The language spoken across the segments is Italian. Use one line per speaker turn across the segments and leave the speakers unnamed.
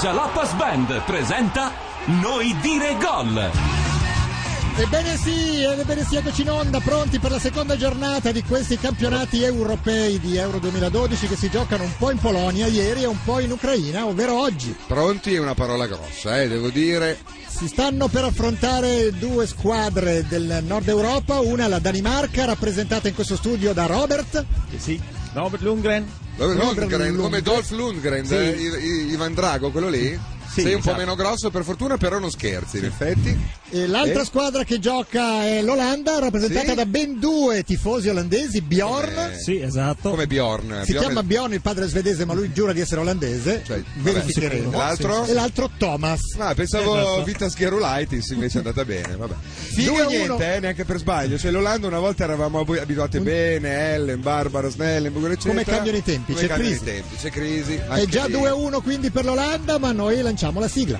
Jalapas Band presenta Noi dire gol.
Ebbene sì, ebbene sì, eccoci in onda, pronti per la seconda giornata di questi campionati europei di Euro 2012 che si giocano un po' in Polonia ieri e un po' in Ucraina, ovvero oggi.
Pronti è una parola grossa, eh, devo dire.
Si stanno per affrontare due squadre del nord Europa, una la Danimarca, rappresentata in questo studio da Robert.
Sì, Robert Lundgren.
Lundgren,
Lundgren.
come Dolph Lundgren,
Sì.
eh, I- I- Ivan Drago, quello lì.
Sì,
Sei un
esatto.
po' meno grosso per fortuna, però non scherzi, in effetti.
E l'altra
Eh?
squadra che gioca è l'Olanda, rappresentata
Sì.
da ben due tifosi olandesi, Bjorn.
Eh,
Sì, esatto.
Come Bjorn.
Si
Bjorn
chiama
è-
Bjorn, il padre è svedese, ma lui giura di essere olandese.
Cioè,
Verificheremo.
vabbè. L'altro?
E l'altro Thomas.
Ah, pensavo
Esatto.
Vita Scherulaitis invece è andata bene, vabbè.
Due
Figa
uno.
niente, eh, neanche per sbaglio. Cioè l'Olanda una volta eravamo abu- abituati bene, Ellen, Barbara, Snellenburg, eccetera.
Come cambiano i tempi,
Come
c'è
cambiano
crisi.
i tempi, c'è crisi.
È
anche
già
lì.
2-1 quindi per l'Olanda, ma noi lanciamo la sigla.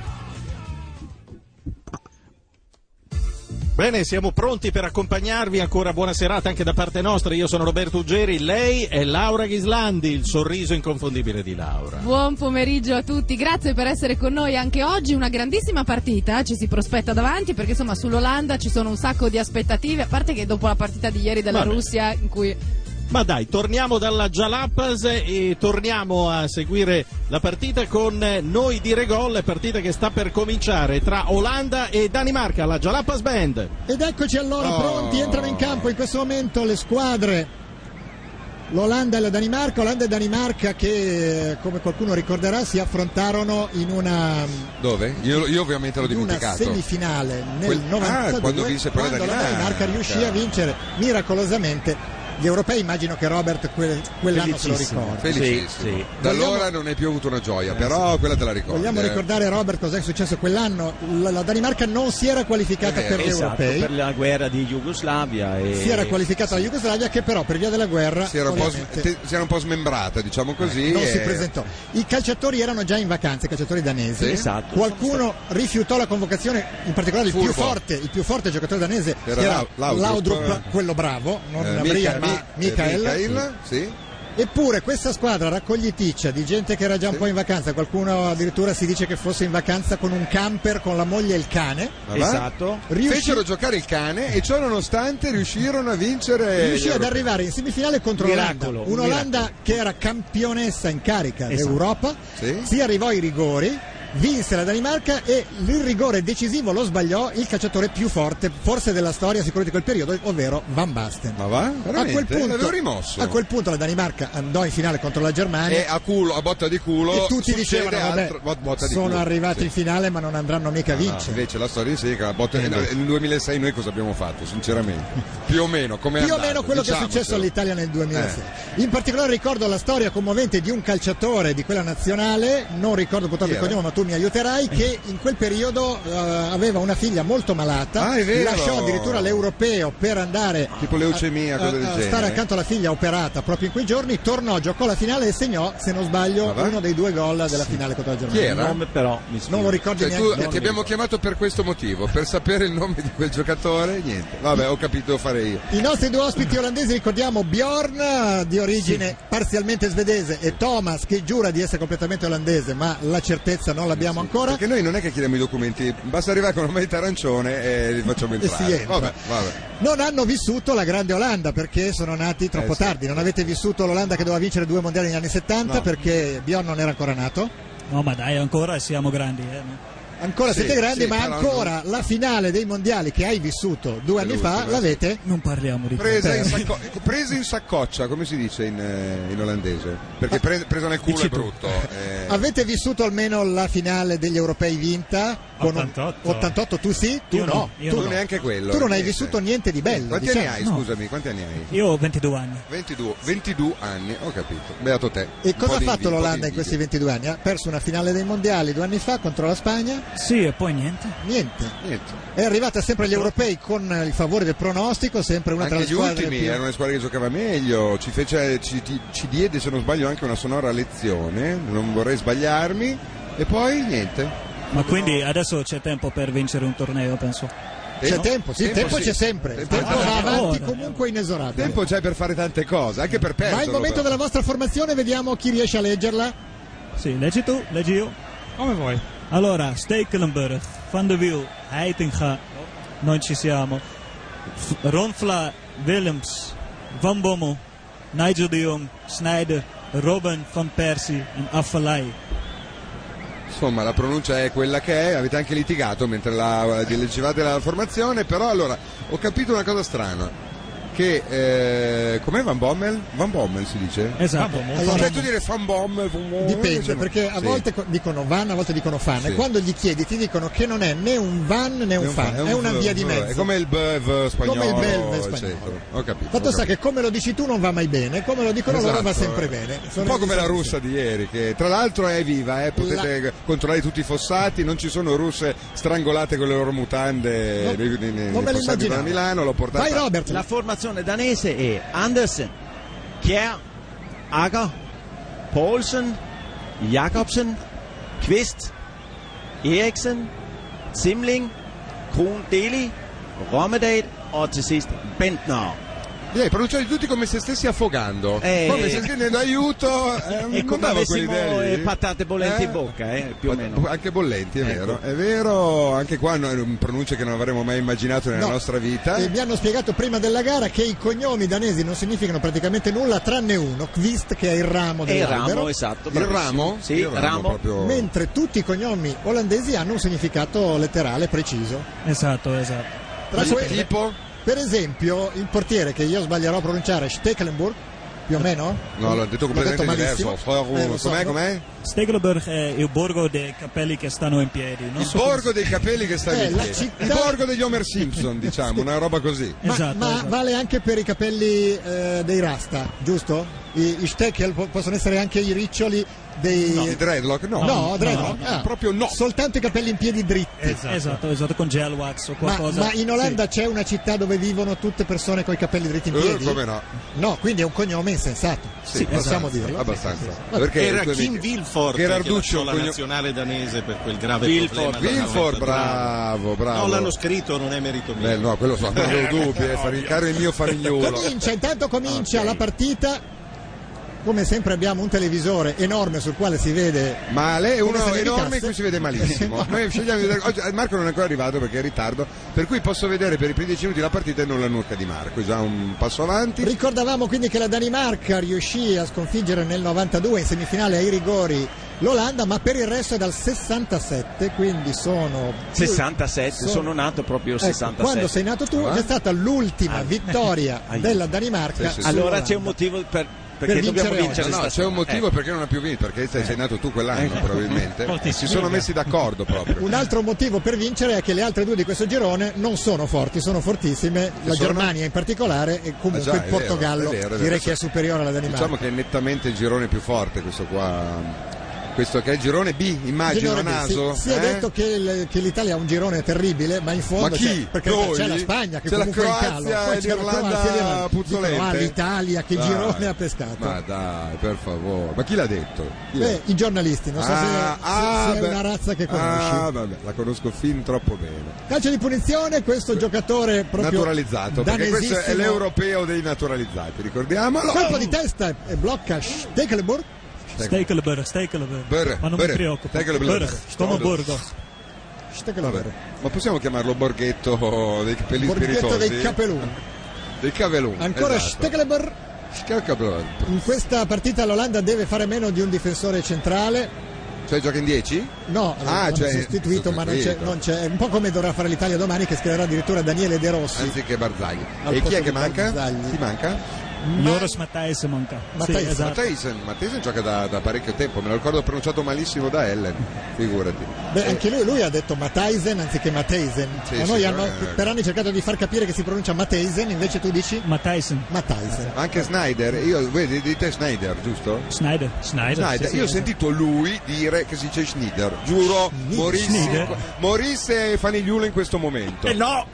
Bene, siamo pronti per accompagnarvi. Ancora buona serata anche da parte nostra. Io sono Roberto Uggeri, lei è Laura Ghislandi, il sorriso inconfondibile di Laura.
Buon pomeriggio a tutti, grazie per essere con noi anche oggi, una grandissima partita, eh, ci si prospetta davanti perché insomma sull'Olanda ci sono un sacco di aspettative, a parte che dopo la partita di ieri della
Vabbè.
Russia in cui
Ma dai, torniamo dalla Jalapas e torniamo a seguire la partita con noi di Regol, partita che sta per cominciare tra Olanda e Danimarca, la Jalapas Band.
Ed eccoci allora
Oh.
pronti, entrano in campo in questo momento le squadre. L'Olanda e la Danimarca, Olanda e Danimarca che eh, come qualcuno ricorderà si affrontarono in una,
Dove? Io, io ovviamente l'ho
in una
dimenticato.
semifinale nel
Quel- ah,
92
quando vinse poi la
quando la
Danimarca.
Danimarca riuscì a vincere miracolosamente gli europei, immagino che Robert quel- quell'anno se lo
Felicissimo.
ricorda.
Felicissimo.
Sì, sì.
Da allora non è più avuto una gioia, però quella te la ricordo.
Vogliamo
eh.
ricordare Robert cos'è successo quell'anno? La, la Danimarca non si era qualificata
È vero.
per gli
Esatto,
europei,
per la guerra di Jugoslavia. E...
si era qualificata la Jugoslavia che però per via della guerra
Eh, Si era, un po
ovviamente,
s- te- si era un po' smembrata, diciamo così.
Eh, non
e-
si presentò. I calciatori erano già in vacanza, i calciatori danesi.
Sì.
Esatto.
Qualcuno rifiutò la convocazione, in particolare il più,
Furbo.
forte, il più forte giocatore danese che
Era
era
Lau- Laudrup.
Laudrup, quello bravo, non
eh,
Brian,
Mica-
ma
Mi- eh,
Michael.
Michael, sì.
Eppure questa squadra raccogliticcia di gente che era già un
Sì.
po' in vacanza, qualcuno addirittura si dice che fosse in vacanza con un camper, con la moglie e il cane.
Ma va?
Esatto.
Riuscì-
Fecero giocare il cane e ciò nonostante riuscirono a vincere.
riuscì
gli
ad
Euro-
arrivare in semifinale contro
Miracolo,
l'Olanda, un'Olanda che era campionessa in carica
Esatto.
d'Europa,
Sì.
si arrivò ai rigori, vinse la Danimarca e il rigore decisivo lo sbagliò il calciatore più forte, forse della storia, sicuro di quel periodo, ovvero Van Basten.
Ma va? Veramente? L'avevo rimosso.
a quel punto la Danimarca andò in finale contro la Germania.
E a culo, a botta di culo.
e tutti
succede
dicevano vabbè,
altro- bot- botta di
sono
culo.
arrivati
Sì.
in finale ma non andranno mica a
Ah,
vincere
invece la storia sì che la botta eh, no, nel 2006 noi cosa abbiamo fatto sinceramente più o meno come è
più o
andato,
meno quello che è
diciamocelo.
successo all'Italia nel 2006.
Eh.
In particolare ricordo la storia commovente di un calciatore di quella nazionale, non ricordo purtroppo il
Chi Eh. era?
cognome, ma tu mi aiuterai, che in quel periodo eh, aveva una figlia molto malata,
Ah, è vero.
lasciò addirittura l'europeo per andare
tipo leucemia
a,
cose del
a
genere
stare accanto alla figlia operata proprio in quei giorni, tornò, giocò la finale e segnò, se non sbaglio,
Ma va?
uno dei due gol della finale contro la Germania.
Chi era?
Nome però, mi scusi.
Non lo ricordi
Cioè, tu
neanche.
ti abbiamo chiamato per questo motivo per sapere il nome di quel giocatore niente vabbè ho capito devo fare io
I nostri due ospiti olandesi ricordiamo Bjorn eh, di origine parzialmente svedese e Thomas che giura di essere completamente olandese ma la certezza non l'abbiamo ancora
perché noi non è che chiediamo i documenti basta arrivare con una maglietta arancione e li facciamo
e si
entrare
entra.
vabbè vabbè
Non hanno vissuto la grande Olanda perché sono nati troppo
Eh, sì.
tardi, non avete vissuto l'Olanda che doveva vincere due mondiali negli anni 70
No.
perché Bjorn non era ancora nato.
No, ma dai, ancora siamo grandi. eh.
Ancora
Sì,
siete grandi
sì,
ma
però
ancora la finale dei mondiali che hai vissuto due anni fa
L'ultima.
l'avete
Non parliamo di
presa in,
questo.
sacco- presa in saccoccia come si dice in, eh, in olandese
Ah.
perché pre- presa nel culo è brutto eh.
Avete vissuto almeno la finale degli europei vinta? Con un-
88.
88 tu sì, tu
Io no,
no.
io
tu
no.
neanche quello
Tu non hai
niente.
vissuto niente di bello.
quanti
diciamo.
anni hai
No.
scusami quanti anni hai
Io ho 22 anni.
22, 22 anni, ho capito. Beato te.
E
Un po'
cosa ha fatto
di invidia, un po'
l'Olanda
di
in questi
invidia.
22 anni? Ha perso una finale dei mondiali due anni fa contro la Spagna?
Sì, e poi niente.
Niente.
Niente.
È arrivata sempre agli europei con eh, il favore del pronostico, sempre una tra
Anche
le
gli
squadre
ultimi
più-
erano le squadre che giocava meglio, ci, fece, ci, ti- ci diede se non sbaglio anche una sonora lezione, non vorrei sbagliarmi, e poi niente.
Ma quindi adesso c'è tempo per vincere un torneo, penso.
C'è tempo, sì, il tempo, c'è sempre. Ah, Il
Tempo,
tempo
c'è.
va avanti
Ora.
comunque inesorabile.
Tempo c'è per fare tante cose, anche per perdere.
Va il momento della vostra formazione, vediamo chi riesce a leggerla.
Sì, leggi tu, leggi io.
Come vuoi.
Allora, Stekelenburg, Van der Wiel, Heitinga, non ci siamo. F- Ronfla, Willems, Van Bommel, Nigel de Jong, Snyder, Robin van Persie en Affalay.
Insomma, la pronuncia è quella che è, avete anche litigato mentre la, leggevate la formazione, però allora ho capito una cosa strana, che eh, com'è Van Bommel? Van Bommel si dice?
Esatto.
Ho sentito dire Van Bommel, Van Bommel,
Dipende,
insomma.
perché a
Sì.
volte co- dicono van, a volte dicono fan.
Sì.
E quando gli chiedi ti dicono che non è né un van né un, fan, è, una via di mezzo.
È come il bev spagnolo.
Come il bev spagnolo.
eccetera. Ho capito.
Fatto
ho
sta
capito.
che come lo dici tu non va mai bene, come lo dicono loro va
Esatto,
sempre
eh.
bene.
Un
Sono diciamo
po' come la
distinzioni.
russa di ieri, che tra l'altro è viva, eh, potete controllare tutti i fossati, non ci sono russe strangolate con le loro mutande
Non-
nei, nei- nei
non me la
fossati
immaginavo.
da Milano, l'ho portata.
Vai Robert,
La formazione danese è Andersen, Kjær, Ager, Poulsen, Jacobsen, Kvist, Eriksen, Simling, Krohn Deli, Romedal og til sidst Bentner.
Direi pronunciarli tutti come se stessi affogando.
Eh.
Come se chiedendo aiuto. eh,
E
non
come
davo
avessimo
quell'idea lì.
eh, patate bollenti
Eh?
in bocca, eh, più o
Pat-
meno.
Anche bollenti, è
Ecco.
vero. È vero, anche qua no, pronunce che non avremmo mai immaginato nella
No.
nostra vita.
E Eh, mi hanno spiegato prima della gara che i cognomi danesi non significano praticamente nulla tranne uno, Kvist che è il ramo
E il
dell'albero,
ramo, esatto.
Il
bravissimo.
ramo?
Sì,
Il
ramo.
proprio-
mentre tutti i cognomi olandesi hanno un significato letterale preciso.
Esatto, esatto.
Tra
Tipo-
cui-
tipo?
per esempio, il portiere che io sbaglierò a pronunciare Stekelenburg, più o meno?
No, l'ho detto
L'ho
completamente
malissimo.
diverso.
Eh, lo so,
com'è,
no?
com'è?
Stekelenburg è il borgo dei capelli che stanno in piedi. Non
Il
so come
borgo dei capelli che sta
Eh,
in
la
piedi.
città- Eh,
Il borgo degli Homer Simpson, diciamo, una roba così.
si-
Ma,
Esatto,
ma
esatto.
vale anche per i capelli eh, dei Rasta, giusto? I, i Stekel po- possono essere anche i riccioli dei...
I dreadlock? No.
No, dreadlock,
no,
ah.
proprio no.
Soltanto i capelli in piedi dritti.
Esatto. esatto, con gel wax o
Ma,
qualcosa.
ma in Olanda c'è una città dove vivono tutte persone con i capelli dritti in
Eh,
piedi?
come no?
No, quindi è un cognome insensato.
Sì,
possiamo
abbastanza,
dirlo.
Abbastanza.
Vabbè.
Perché
Era
i tuoi
Kim
amici-
Wilford
Gherarduccio,
che lasciò la
cogno-
nazionale danese per quel grave
Wilford,
problema.
Wilford,
Wilford,
bravo, bravo.
No, l'hanno scritto, non è merito mio.
Beh, no, quello so, non avevo dubbi, eh, fa rincaro il mio famigliolo.
Comincia, intanto comincia
Ah, Ok.
la partita. Come sempre abbiamo un televisore enorme sul quale si vede
Male è uno
Come se ne
enorme in
dedicasse.
cui si vede malissimo. Noi scegliamo di vedere- oggi- eh, Marco non è ancora arrivato perché è in ritardo, per cui posso vedere per i primi 10 minuti la partita e non la nuca di Marco. È Già un passo avanti.
Ricordavamo quindi che la Danimarca riuscì a sconfiggere nel 92 in semifinale ai rigori l'Olanda, ma per il resto è dal 67, quindi sono più-
67,
Sono-
sono nato proprio
Ecco,
67.
quando sei nato tu
Ah.
è stata l'ultima vittoria
Ahia.
della Danimarca.
Sì, sì, sì.
Allora
sull'Olanda.
c'è un motivo per, perché
Per
dobbiamo
vincere
vincere
oggi.
No, c'è
stasera.
un motivo
Eh,
perché non ha più vinto, perché
Eh.
sei, sei nato tu quell'anno probabilmente.
Molti si
si sono
nega.
messi d'accordo proprio.
Ecco. Un altro motivo per vincere è che le altre due di questo girone non sono forti, sono fortissime, la
sono?
Germania in particolare e comunque
Ah, già, è
il
vero,
Portogallo
è vero, è vero.
direi che è superiore alla Danimarca.
Diciamo che è nettamente il girone più forte questo qua. Questo che è il girone B, immagino, a
Signore, sì,
naso.
si, è
eh?
detto che, il- che l'Italia ha un girone terribile, ma in fondo
Ma chi?
c'è, perché
Noi?
c'è la Spagna che
C'è la
comunque
Croazia
è in calo,
e
poi c'è la
l'Irlanda
Croazia e l'Irlanda.
puzzolente.
Dicono, ah, l'Italia che
Dai.
girone ha pescato.
Ma dai, per favore. Ma chi l'ha detto? Chi
Beh, i giornalisti, non so se-
Ah,
se,
ah,
se è
beh.
una razza che conosci.
Ah, vabbè, la conosco fin troppo bene.
Calcio di punizione, questo giocatore proprio
naturalizzato, perché questo è
danesissimo.
l'europeo dei naturalizzati, ricordiamolo.
Colpo di testa e blocca Stekelburg.
Stekelenburg, Stekelenburg.
Burr,
ma non
Burr,
mi preoccupo.
Stekelenburg.
Burr, come borgo.
Vabbè,
Stekelburg.
Ma possiamo chiamarlo Borghetto dei capelli
Borghetto
spiritosi?
dei capeluni.
Dei cavelloni.
Ancora
esatto.
Stekelburg.
Stekelberg.
In questa partita l'Olanda deve fare meno di un difensore centrale.
Cioè gioca in 10?
No,
Ah,
l'hanno
cioè,
sostituito, ma non c'è,
sostituito.
non c'è. È un po' come dovrà fare l'Italia domani che schiererà addirittura Daniele De Rossi.
Anziché Barzagli.
Al
e chi
posto
è
di
che manca?
Barzagli.
Chi manca?
Joris Matthijssen manca.
Matthijssen.
Sì, esatto.
Mattesen. Mattesen gioca da, da parecchio tempo, me lo ricordo pronunciato malissimo da Ellen, figurati.
Beh, anche lui, lui ha detto Matheisen anziché Matheisen.
Sì,
Ma
sì,
noi
sì,
hanno
eh.
per anni cercato di far capire che si pronuncia Matheisen, invece tu dici
Matthijssen.
Matheisen.
Anche Snyder, io, vedi, di te Snyder, giusto?
Schneider. Schneider.
Schneider,
Esatto, sì,
Eh, io ho
sì.
sentito lui dire che si dice Schneider, giuro, morisse,
Schneider? Eh,
morisse Fanigliulo in questo momento.
no!
Ho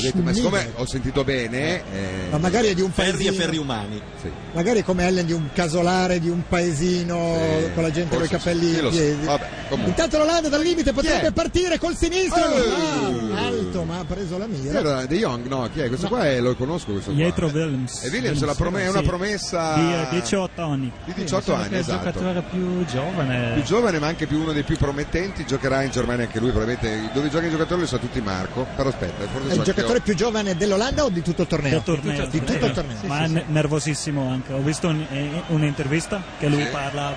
detto, ma siccome ho sentito bene, eh,
Ma magari è di un paese
Ferri e
paesino.
Ferri Umani.
Sì.
Magari è come Ellen di un casolare, di un paesino
Sì,
con la gente con i
forse
capelli
sì. Chi
in
lo sa?
piedi.
Vabbè, comunque.
Intanto l'Olanda dal limite potrebbe
Chi è?
partire col sinistro.
Eh.
Ah, alto, ma ha preso la mira.
Era De Jong, no, chi è? Questo qua è, lo conosco questo qua.
Pietro Willems.
E Williams è, la prome- è una
Sì.
promessa
Di eh, 18 anni.
di 18 anni,
il
esatto.
giocatore più giovane.
Più giovane ma anche più uno dei più promettenti, giocherà in Germania anche lui, probabilmente dove gioca il giocatore lo sa tutti Marco, però aspetta, eh, forse
È
so
il
anch'io.
giocatore più giovane dell'Olanda o di tutto il torneo?
Del torneo.
Di tutto il torneo.
Ma ne- nervosissimo anche. Ho visto un- eh, un'intervista che lui parlava.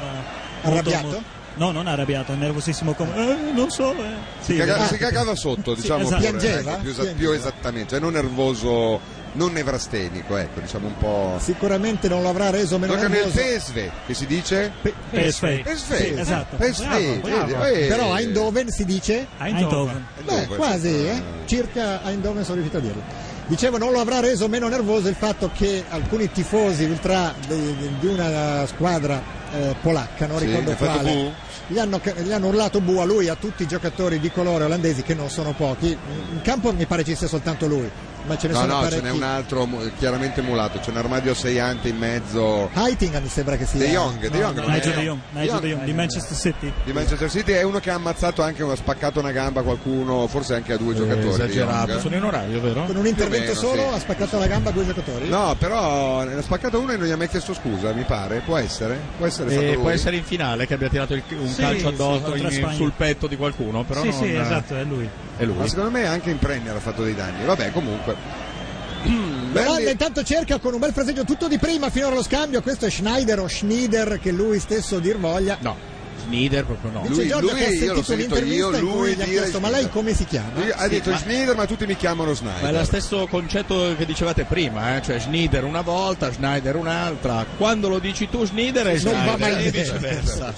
molto-
Arrabbiato?
mo- no, non arrabbiato, nervosissimo come. "Eh, non so. eh." Sì,
Caga-
eh,
si cagava sotto, diciamo
esatto.
pure,
Piangeva?
ecco, più, esa-
Piangeva.
più esattamente, cioè non nervoso, non nevrastenico, ecco, diciamo un po'.
Sicuramente non lo avrà reso meno
Gioca nel
nervoso.
PSV, che si dice?
PSV.
PSV,
Sì, esatto.
PSV,
Bravo, bravo.
vedi, eh,
Però a Eindhoven si dice
Eindhoven.
Beh,
Eindhoven.
quasi, eh? circa a Eindhoven sono riuscito a dirlo. Dicevo, non lo avrà reso meno nervoso il fatto che alcuni tifosi ultra di, di- di una squadra eh, polacca, non
Sì,
ricordo
ha fatto
quale, gli hanno, ca- gli hanno urlato bu a lui e a tutti i giocatori di colore olandesi, che non sono pochi. In campo mi pare ci sia soltanto lui, ma ce ne
No,
sono
no, ce
parecchi.
n'è un altro mu- chiaramente mulato, c'è un armadio a sei ante in mezzo.
Heitinga mi sembra che sia.
De Jong, De Jong, non è-
Nigel De Jong,
De
Nigel
Jong
De Jong di Manchester City.
di Manchester City è uno che ha ammazzato anche, ha spaccato una gamba a qualcuno, forse anche a
Eh,
due giocatori. De
esagerato.
Jong.
Sono in orario, vero?
Con un intervento
meno,
solo
sì.
ha spaccato la gamba a due giocatori.
No, però eh, ne ha spaccato uno e non gli ha mai chiesto scusa, mi pare. Può essere? Può essere
Eh,
stato
E
lui.
può essere in finale che abbia tirato il- un
Sì,
calcio
sì,
addosso
contro
in-
la Spagna.
sul petto di qualcuno, però
sì,
non,
sì, esatto, è lui.
è lui.
Ma secondo me anche in Premier ha fatto dei danni. Vabbè, comunque.
L'Olanda
Belli-
intanto cerca con un bel fraseggio tutto di prima finora lo scambio. Questo è Schneider o Schneider che lui stesso dir voglia.
No, Snider proprio no.
Dice
Lui-
Giorgio che ha
lui, io
sentito
l'ho sentito
un'intervista
io,
in cui
lui
gli ha
dire
chiesto ma
Schneider".
lei come si chiama?
Lui ha
sì,
detto
ma-
Schneider, ma tutti mi chiamano Snyder.
Ma è lo stesso concetto che dicevate prima, eh? cioè Schneider una volta, Schneider un'altra. Quando lo dici tu Schneider è
Non va
Schneider
mai
e
bene.
viceversa.
Eh,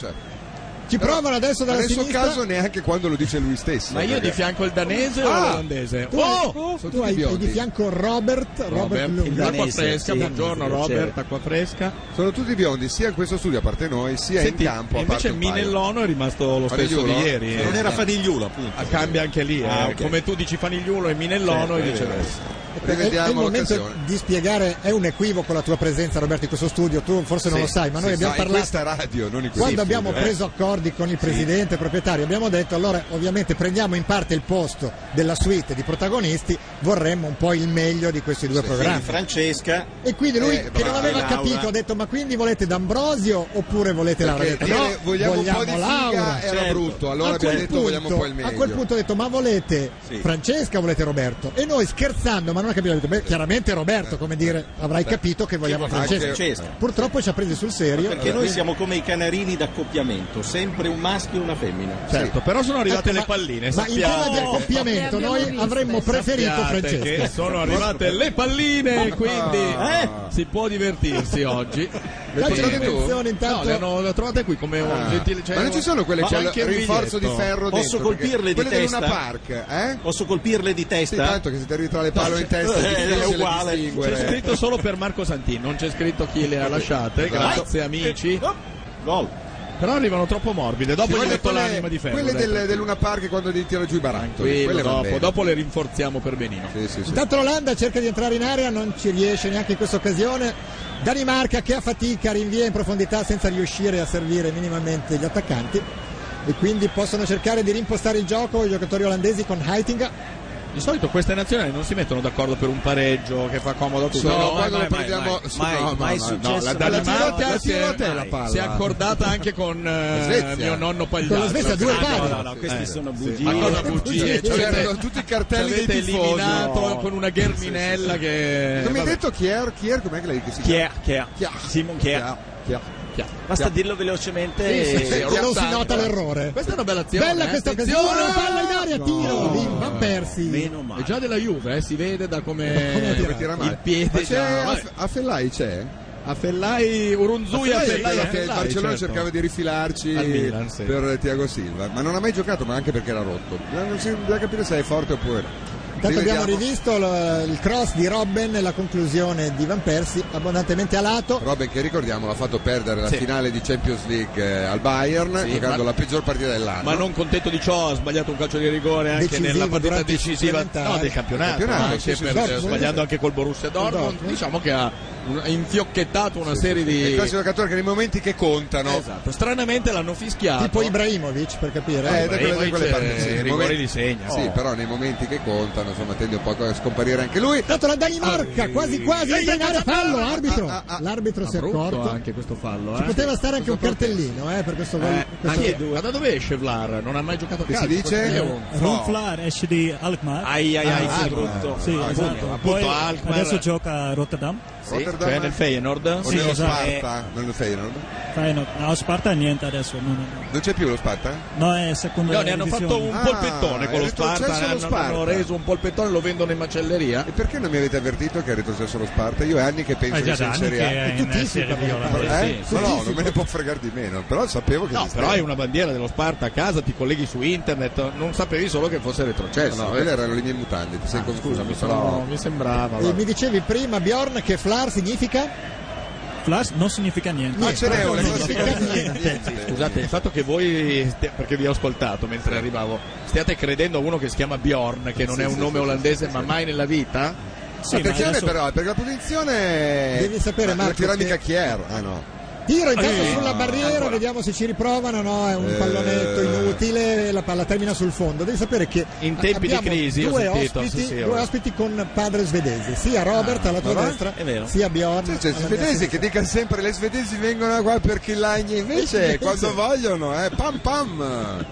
Cioè,
Ci provano adesso dalla
nel suo
sinistra.
caso neanche quando lo dice lui stesso.
Ma io
perché-
di fianco il danese o
Ah!
l'olandese?
tu, hai-
Oh!
tu
tutti
hai hai
biondi.
di fianco Robert, Robert,
Robert,
Lund.
acqua
danese,
fresca,
sì.
buongiorno
Sì,
Robert,
piacere.
acqua fresca.
Sono tutti biondi, sia in questo studio a parte noi, sia
Senti,
in campo a parte
invece
un paio.
Minellono è rimasto lo stesso
Fanigliulo?
di ieri.
Sì.
eh.
Non era
Fanigliulo, appunto.
Ah, Cambia anche lì, eh.
Ah, ok.
come tu dici Fanigliulo e Minellono
Sì,
e
è vero.
viceversa.
È- è, il
Rivediamo
momento
l'occasione.
di spiegare, è un equivoco la tua presenza Roberto in questo studio, tu forse non lo sai, ma noi
Sì,
abbiamo
no,
parlato
in questa radio, non in questo
Quando
studio,
abbiamo
eh.
preso accordi con il presidente proprietario abbiamo detto allora ovviamente prendiamo in parte il posto della suite di protagonisti, vorremmo un po' il meglio di questi due programmi.
Francesca.
E quindi lui
Eh,
che non
brava,
aveva
Laura.
capito ha detto ma quindi volete D'Ambrosio oppure volete Laura? Ha
Perché
detto,
dire
no,
vogliamo, un po' di
Laura.
figa era
Certo.
brutto, allora
a,
abbiamo
quel
detto
punto,
vogliamo un po' il meglio.
a quel punto ho detto ma volete
Sì.
Francesca o volete Roberto? E noi scherzando ma non ha capito, ha detto, beh, chiaramente Roberto come dire avrai capito che vogliamo
vogliamo
Francesca. Cioè,
Francesca.
Purtroppo ci ha presi sul serio.
Perché noi siamo come i canarini d'accoppiamento, sempre un maschio e una femmina.
Certo, però sono arrivate
Ecco,
le
ma-
palline,
Ma in tema di
sappiamo.
accoppiamento
Abbiamo
noi
visto.
avremmo preferito
sappiate che
Francesca.
sono arrivate le palline, quindi eh, si può divertirsi oggi.
Calcio
Sì.
di dimensione,
No,
intanto.
le hanno le trovate qui come un
Ah.
gentile cioè,
ma non ci sono quelle
ma
con il
anche un
rinforzo di
biglietto.
ferro
Posso
dentro,
colpirle
perché
di
quelle di
testa?
una park eh?
Posso colpirle di
Sì,
testa?
tanto che se ti arrivi tra le palle in testa
Eh,
è difficile
è uguale.
distinguere.
Cioè,
C'è scritto solo per Marco Santin, non c'è scritto chi le ha lasciate,
Esatto.
grazie Ah, amici.
Oh, Gol.
Però arrivano troppo morbide,
Ci
dopo gli ho
vogliono
detto l'anima
quelle,
di ferro.
quelle
dai,
del, del Luna Park quando ti tira giù i barattoli
tranquillo,
quelle vanno
dopo,
bene.
dopo le rinforziamo per benino.
Sì, sì, sì.
Intanto l'Olanda cerca di entrare in area, non ci riesce neanche in questa occasione. Danimarca che a fatica rinvia in profondità senza riuscire a servire minimamente gli attaccanti e quindi possono cercare di rimpostare il gioco i giocatori olandesi con Heitinga.
Di solito queste nazionali non si mettono d'accordo per un pareggio che fa comodo a tutti.
Sono
No, mai,
quando lo
mai, mai,
prendiamo
mai.
su-
mai,
no, no,
mai
no,
successo.
no, la
Alla
Danimarca
Danimarca
la
si è-
tira a te la palla
Si è accordata anche con eh,
Svezia.
mio nonno Pagliaccio.
Con la Svezia due
Ah, no,
pari.
no, no,
questi
eh.
sono bugie.
Ma cosa
Bugie.
bugie? Ci
c'erano
avete,
tutti i
ci
cartelli
avete
dei tifosi
eliminato
No.
con una gherminella che...
non mi hai
vabbè.
detto Kier Kier com'è che lei che si
Chi
chiama
è? Chi è?
Chi è?
Simon chi è?
Chier.
Basta dirlo velocemente.
Sì, sì,
e-
sì,
Che non si
Rossano.
nota l'errore.
Questa è una bella azione.
Bella
eh,
questa
attenzione.
Ah!
Ecco.
occasione, palla in aria, tiro di Van Persi.
Meno
È
male.
già della Juve, eh, si vede da come,
come tira.
Come tira male.
Eh, il piede.
Ma c'è
no,
a, a Fellai c'è
A Fellai, Urunzui a
Fellai è
Fellai.
quello che il
Fellai,
Barcellona
certo.
cercava di rifilarci
Al Milan, sì.
per Tiago Silva ma non ha mai giocato ma anche perché era rotto Eh, non si bisogna capire se è forte oppure no
Intanto abbiamo rivisto
Rivediamo.
l- il cross di Robben e la conclusione di Van Persi abbondantemente a lato.
Robin che ricordiamo l'ha fatto perdere la
Sì.
finale di Champions League eh, al Bayern
Sì,
giocando
ma-
la peggior partita dell'anno
Ma non contento di ciò, ha sbagliato un calcio di rigore anche
Decisivo
nella partita
durante i
decisiva
supplementari.
no, del campionato,
Del campionato,
anche
sì, esatto. sì,
per-
sì, sì.
sbagliando anche col Borussia Dortmund,
Dortmund.
diciamo che ha un- ha infiocchettato una serie
È il
di...
classico giocatore che nei momenti che contano
Esatto. Stranamente l'hanno fischiato.
Tipo Ibrahimovic per capire.
Eh, da quelle, da quelle
Ibrahimovic,
parti,
eh,
sì, nei
rigori
momenti-
li segna.
Sì,
Oh.
però nei momenti che contano, insomma, tende un po' a scomparire anche lui.
cioè,
Tanto la Danimarca, quasi quasi, entra in area, fallo, arbitro.
ah, ah, ah.
L'arbitro si è
Brutto
accorto.
anche questo fallo.
Ci
eh.
poteva stare anche un cartellino, eh, per questo gol.
Eh, ma,
questo-
chi è- ma da dove esce Vlar? Non ha mai giocato a
Che si
calcio.
dice?
questo è un-
Ronflaar, esce di Alkmaar.
Ai ai ai, che
Ah,
brutto.
Sì, esatto.
appunto,
Poi
Alkmaar.
adesso gioca a Rotterdam.
Sì,
Rotterdam?
cioè nel Feyenoord.
O
Sì,
nello
esatto.
Sparta,
eh.
nello Feyenoord.
Feyenoord. No, Sparta niente adesso. No, no,
Non c'è più lo Sparta?
no. No, è seconda
No, ne hanno
divisione.
fatto un
Ah,
polpettone con
è
lo
retrocesso
Sparta, eh,
lo
hanno,
Sparta.
hanno reso un polpettone, lo vendono in macelleria.
E perché non mi avete avvertito che è retrocesso lo Sparta? Io è anni che penso
Eh,
Eh,
È
che
già da
sia in
anni
Serie A.
che è in
Tuttissimo,
Serie B
parliamo.
olandese.
Eh? No, no, non me ne può fregare di meno, però sapevo che
No,
esisteva.
però hai una bandiera dello Sparta a casa, ti colleghi su internet, non sapevi solo che fosse retrocesso.
No, no,
eh.
quelle erano le mie mutande, ti sei confuso.
Ah, Scusami,
però-
no, mi sembrava.
E
va.
mi dicevi prima, Bjorn, che Flar significa?
Flash non significa niente.
Ah, ce n'è una
Niente.
classificazione. Niente.
Scusate, il fatto che voi, stia- perché vi ho ascoltato mentre arrivavo, stiate credendo a uno che si chiama Bjorn, che non
Sì,
è un
sì,
nome
sì,
olandese ma mai nella vita?
Sì, ma
Attenzione
adesso-
però, Eh, perché la Ah, posizione...
Devi sapere,
Ma-
Marco,
Non tira
che-
mica Chier. Ah no.
Tiro intanto
Eh,
sulla
no,
barriera,
ancora.
vediamo se ci riprovano. No, è un
Eh.
pallonetto inutile, la palla termina sul fondo. Devi sapere che
In tempi di
abbiamo
crisi, ho
due,
sentito,
ospiti,
sì, sì,
due
ora.
ospiti con padre svedese, sia Robert alla tua
ma va?
destra,
È vero.
sia Bjorn.
Cioè, cioè,
alla mia
svedesi
sinistra.
che dica sempre le svedesi vengono qua per Killagni invece
Invece.
quando vogliono eh, pam pam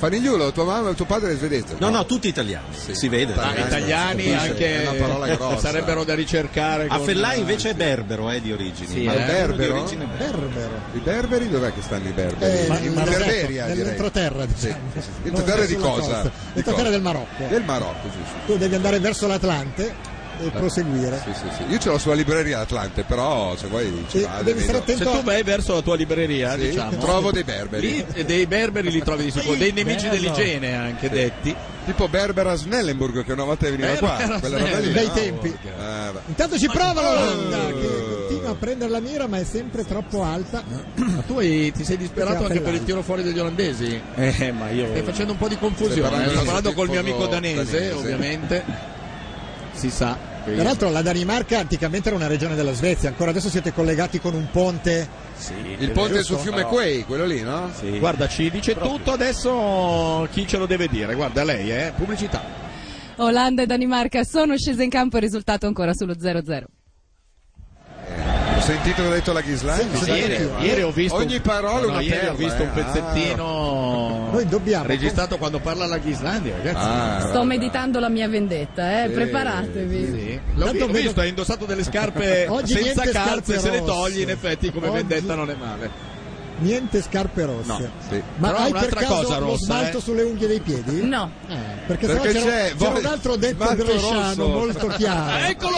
Fanigliulo tua mamma tuo padre è svedese
No, no, tutti italiani, si vede.
Ah,
Italiani,
italiani
sì,
anche
è una parola grossa.
sarebbero da ricercare.
A
con-
Fellai invece è berbero, eh, di origini.
Sì,
Ma
eh,
il berbero?
Di origine berbera.
Berbero.
i berberi dov'è che stanno i berberi
Eh,
Ma-
nel
in
ma-
Berberia direi
nell'entroterra, diciamo.
Sì, sì, sì.
Non
Entroterra di
sulla
cosa?
costa.
Di
Entroterra
cosa?
del Marocco.
del Marocco sì,
Tu devi andare verso l'Atlante e proseguire.
Eh, sì. Sì, sì, sì. io ce l'ho sulla libreria Atlante però se vuoi ci
E
vado
devi
e
stare
vedo.
Ah, Se
attento
tu
a-
vai verso la tua libreria,
Sì,
diciamo,
trovo dei berberi
lì eh, dei berberi li trovi di sicuro, dei nemici
bello.
dell'igiene anche detti.
tipo Berbera Snellenburg che una volta veniva qua
Berbera
quella roba lì
Bei
no?
tempi.
Eh, va.
Intanto ci
Eh.
prova l'Olanda che continua a prendere la mira ma è sempre troppo alta.
Eh,
Ma tu hai- ti sei
Perché
disperato anche per
Appellai.
il tiro fuori degli olandesi?
Eh, ma io...
Stai facendo un po' di
Stai
confusione.
parlando
Sto
di
parlando col mio amico
tifoso
danese,
danese.
ovviamente. Si sa. che io-
Peraltro la Danimarca anticamente era una regione della Svezia, ancora adesso siete collegati con un ponte.
il ponte sul fiume Quei
Quei
quello lì no?
Guarda, ci dice tutto adesso chi ce lo deve dire. Guarda, lei, eh? Pubblicità.
Olanda e Danimarca sono scese in campo, il risultato ancora sullo 0-0.
Ho sentito che ha detto la Ghislandi.
Sì,
sai
ieri-
che va?
ieri ho visto
Ogni
un-
parola
No,
una
ieri
perla,
ho visto
eh.
un pezzettino
Noi dobbiamo-
registrato quando parla la Ghislandia, ragazzi.
Ah, ah,
Sto
guarda.
meditando la mia vendetta, eh,
Sì,
preparatevi.
Sì. L'ho
Tanto
vi- ho
vedo-
visto, ha indossato delle scarpe
Oggi
senza
niente
calze,
scarpe
se le
rosse.
togli, in effetti, come
Oggi-
vendetta non è male.
Niente scarpe rosse.
Sì.
Ma
Però
hai per
un'altra
caso
cosa
lo
rossa,
smalto
eh?
sulle unghie dei piedi?
No.
Eh, perché, sennò
Perché
c'era,
c'è-
c'era
voi-
un altro detto
smalto
bresciano
rosso.
molto chiaro.
Ah, eccolo!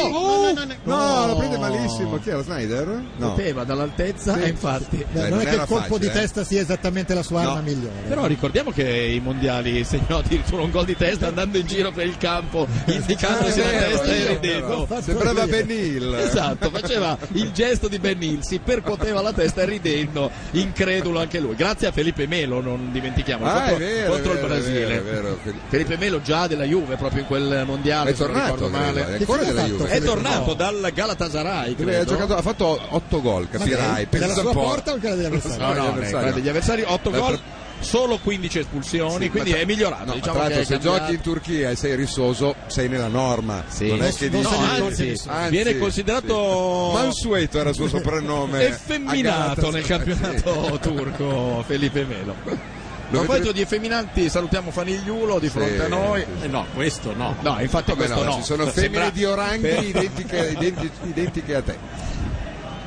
No, lo prende malissimo. Chi era Snyder? No.
Poteva dall'altezza,
Sì.
eh, infatti.
Beh,
Eh,
non
non
è che il
era
colpo
facile,
di
eh.
testa sia esattamente la sua
No.
arma migliore.
Però ricordiamo che i mondiali segnò addirittura un gol di testa andando in giro per il campo, indicandosi la
Ah, è vero,
testa
è
e
vero.
ridendo.
Fatto
Sembrava
ridere.
Ben Hill.
Esatto, faceva il gesto di Ben Hill, si percuoteva la testa e ridendo, incredulo anche lui. Grazie a Felipe Melo, non dimentichiamo,
Ah,
contro,
è vero,
contro
è
il
vero, è
Brasile.
vero, è vero. Quindi-
Felipe Melo già della Juve proprio in quel mondiale,
È
se non
tornato,
Ah, ricordo
credo, è
male.
ancora
Che fine
della
ha fatto?
Juve.
È tornato dal Galatasaray,
Lui Eh, ha,
credo.
giocato- ha fatto 8 gol, capirai.
Della
Pensa
sua
un po'.
porta o quella degli avversari?
No, no,
Avversario.
quella degli avversari 8
La
gol,
pre-
solo 15 espulsioni,
Sì,
quindi
ma tra-
è migliorato.
no, tra
diciamo che
l'altro,
è
se
cambiato.
giochi in Turchia e sei rissoso, sei nella norma.
Sì.
Non è che
Non
No,
se
dici.
ne
anzi,
ricorda
anzi,
viene considerato
sì. Mansueto era il suo soprannome.
effeminato nel campionato turco Felipe Melo.
Lo
A proposito
vedrete-
di effeminanti, salutiamo Fanigliulo di fronte a noi.
sì.
Eh no, questo no. No, infatti
Come
questo
no,
no.
ci sono
Sembra-
femmine di oranghi identiche, identi- identiche a te.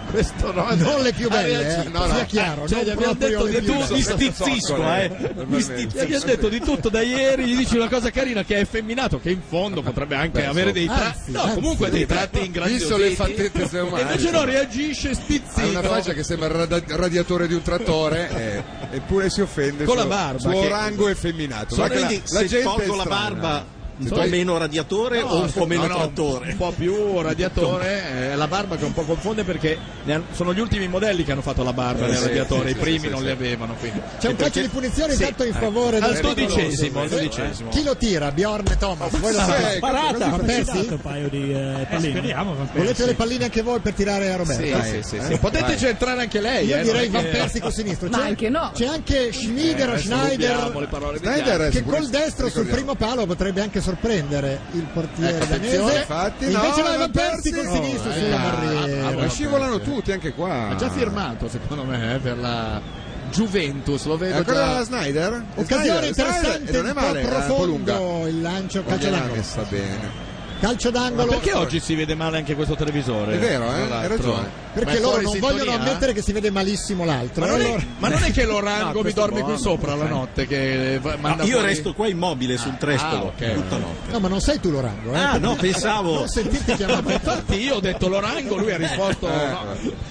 Questo no.
Non le più belle,
Ah, reagisci.
eh. Sia chiaro,
Cioè,
non
gli abbiamo
proprio
detto
le
di
più
tutto,
belle.
mi
Sono
stizzisco,
sottile,
eh. Mi
normalmente.
stizzisco. Gli abbiamo detto di tutto da ieri, gli dici una cosa carina che è effeminato, che in fondo potrebbe anche
Beh,
avere dei
anzi,
tratti, no,
anzi.
comunque dei tratti ingranditi.
Visto le fattezze se
E
umane.
invece no, reagisce
Ha una faccia
stizzito.
che sembra il rada- radiatore di un trattore, eh, eppure si offende
Con
suo-
la barba,
suo
che-
rango effeminato.
Sono
Guarda che
quindi,
la, la
se
gente è
tolgo la
strana.
barba Un po' meno radiatore o un po' meno
no, no,
trattore?
Un po' più radiatore, eh, la barba che un po' confonde perché ne han- sono gli ultimi modelli che hanno fatto la barba
Eh,
nel
sì,
radiatore,
sì,
i
sì,
primi
sì,
non
sì.
li avevano. Quindi.
C'è un calcio di punizione intanto in favore
eh. Al
del
dodicesimo, al
pericoloso.
dodicesimo.
Chi lo tira? Bjorn e Thomas. Voi lo
Ah,
sapete.
sparata!
Van Persie?
Un paio di eh, palline.
Volete le palline anche voi per tirare a Roberto?
Sì,
Dai.
sì, sì,
Eh?
sì. Poteteci entrare anche lei.
Io
eh,
direi Van
non è che- Eh,
Persie con sinistro.
Ma
C'è-
anche no.
C'è anche Schmieder o
Adesso rubiamo le
Schneider
parole degli
Schneider
altri.
che
Pure-
col destro sul
ricordiamo.
primo palo potrebbe anche sorprendere il portiere
Ecco, attenzione,
danese.
infatti,
E invece
no,
vai Van
Van
Persie col
Persie.
sinistro
Oh,
sulla
eh,
barriera.
ah,
Ma scivolano tutti anche qua.
Ha già firmato, secondo me, eh, per la Juventus. Lo
È
vedo
ancora
già.
Eh, Snyder?
Occasione
Snyder, Snyder,
interessante,
e eh, non
un
è
po'
male, era un po' lunga.
profondo il lancio
Non
calcio
gliel'ha
d'angolo.
messa bene.
Calcio
Ma
d'angolo
perché oggi si vede male anche questo televisore?
È vero, eh?
Tra
Hai
l'altro.
ragione.
Ma
perché
è
loro
fuori
non
sintonia?
vogliono ammettere che si vede malissimo l'altro. eh?
Ma non,
Allora-
è, ma non è che l'orango mi
questo
dorme
buono.
qui sopra la notte che eh, va-
No,
manda
Ah, io
fuori-
resto qua immobile sul trestolo
ah, ok.
tutta notte.
No, ma non sei tu l'orango, eh?
Ah, no, pensavo.
Non sentirti chiamare.
Infatti io ho detto l'orango, lui ha risposto no.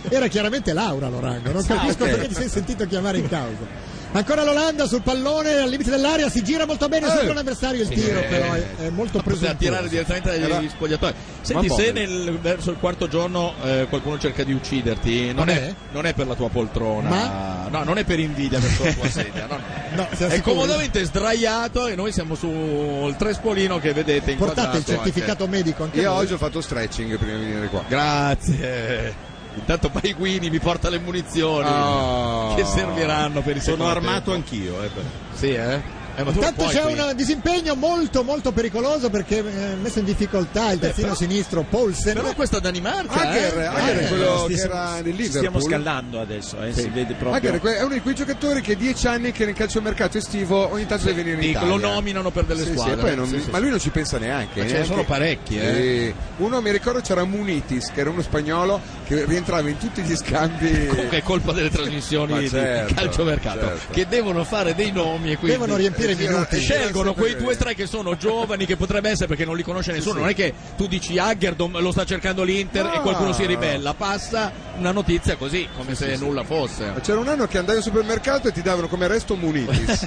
Era chiaramente Laura Lorango, non capisco
ok.
perché ti sei sentito chiamare in causa. Ancora l'Olanda sul pallone al limite dell'area, si gira molto bene, sembra un avversario il tiro,
eh.
però è, è molto preso.
a tirare direttamente dagli
Era-
spogliatoi. Senti,
Ma
se
povero.
nel- verso il quarto giorno eh, qualcuno cerca di ucciderti, non,
Ma
è,
me?
non è per la tua poltrona,
Ma?
no, non è per invidia verso la tua sedia, no, no.
No, siamo
È
sicuri?
comodamente sdraiato e noi siamo sul trespolino che vedete in
Portate il certificato medico anche
Io
voi.
oggi ho fatto stretching prima di venire qua.
Grazie. Intanto Paiguini mi porta le munizioni
Oh.
che serviranno per il
Sono
secondo
armato
tempo.
anch'io. eh, però.
Sì, eh? Eh, ma tu non
Intanto
puoi
c'è
qui.
un disimpegno molto molto pericoloso perché eh, ha messo in difficoltà il terzino sinistro Paulsen.
Eh, Però questa Danimarca
Hager,
eh?
Hager
Eh,
è quello
Ci
che
stiamo-
era nel
ci Stiamo
Liverpool.
scaldando adesso, eh, si vede proprio.
Hager è uno di quei giocatori che dieci anni che nel calciomercato estivo ogni tanto deve venire in
dico,
Italia.
lo nominano per delle
Sì, sì,
squadre.
e poi non-
Sì, sì,
ma
sì.
lui non ci pensa neanche.
Ma ce ne
neanche-
sono parecchi, eh.
Sì. Uno mi ricordo c'era Munitis, che era uno spagnolo che rientrava in tutti gli scambi.
Comunque è colpa delle
Ma
trasmissioni
certo,
di calciomercato
certo.
che devono fare dei nomi e quindi
Devono riempire i
Sì,
minuti.
era-
scelgono
Sì,
quei
sì.
due o tre che sono giovani che potrebbe essere perché non li conosce nessuno non è che tu dici Haggerdom lo sta cercando l'Inter e
No.
qualcuno si ribella passa una notizia così come se nulla
Ma
fosse
C'era un anno che andai al supermercato e ti davano come resto Munitis.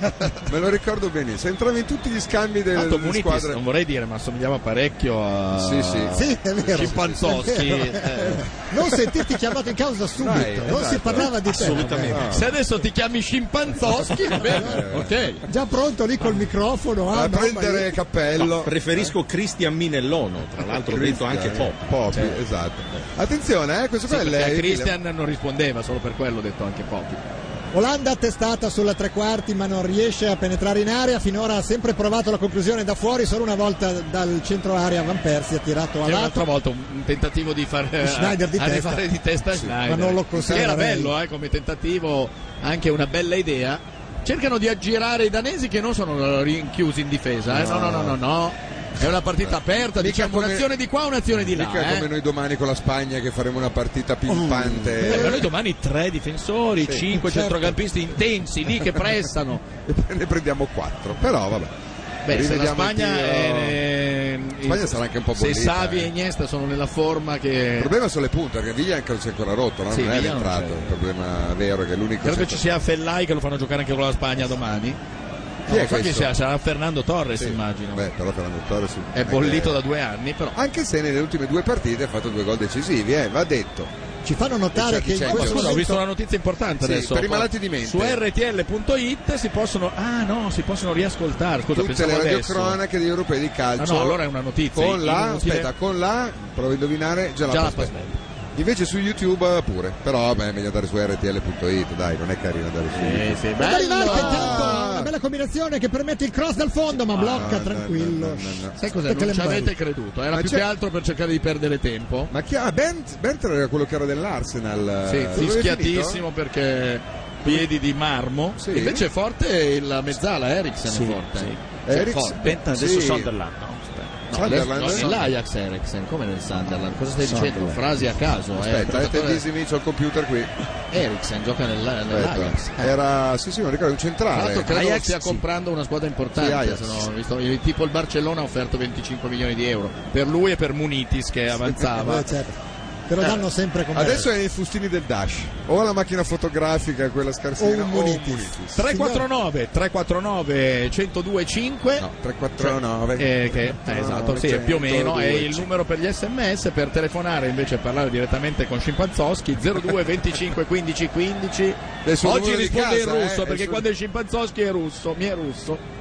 Me lo ricordo benissimo. Entrava in tutti gli scambi delle,
Tanto
delle
Munitis Ah,
squadre.
non vorrei dire ma assomigliava parecchio a
Sì, sì.
Sì, è vero.
Cimpanzoschi
È vero.
eh.
Non sentirti chiamato in causa subito,
Dai,
non
esatto.
si parlava di te.
Assolutamente.
vabbè.
No.
se adesso ti chiami Scimpanzoschi va bene
Eh.
ok
Già pronto lì col microfono ah,
a
no, ma
prendere
io-
cappello.
Preferisco Cristian Minellono, tra l'altro ho detto anche
eh.
Christian,
Pop.
Popi, esatto. Attenzione, eh, questo
Cioè. Sì,
qua è
perché
lei.
a Christian non rispondeva solo per quello ho detto anche pochi
Olanda attestata sulla tre quarti ma non riesce a penetrare in area, finora ha sempre provato la conclusione da fuori, solo una volta dal centro area Van Persie ha tirato a
C'era un'altra
lato.
volta un un tentativo di far eh,
Schneider di
arrivare
testa.
di testa a Schneider.
ma non lo
Che Era
conserverei.
bello eh, come tentativo, anche una bella idea. Cercano di aggirare i danesi che non sono rinchiusi in difesa. eh. No, no, no, no, no. È una partita aperta,
Mica
diciamo
come-
un'azione di qua, un'azione di là.
Mica
eh.
come noi domani con la Spagna che faremo una partita pimpante.
Eh, ma noi domani tre difensori,
Sì,
cinque
certo.
centrocampisti intensi lì che pressano.
ne prendiamo quattro. Però vabbè.
Beh, se la
Rivediamo il
Spagna,
tiro.
è- eh,
Spagna sarà anche un po'
Se
bollita,
Savi
eh.
e Iniesta sono nella forma
Il
che
problema sono le punte, perché Viglia non si è ancora rotto, no?
Eh. Sì,
non è
Viglia non
rientrato.
c'è.
Il problema vero è che è l'unico.
Credo che
senza-
ci sia Fellai che lo fanno giocare anche con la Spagna domani.
Chi
Non
è
so chi
questo?
sia, sarà Fernando Torres
Sì.
immagino.
Beh, però Fernando Torres
È bollito da due anni però.
Anche se nelle ultime due partite ha fatto due gol decisivi, eh, va detto.
Ci fanno notare
Certo,
che in
certo.
Oh,
questo
scusa, ho
momento
visto una notizia importante
Sì,
adesso.
per i malati di mente.
Su rtl.it si possono Ah no, si possono riascoltare. Scusa,
Tutte
pensavo
le
adesso.
radiocronache degli europei di
Ah,
calcio.
no, allora è una notizia.
Con la,
inutile.
aspetta, con la, provo a indovinare, già la,
Già la
Pasquale. Invece su YouTube eh, pure, però beh, è meglio andare su rtl.it, dai, non è carino andare su YouTube.
Eh, Ah, sì,
Ma
bello.
Danimarca intanto
Ah.
ha una bella combinazione che permette il cross dal fondo ma blocca
no,
tranquillo.
no, no, no, no.
Sai cos'è?
Perché
Non
le
ci
mani.
avete creduto. Era
Ma
più
c'è-
che altro per cercare di perdere tempo.
Ma chi ha? ah, Bent, Bent era quello che era dell'Arsenal.
Sì,
eh, dove è
fischiatissimo perché piedi di marmo.
Sì.
Invece è forte la mezzala Eriksen è forte.
finito? Eriks-
Cioè,
Benta adesso
Eh, sì.
Sunderland. No, aspetta.
No,
Sunderland?
adesso- no, nell'Ajax Eriksen, come nel Sunderland? Cosa stai dicendo? Frasi a caso. eh.
Aspetta, eh,
Giocatore-
tendisimi, c'ho il computer qui.
Ah, Eriksen gioca nella- nell'Ajax.
Aspetta. Era, sì, sì, non ricordo, un
Eh. Tra l'altro
centrale.
credo
Ajax,
stia
sì.
comprando una squadra importante,
Sì, Ajax.
se no, ho visto- il- tipo il Barcellona ha offerto 25 milioni di euro per lui e per Munitis che avanzava.
Eh, certo. Te lo danno sempre come
Adesso è nei fustini del Dash. O la macchina fotografica, quella scarsina.
O un Munitis.
349 349 102 5
No, 349.
Eh, che- eh, esatto, sì,
Cioè,
è più o meno è il numero per gli sms per telefonare invece parlare direttamente con Scimpanzoschi 02 25 15 15
È il suo
oggi
numero di
risponde in
casa, eh,
russo
è il
perché
suo-
quando è Scimpanzoschi è russo mi è russo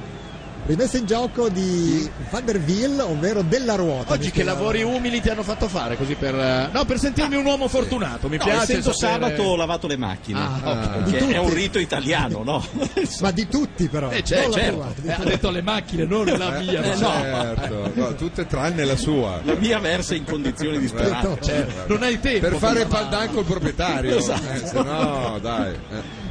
Rimessa in gioco di Vanderville, ovvero della ruota.
oggi
mi
che
spiegavo.
lavori umili ti hanno fatto fare così per eh, no per sentirmi un
Ah,
uomo fortunato mi
No,
piace
essendo
sapere-
sabato ho lavato le macchine.
Ah,
Ok,
ah.
che
Di
è un
tutti?
rito italiano, no?
Ma di tutti però.
Eh, c'è,
Non la diciamo.
certo.
tua, di
Eh, ha
tutti.
detto le macchine non la mia
Eh,
no.
Certo, no, tutte tranne la sua.
La mia versa in condizioni disperate.
certo.
non hai tempo
Per fare il
prima.
pandan col proprietario.
Esatto.
Eh, se no, dai. Eh.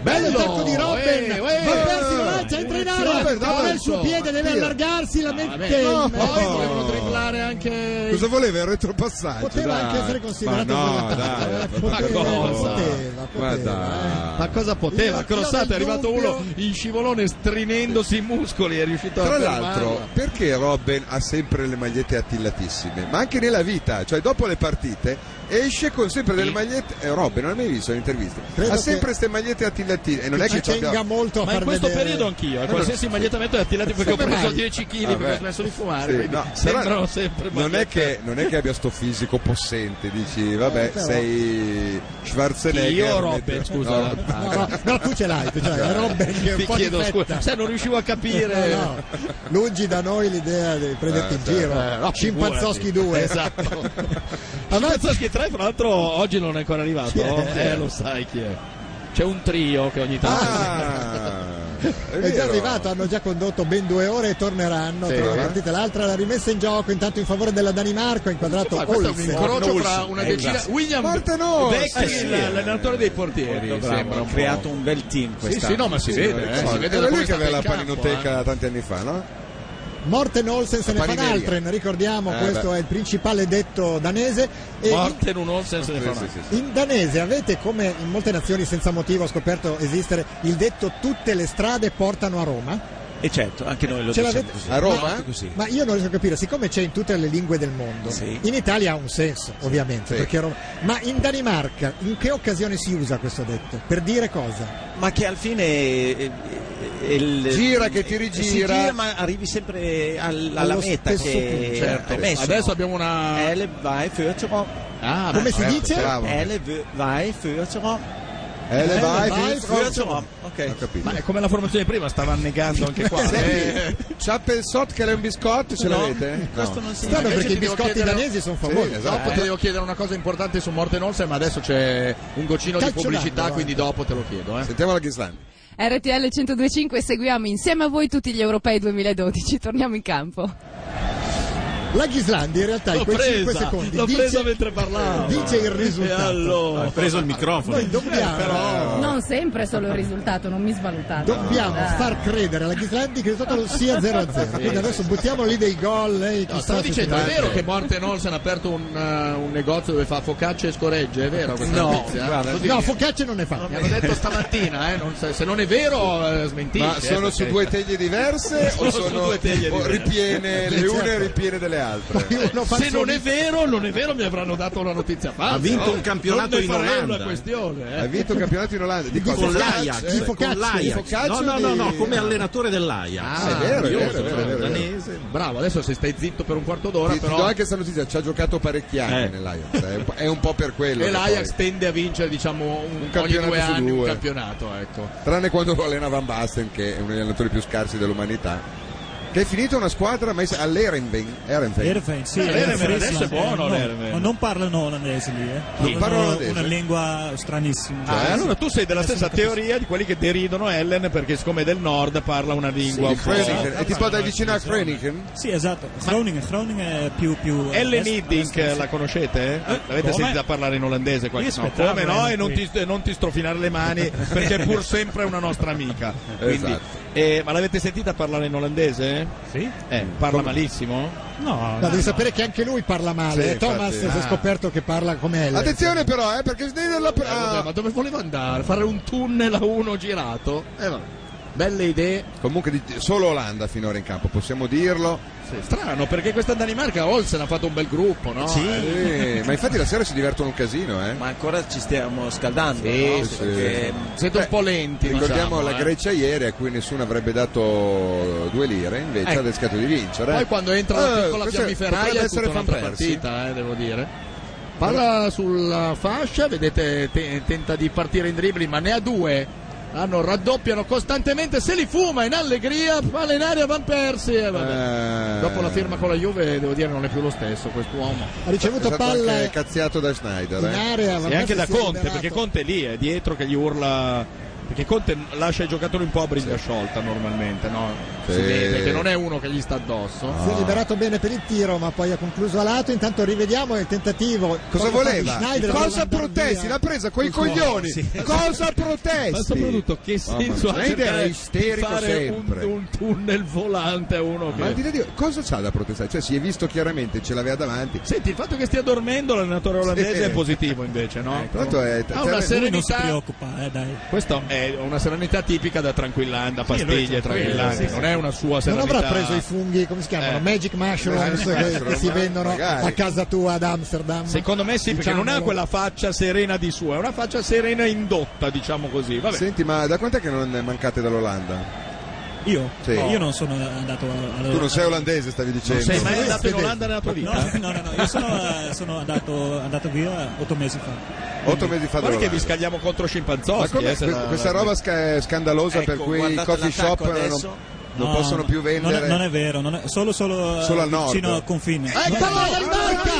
Bello il tacco di Robben.
Eh, eh,
Van Persie lo lancia, entra in area.
Robben, Robben.
Ora il
Oh,
suo piede deve
Tira.
allargarsi, la mette.
vabbè.
in-
Poi volevano triplare anche
Cosa voleva il retropassaggio?
Poteva
dai.
anche essere considerato
Ma
un
no,
vantaggio,
dai.
eh,
ma
poteva,
cosa?
poteva,
Ma
poteva,
dai.
Ma cosa poteva?
Il
Crossato
tiro
è arrivato
del
uno
dubbio.
in scivolone strinendosi i muscoli, è riuscito
Tra
a
l'altro,
fermarlo.
perché Robben ha sempre le magliette attillatissime? Ma anche nella vita, cioè dopo le partite, esce con sempre delle magliette. Eh, Robben, non l'hai mai visto in interviste?
Credo
ha sempre
che-
queste magliette attillatissime. E non è
ci
che ci abbia-
tenga molto a
Ma
far
in questo
vedere.
periodo anch'io, eh, qualsiasi maglietta metto è attillato perché ho
Come
preso
mai?
10 kg
Vabbè.
perché ho smesso di fumare,
Sì,
quindi
no, però
sembrano sempre
non è,
magliette-
che, non è che abbia sto fisico possente, dici, vabbè,
Eh, però-
sei Schwarzenegger.
Chi, io
metti-
o Robben, scusa?
No,
No, no, no, tu ce l'hai, tu ce l'hai. Robben che è un
Ti
po' di
chiedo
fetta.
scusa, sai, non riuscivo a capire.
No, no, lungi da noi l'idea di prenderti
Eh,
in
cioè,
Eh,
giro.
no,
Scimpanzoschi
figurati.
2.
Esatto.
Avanti.
Scimpanzoschi 3, fra l'altro, oggi non è ancora
Chi
arrivato.
è?
Eh, lo sai chi è. C'è un trio che ogni tanto.
Ah, è,
È già
vero.
arrivato, hanno già condotto ben due ore e torneranno
Sì,
tra una
eh.
partita e l'altra. La rimessa in gioco intanto in favore della Danimarca, ha inquadrato
Ma Cioè, Ah, questo è un
Olsen.
incrocio
Olsen.
fra una
Eh,
decina.
esatto.
William
Portanos!
Vecchi,
Eh, sì.
Ah,
l'allenatore dei portieri.
Molto bravo,
sembra
ha
un po'.
creato un bel team
Sì,
quest'anno.
sì, no, ma si vede. eh,
Sì,
si vede da
era
come
lui che
sta
aveva la
in campo,
paninoteca
eh.
tanti anni fa, no?
Morten Olsen se ne
La
fa
panineria.
d'altren, ricordiamo,
Eh,
questo
beh.
è il principale detto danese. E
Morten eh. un Olsen se ne fa
Sì,
una.
sì, sì, sì.
in danese avete, come in molte nazioni senza motivo ho scoperto esistere, il detto tutte le strade portano a Roma?
E certo, anche noi lo
Ce
diciamo
l'avete-
così.
A Roma?
Fatto Così.
Ma io non riesco a capire, siccome c'è in tutte le lingue del mondo,
Sì.
in Italia ha un senso, ovviamente,
Sì.
perché Roma- ma in Danimarca in che occasione si usa questo detto? Per dire cosa?
Ma che al fine eh, eh, il-
Gira che ti
eh,
rigira.
si gira, ma arrivi sempre al- alla
Allo
meta
stesso
che
punto.
Certo.
è messo.
Adesso abbiamo
Eh,
una.
Elle vai Fürzerum.
Ah,
Come
beh,
si dice?
bravo.
Elle v- vai Fürzerum.
Eh, le vai,
vai,
Fritz
Fritz
Robben.
Robben.
Ho capito.
Ma è come la formazione di prima, stava annegando anche qua. Eh,
Chappelsot che era un biscotto, ce l'avete?
Questo non si
Strano
invece
perché i
ti devo
biscotti
chiedere-
danesi sono
Sì,
famosi.
Dopo
esatto.
ti devo chiedere una cosa importante su Morten Olsen, ma adesso c'è un goccino di
Calcio
pubblicità,
d'angolo,
quindi dopo te lo chiedo. Eh.
Sentiamo la Ghisland.
RTL 1025 seguiamo insieme a voi tutti gli europei 2012, torniamo in campo.
La Ghislandi in realtà in
L'ho
quei 5
presa,
secondi
l'ho
dice,
presa mentre parlavo.
dice il risultato.
E allora?
Ho preso il microfono.
Noi dobbiamo,
Non sempre è solo il risultato, non mi svalutate.
dobbiamo far credere alla Ghislandi che il risultato sia 0-0. Quindi adesso buttiamo lì dei gol. eh,
No,
chissà
stavo
se
dicendo,
ci
è
va.
vero che Morten Olsen ha aperto un, eh, un negozio dove fa focacce e scoregge, è vero questa
No,
notizia?
guarda,
Lo dico.
No, Focacce non ne fa.
mi hanno detto stamattina, eh, non so- se non è vero eh, smentisce.
Ma sono
eh,
su
perché-
due teglie diverse o
Sono su
sono
due teglie
o
diverse.
ripiene le une e ripiene delle altre?
Uno fa
Se
solo-
non è vero, non è vero, mi avranno dato una notizia falsa.
Ha vinto
no?
un campionato
non ne
in
farei
Olanda.
una questione, eh.
Ha vinto il campionato in Olanda di
Di
cosa?
con
Focaccia,
l'Ajax,
di Focaccia,
con l'Ajax.
di
Focaccia
no, no, no, no,
di-
come allenatore dell'Ajax.
Ah,
è vero, è vero,
Meraviglioso,
è vero, è vero.
cioè,
danese.
Bravo, adesso se stai zitto per un quarto d'ora,
Ti, ti do
però.
anche questa notizia, ci ha giocato parecchi anni
Eh.
nell'Ajax, è un po'- è un po' per quello.
E
che
l'Ajax
poi-
tende a vincere, diciamo, un- ogni
campionato
due
su
anni un
due.
campionato, ecco.
tranne quando lo allena Van Basten, che è uno degli allenatori più scarsi dell'umanità, che è finita una squadra ma all'Erenveen. Erenveen.
Erven, sì,
Eh, Erven,
Erven,
adesso
Friesland,
è buono,
eh, no,
Erven.
ma non parlano olandese lì, eh. Parlano
parlano olandese.
una lingua stranissima.
Ah, allora tu sei della stessa teoria di quelli che deridono Ellen perché siccome è del nord parla una lingua un po'.
Groningen. È tipo da vicino a Groningen?
Sì, esatto. Groningen, Groningen è più più eh,
Ellen
est-
Hiddink
est-
la conoscete?
Eh,
L'avete
come?
sentita parlare in olandese? Qualche...
Io
No,
aspettavo
come no?
Ellen
E non ti, e non ti strofinare le mani perché pur sempre è una nostra amica. Quindi,
Esatto.
eh, ma l'avete sentita parlare in olandese?
Sì?
Eh, parla malissimo?
No.
No, devi sapere che anche lui parla male.
Sì,
Eh, Thomas
infatti,
si è
ah.
scoperto che parla come Ellen.
Attenzione però, eh, perché se della...
Eh, vabbè,
ah,
ma dove volevo andare? Fare un tunnel a uno girato? Eh, vabbè. Belle idee.
Comunque di- solo Olanda finora in campo, possiamo dirlo.
Strano, perché questa Danimarca Olsen ha fatto un bel gruppo, no?
Sì.
Eh, ma infatti la sera si divertono un casino, eh.
Ma ancora ci stiamo scaldando. no?
sì.
Perché-
Siete un
Beh,
po' lenti,
Ricordiamo
diciamo,
la
eh.
Grecia ieri a cui nessuno avrebbe dato due lire, invece
Ecco.
ha rischiato di vincere.
Poi quando entra la
Eh,
piccola
questo
fiammiferaia
potrebbe
è tutta
essere
un'altra
fan persi.
partita, eh, devo dire. Palla sulla fascia, vedete, te- tenta di partire in dribbling, ma ne ha due. Hanno, raddoppiano costantemente, se li fuma in allegria, palla in aria, van persi. e vabbè.
Eh,
Dopo la firma con la Juve, devo dire, non è più lo stesso quest'uomo.
Ha ricevuto
Esatto,
è stato
palla
anche
in
cazziato da Schneider. eh.
area. Van
E anche
Persie
da
si è
Conte,
liberato.
perché Conte lì è dietro che gli urla. Perché Conte lascia i giocatori un po' a briga sciolta normalmente, no?
Sì.
Si vede che non è uno che gli sta addosso.
Si è liberato bene per il tiro, ma poi ha concluso a lato. Intanto rivediamo il tentativo.
Cosa
Poi fa di
voleva?
Schneider, voleva
Cosa
andare
protesti?
via.
L'ha presa coi coglioni! Cosa protesti?
Ma soprattutto che senso
Eh mamma mia.
ha
Schneider
cercare
è isterico
di fare
sempre.
Un, un tunnel volante a uno
Ma
che...
al di là di- cosa c'ha da protestare? Cioè, si è visto chiaramente, ce l'aveva davanti.
Senti, il fatto che stia dormendo l'allenatore olandese
Sì.
è positivo invece, no?
Tra l'altro è.
Ha una
cioè,
Lui non si
serenità...
preoccupa, eh, dai.
Questa è una serenità tipica da tranquillanda, pastiglie tranquillanti, non è una sua
Non
serenità.
avrà preso i funghi, come si chiamano?
Eh.
Magic mushrooms
Magic
che,
mushroom,
che si
ma-
vendono
magari.
a casa tua ad Amsterdam.
Secondo me sì, perché non ha
Diciamolo.
quella faccia serena di sua, è una faccia serena indotta, diciamo così. Vabbè.
Senti, ma da quant'è che non mancate dall'Olanda?
Io?
Sì.
Io non sono andato alla...
Tu non sei olandese, stavi dicendo.
Sei mai andato in Olanda nella tua
No,
vita?
no, no, no, io sono, eh, sono andato, andato via otto mesi fa.
Otto mesi fa
Guarda che vi
dall'Olanda.
scagliamo contro
Ma
scimpanzoschi.
com'è
eh, se
que-
la-
questa roba sca- è scandalosa per
Ecco,
cui i
guardate
coffee shop
l'attacco
non,
adesso.
non
No,
possono
no,
più
non è-
vendere.
Non è, vero, non è- solo, solo, eh,
Solo al nord.
Fino al confine.
Ecco la Danimarca!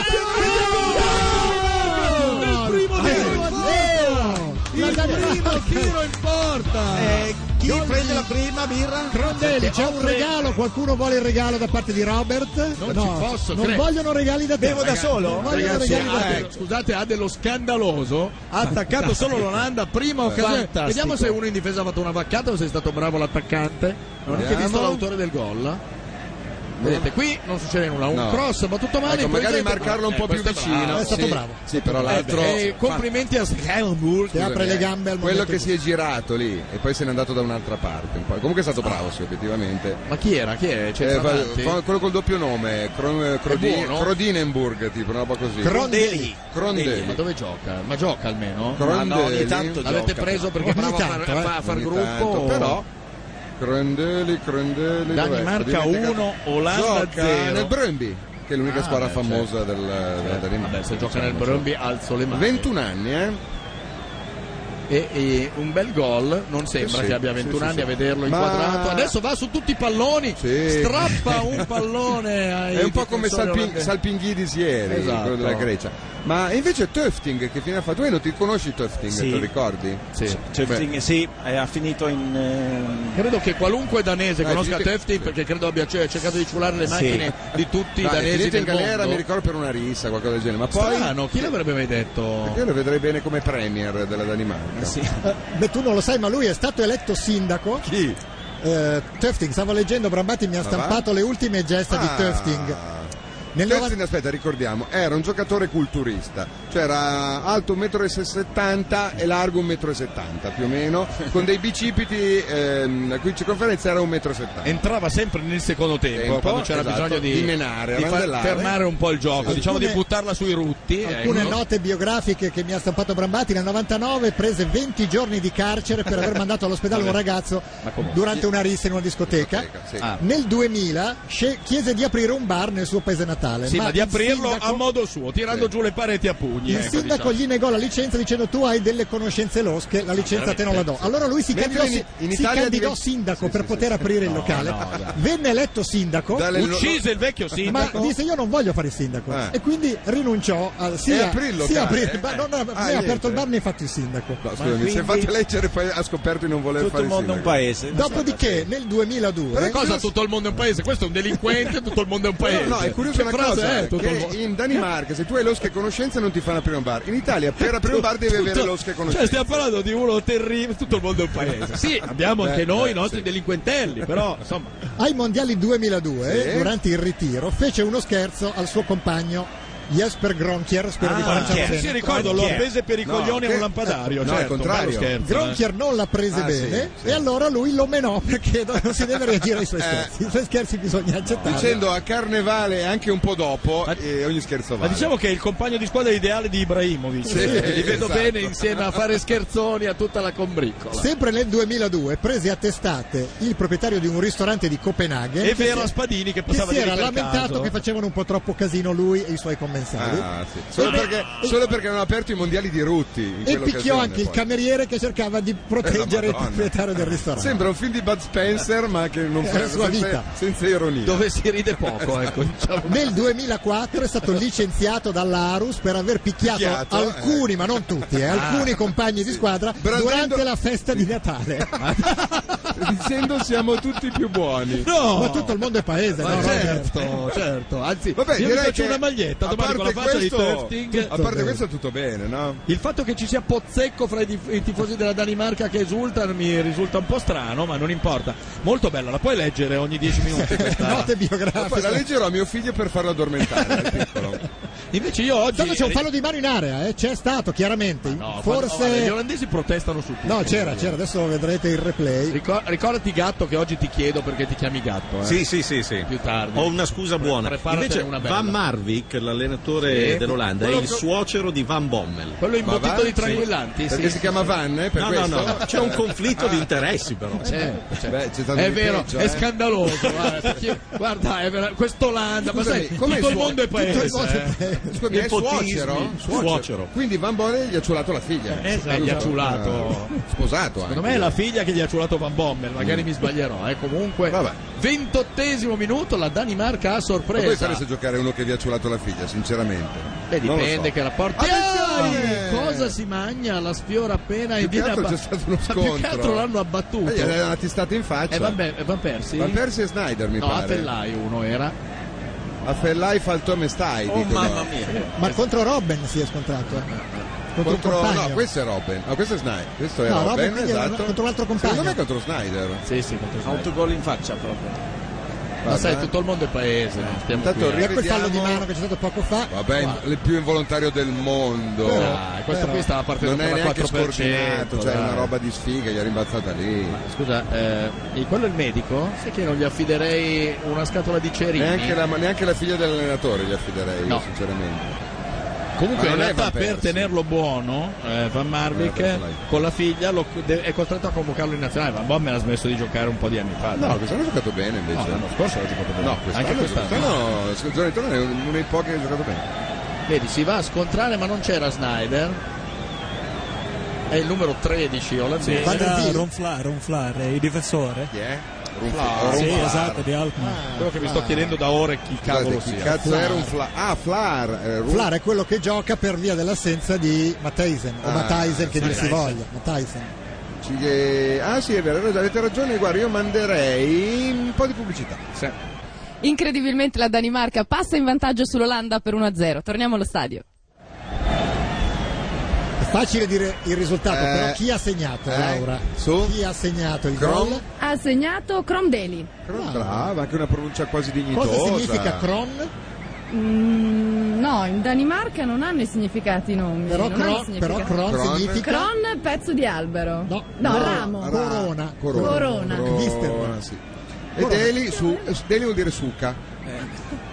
Nel primo tiro a zero!
La Danimarca!
Il primo tiro in porta!
Eh, chi prende la prima birra?
Rondelli, c'è un regalo, qualcuno vuole il regalo da parte di Robert?
Non
no,
ci posso
non
credere.
vogliono regali da te.
Bevo da solo?
Non vogliono
Ecco,
Ragazzi,
regali da
ha-
te.
eh, scusate, ha dello scandaloso.
Ah,
Ha attaccato solo l'Olanda, prima occasione.
Fantastico.
Vediamo se uno in difesa ha fatto una vaccata o se è stato bravo l'attaccante. Non ho anche
Vediamo.
visto l'autore del gol. Vedete, qui non succede nulla. Un
No.
cross battuto male.
Ecco,
poi
magari
gente-
marcarlo un
Eh,
po' più
questo è
vicino.
bravo.
È stato
Sì,
bravo.
Sì, però l'altro.
Eh, complimenti a Schellenburg.
Che apre
Scusami,
le
eh,
gambe al
quello
momento
che si è girato lì e poi se n'è andato da un'altra parte. un po'. Comunque è stato bravo, sì, obiettivamente.
Ma chi era? Chi è? C'è
Eh,
stato
fa-
avanti?
fa- quello col doppio nome, Cro- eh, Crodi-
buono?
Crodinenburg, tipo una roba così.
Rondelli.
Ma
Crondelli.
dove gioca? Ma gioca almeno?
Ma no, ogni tanto
L'avete
gioca.
preso perché è
Ogni
bravo a far,
tanto, eh.
fa- a far
Ogni
gruppo?
tanto,
o-
però Crondelli, Crondelli. dov'è?
Danimarca
Ho dimenticato.
1, Olanda
Gioca
0.
nel Brøndby, che è l'unica
Ah,
squadra
beh, certo. Eh,
famosa del, della Danimarca.
Vabbè, se gioca nel
diciamo,
Brøndby alzo le
insomma.
mani.
21 anni, eh?
e, e un bel gol non sembra
Sì,
che abbia 21
sì, sì,
anni
sì.
a vederlo
Ma-
inquadrato adesso va su tutti i palloni
Sì.
strappa un pallone ai
È un po' come
difensori
Salpin-
olandesi.
Salpinghidis ieri,
Esatto.
quello della Grecia. Ma invece Tufting, che fine ha fatto? Tu non ti conosci Tufting,
Sì.
te lo ricordi?
Sì.
Cioè, sì, eh, ha finito in. ehm,
Credo che qualunque danese
Eh,
conosca
finito-
Tefting
sì.
perché credo abbia cioè, cercato di ciulare le
Sì.
macchine di tutti i
Dai, è
danesi
finito
del
in galera, mi
mondo.
ricordo per una rissa, qualcosa del genere. Ma poi
Strano, chi l'avrebbe mai detto?
io lo vedrei bene come premier della Danimarca.
sì.
Eh, Beh, tu non lo sai, ma lui è stato eletto sindaco.
Chi?
Eh, Tufting, stavo leggendo, Brambati mi ha
Ma
stampato le ultime gesta
Ah.
di Tufting. Nel
Tufting, aspetta, ricordiamo, era un giocatore culturista, cioè era alto 1,70 m e largo 1,70 m più o meno, con dei bicipiti ehm, la cui circonferenza era 1,70 m.
Entrava sempre nel secondo tempo,
Tempo,
quando c'era
esatto,
bisogno di,
di menare,
di far
randellare.
fermare un po' il gioco,
Sì.
diciamo di
Alcune-
buttarla sui rutti.
Alcune
ecco.
note biografiche che mi ha stampato Brambati nel 99 prese 20 giorni di carcere per aver mandato all'ospedale un ragazzo durante una rissa in una discoteca.
Sì.
Ah.
Nel 2000 sce- chiese di aprire un bar nel suo paese natale.
Eh,
Sì, ma, di
il
aprirlo
sindaco-
a modo suo, tirando
Sì.
giù le pareti a pugni.
Il
ecco,
sindaco
diciamo.
gli negò la licenza dicendo tu hai delle conoscenze losche, la licenza a te non la do. Allora lui si
Mentre
candidò,
in- in
si
Italia
candidò
diventa-
sindaco
Sì,
per
sì,
poter aprire il locale. Venne eletto sindaco.
Dalle-
Uccise il vecchio
Ma
sindaco.
disse io non voglio fare il sindaco
Eh.
e quindi rinunciò a
E
sia,
aprì il
sia
locale,
aprire
eh.
il bar, non ha
Ah,
né aperto
niente.
il bar né fatto il sindaco.
No, scusami, se
quindi-
fate leggere poi ha scoperto di non voler
tutto
fare
il mondo è un
sindaco.
paese.
Dopodiché nel 2002
Ma cosa tutto il mondo è un paese? Questo è un delinquente, tutto il mondo è un paese.
No, no, è curiosa
Che
una
frase
cosa, eh,
è, tutto il
che
mondo-
in Danimarca se tu hai losche conoscenze non ti fanno aprire un bar. In Italia per aprire un bar devi
Tutto-
avere losche
Cioè,
conoscenze.
stiamo parlando di uno terribile, tutto il mondo è un paese. Sì, abbiamo
Beh,
anche noi
beh,
i nostri
Eh, sì. Eh,
delinquentelli, però insomma.
ai mondiali 2002
Sì.
durante il ritiro fece uno scherzo al suo compagno Jesper Gronchier, spero di
Ah,
pronunciarlo
eh,
Gronchier.
bene.
Sì, ricordo, l'ho prese per i coglioni a un lampadario,
No,
certo,
al contrario.
bello scherzo, eh.
Gronchier non l'ha prese
Ah,
bene
sì, sì.
e allora lui lo menò perché non si deve reagire ai suoi
Eh.
scherzi. I suoi scherzi bisogna accettare.
Dicendo a carnevale e anche un po' dopo, e ogni scherzo
Ma
vale.
diciamo che è il compagno di squadra ideale di Ibrahimovic.
Sì,
Li vedo
esatto.
bene insieme a fare scherzoni a tutta la combriccola.
Sempre nel 2002 prese a testate il proprietario di un ristorante di Copenaghen
E
che
Vera
si-
Spadini che
che
passava
si
di
era
lì per
lamentato
caso.
che facevano un po' troppo casino lui e i suoi commensali.
Ah, sì. solo, perché, solo perché hanno aperto i mondiali di Rutti. in
E
quell'occasione,
picchiò anche il
poi.
cameriere che cercava di proteggere
Eh,
il
la Madonna.
proprietario del ristorante.
Sembra un film di Bud Spencer, ma che non
È
fa
la sua
senza,
vita.
senza ironia.
Dove si ride poco, ecco. diciamo.
Nel 2004 è stato licenziato dalla Arus per aver picchiato,
Picchiato,
alcuni, ma non tutti, eh, alcuni compagni di squadra
Brandendo-
durante la festa di Natale.
Dicendo siamo tutti più buoni.
No!
Ma tutto il mondo è paese,
Ma
no? Eh. Roger?
certo, certo. Anzi,
Vabbè,
io mi
direi
faccio
che
una maglietta
a
domani
parte
con la faccia di
questo-
Terting.
A
bene.
parte questo è tutto bene, no?
Il fatto che ci sia Pozzecco fra i, dif- i tifosi della Danimarca che esultano mi risulta un po' strano, ma non importa. Molto bella, la puoi leggere ogni 10 minuti questa.
Note
Ma poi la
biografiche.
leggerò a mio figlio per farlo addormentare. al piccolo.
Invece io oggi
Tanto c'è un fallo di mano in area, eh, c'è stato chiaramente.
No, quando- oh, guarda, gli
Forse.
olandesi protestano su tutto.
No, c'era, c'era, adesso vedrete il replay.
Ricor- ricordati gatto che oggi ti chiedo perché ti chiami gatto, eh.
Sì, sì, sì, sì.
Più tardi.
Ho una scusa buona.
preparatene
Invece
una bella.
Van Marwijk, l'allenatore
Sì.
dell'Olanda, è
Quello
il
che-
suocero di Van Bommel.
Quello
Ma
imbottito
va?
di tranquillanti, sì.
Perché si chiama Van? eh, Per
No, no,
questo?
no, c'è un conflitto di interessi però.
Certo, certo.
Beh, c'è stato
è
di
vero,
peggio,
è
eh.
scandaloso. Guarda, perché- guarda, è vera- quest'Olanda, ma
Scusami,
sai,
com'è
tutto il
suo-
mondo è
tutto il
paese. eh.
mondo è paese.
Scusami, è
Nepotismi.
suocero?
Suocero.
Quindi Van Bommel gli ha ciulato la figlia.
Esatto. Eh, gli ha ciulato.
Ah, Sposato anche.
Secondo me è la figlia che gli ha ciulato Van Bommel, magari mi sbaglierò, eh. Comunque,
Mm. Vabbè.
ventottesimo minuto, la Danimarca a
Ma voi
sorpresa.
fareste giocare uno che vi ha ciulato la figlia, sinceramente.
Beh,
Non lo
dipende
so. Eh,
che la porta.
Attenzione!
Ah, Cosa si mangia? La sfiora appena
Più
e
che
viene
altro
abba-
c'è stato uno
Ma
scontro.
Più che altro l'hanno abbattuto.
Eh, gli hanno attestato in faccia.
E Van, Be- e Van Persie?
Van Persie e Snyder, mi
Eh, no,
pare.
a Fellai uno era.
A Fellai fa il Tom e Stai.
Oh
dicono.
mamma mia.
Ma contro Robben si è scontrato. eh. Contro, un
Contro,
compagno.
no, questo è Robin. No, questo è Snyder. Questo è
No, Robben
Robin,
quindi era
esatto.
contro l'altro compagno.
Secondo me è contro Snyder.
Sì, sì, contro Snyder.
Autogol in faccia proprio.
Ma
Guarda,
sai,
eh.
tutto il mondo è paese. no? Stiamo
Intanto
qui, eh.
ri-
Ecco il fallo di
Rivediamo-
mano che c'è stato poco fa.
Vabbè, il più involontario del mondo.
Ah, questo
però-
qui stava partendo
non
con
è
la 4%.
neanche scordinato, cioè è
dai.
una roba di sfiga, gli è rimbalzata lì.
Scusa, eh, e quello è il medico? Sai che non gli affiderei una scatola di cerini?
Neanche la, ma neanche la figlia dell'allenatore gli affiderei,
No.
sinceramente.
Comunque
Ma
in
non è
realtà
Van
per
Persie.
tenerlo buono eh,
Non
Van
è Van Persie.
Marvik con la figlia lo- de- è costretto a convocarlo in nazionale. Van Bommel ha smesso di giocare un po' di anni fa.
No, quest'anno ha giocato bene
Ah, No,
invece.
l'anno scorso l'ha giocato bene.
No, quest'anno,
Anche quest'anno.
quest'anno, Giovanni Torre è uno dei pochi che ha giocato bene.
Vedi, si va a scontrare ma non c'era Snyder. È il numero 13 olandese.
Van der
Era
Wiel.
Ronfla, Ronfla, eh, il difensore.
Chi è?
Sì, esatto, di Alkmaar.
Quello che mi sto chiedendo da ore è chi cavolo
Cavolo, chi
sia.
cazzo era un Flar? Ah, Flar. eh, Ru-
Flar è quello che gioca per via dell'assenza di Matheisen o
Ah,
Matheisen che dir si
Matthijsen.
voglia. Matthijsen.
Ci- eh, Ah, sì, è vero, avete ragione. Guarda, io manderei un po' di pubblicità.
Incredibilmente la Danimarca passa in vantaggio sull'Olanda per 1-0. Torniamo allo stadio.
È facile dire il risultato,
Eh,
però chi ha segnato
eh,
Laura?
su?
Chi ha segnato il
Kron?
gol?
Ha segnato Crom Daly.
Però brava, anche una pronuncia quasi dignitosa.
Cosa significa Kron?
Mm, no, in Danimarca non hanno i significati i nomi.
Però,
non hanno i
Kron, però
significati.
Kron
Kron?
significa
Cron, pezzo di albero.
No.
no
No.
ramo.
Ra-
Corona. Ah,
Corona.
Corona. Eh.
sì. E Deli, su, Deli vuol dire succa.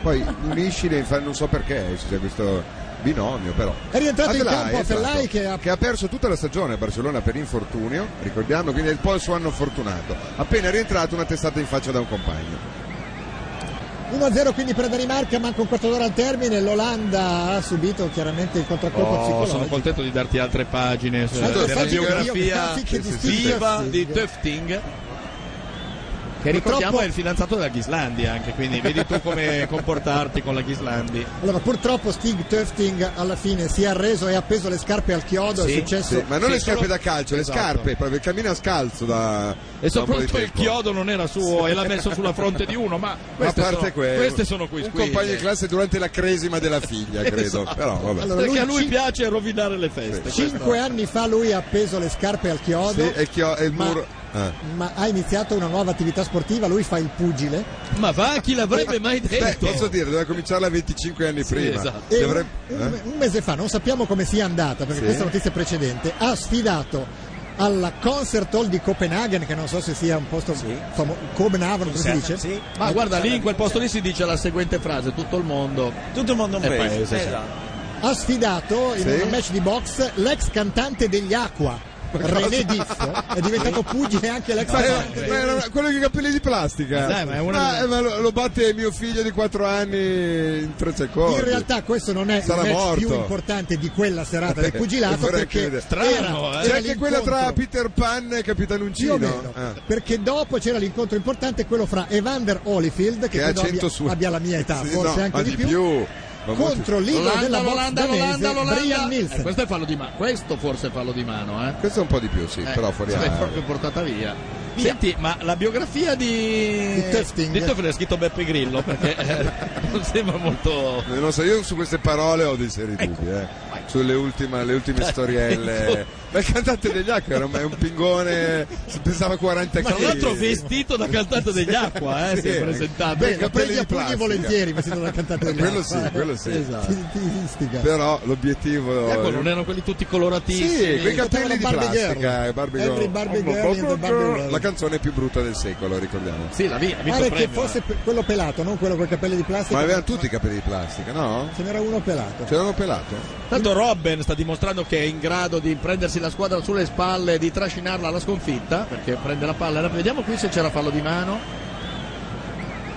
Poi unisci, le- fa- non so perché c'è questo binomio però.
È rientrato in
Adelaide,
campo
esatto,
Fellai che ha-
perso tutta la stagione a Barcellona per infortunio, ricordiamo, quindi è un po' il suo anno fortunato. Appena rientrato una testata in faccia da un compagno.
1-0 quindi per la Danimarca, manca un quarto d'ora al termine, l'Olanda ha subito chiaramente il contraccolpo
Oh, sono
psicologico.
contento di darti altre pagine eh,
Altre
della
pagine
biografia
biografiche di Steve
viva
Tufting.
di Tufting. Che ricordiamo
Purtroppo-
è il fidanzato della Ghislandi anche, quindi vedi tu come comportarti con la Ghislandi.
Allora purtroppo Stig Töfting alla fine si è arreso e ha appeso le scarpe al chiodo, è
Sì,
successo
Sì, ma non
sì,
le scarpe
solo-
da calcio,
Esatto.
le scarpe, proprio cammina scalzo da da un
E
po' di
soprattutto il
tempo.
chiodo non era suo e l'ha messo sulla fronte di uno, ma
Ma a
queste,
parte
sono,
quello,
queste sono qui Esatto.
un compagno di classe durante la cresima della figlia, credo. Però vabbè.
Allora,
Perché a
lui
lui
ci-
piace rovinare le feste.
Cinque anni fa lui ha appeso le scarpe al chiodo.
Sì, e, chio- e il
ma
muro Eh.
ma ha iniziato una nuova attività sportiva, lui fa il pugile.
Ma va, chi l'avrebbe mai
Beh, posso dire, doveva cominciarla 25 anni prima.
esatto.
E
Dovrebbe-
un,
eh?
un- un mese fa, non sappiamo come sia andata, perché
Sì.
questa è notizia precedente, ha sfidato alla Concert Hall di Copenaghen, che non so se sia un posto famoso, Copenaghen, come si dice?
Sì.
Ma guarda, lì in quel posto lì si dice la seguente frase, tutto il mondo
Tutto il mondo è un
È
paese.
paese, sì.
Esatto.
Ha sfidato in
Sì.
un match di box l'ex cantante degli Aqua, René Dizzo, è diventato pugile anche l'ex
Ma era-
cantante.
ma era quello con i capelli di plastica.
Dai, ma è una-
Ah, eh, ma lo, lo batte mio figlio di 4 anni in 3 secondi.
In realtà questo non è
Sarà
il match più
morto.
importante di quella serata del pugilato
Vorrei
perché
credere.
era- era
Strano,
C'è anche
l'incontro-
quella tra Peter Pan e Capitan
più
Uncino.
o meno,
Ah.
perché dopo c'era l'incontro importante, quello fra Evander Holyfield, che,
Che ha
credo
100
abbia,
su.
abbia la mia età,
Sì,
forse
no,
anche
ma
di più,
Ma molti-
contro il leader
L'Olanda,
della box
l'Olanda,
danese,
l'Olanda,
Brian
l'Olanda. Eh,
Nielsen.
questo è fallo di mano. Questo forse è fallo di mano, eh.
Questo è un po' di più, sì,
Eh,
però fuori
se l'hai
area.
proprio portata via. Senti, ma la biografia di,
Di Tefting.
di l'ha scritto Beppe Grillo perché eh, non sembra molto.
Eh, Non so, io su queste parole ho dei
Ecco.
seri dubbi, eh. sulle ultime, le ultime
Ecco.
storielle. Ma il cantante degli H era un, è un pingone, si pesava 40 kg.
Tra l'altro vestito da cantante degli acqua, eh, si
Sì.
è presentato.
Beh,
Beh, lo
capelli
prendi
di
a pugni
plastica.
volentieri, vestito da cantante degli
Quello
Aqua,
sì,
eh.
quello sì.
Ti- ti istiga.
Però l'obiettivo...
Ecco, non erano quelli tutti coloratissimi.
Sì, quei
Potevano
capelli di
Barbie
plastica,
Girl.
Barbie
Every
Girl.
Barbie Girl in the Barbie World.
La canzone più brutta del secolo, ricordiamo.
Sì, la via, ha vinto
Pare che
premio. eh.
fosse pe- quello pelato, non quello con i capelli di plastica.
Ma avevano tutti Cioè- i capelli di plastica, no?
Ce n'era uno pelato.
Ce l'hanno pelato?
Tanto Robben sta dimostrando che è in grado di prendersi la squadra sulle spalle, di trascinarla alla sconfitta, perché prende la palla. la- Vediamo qui se c'era fallo di mano.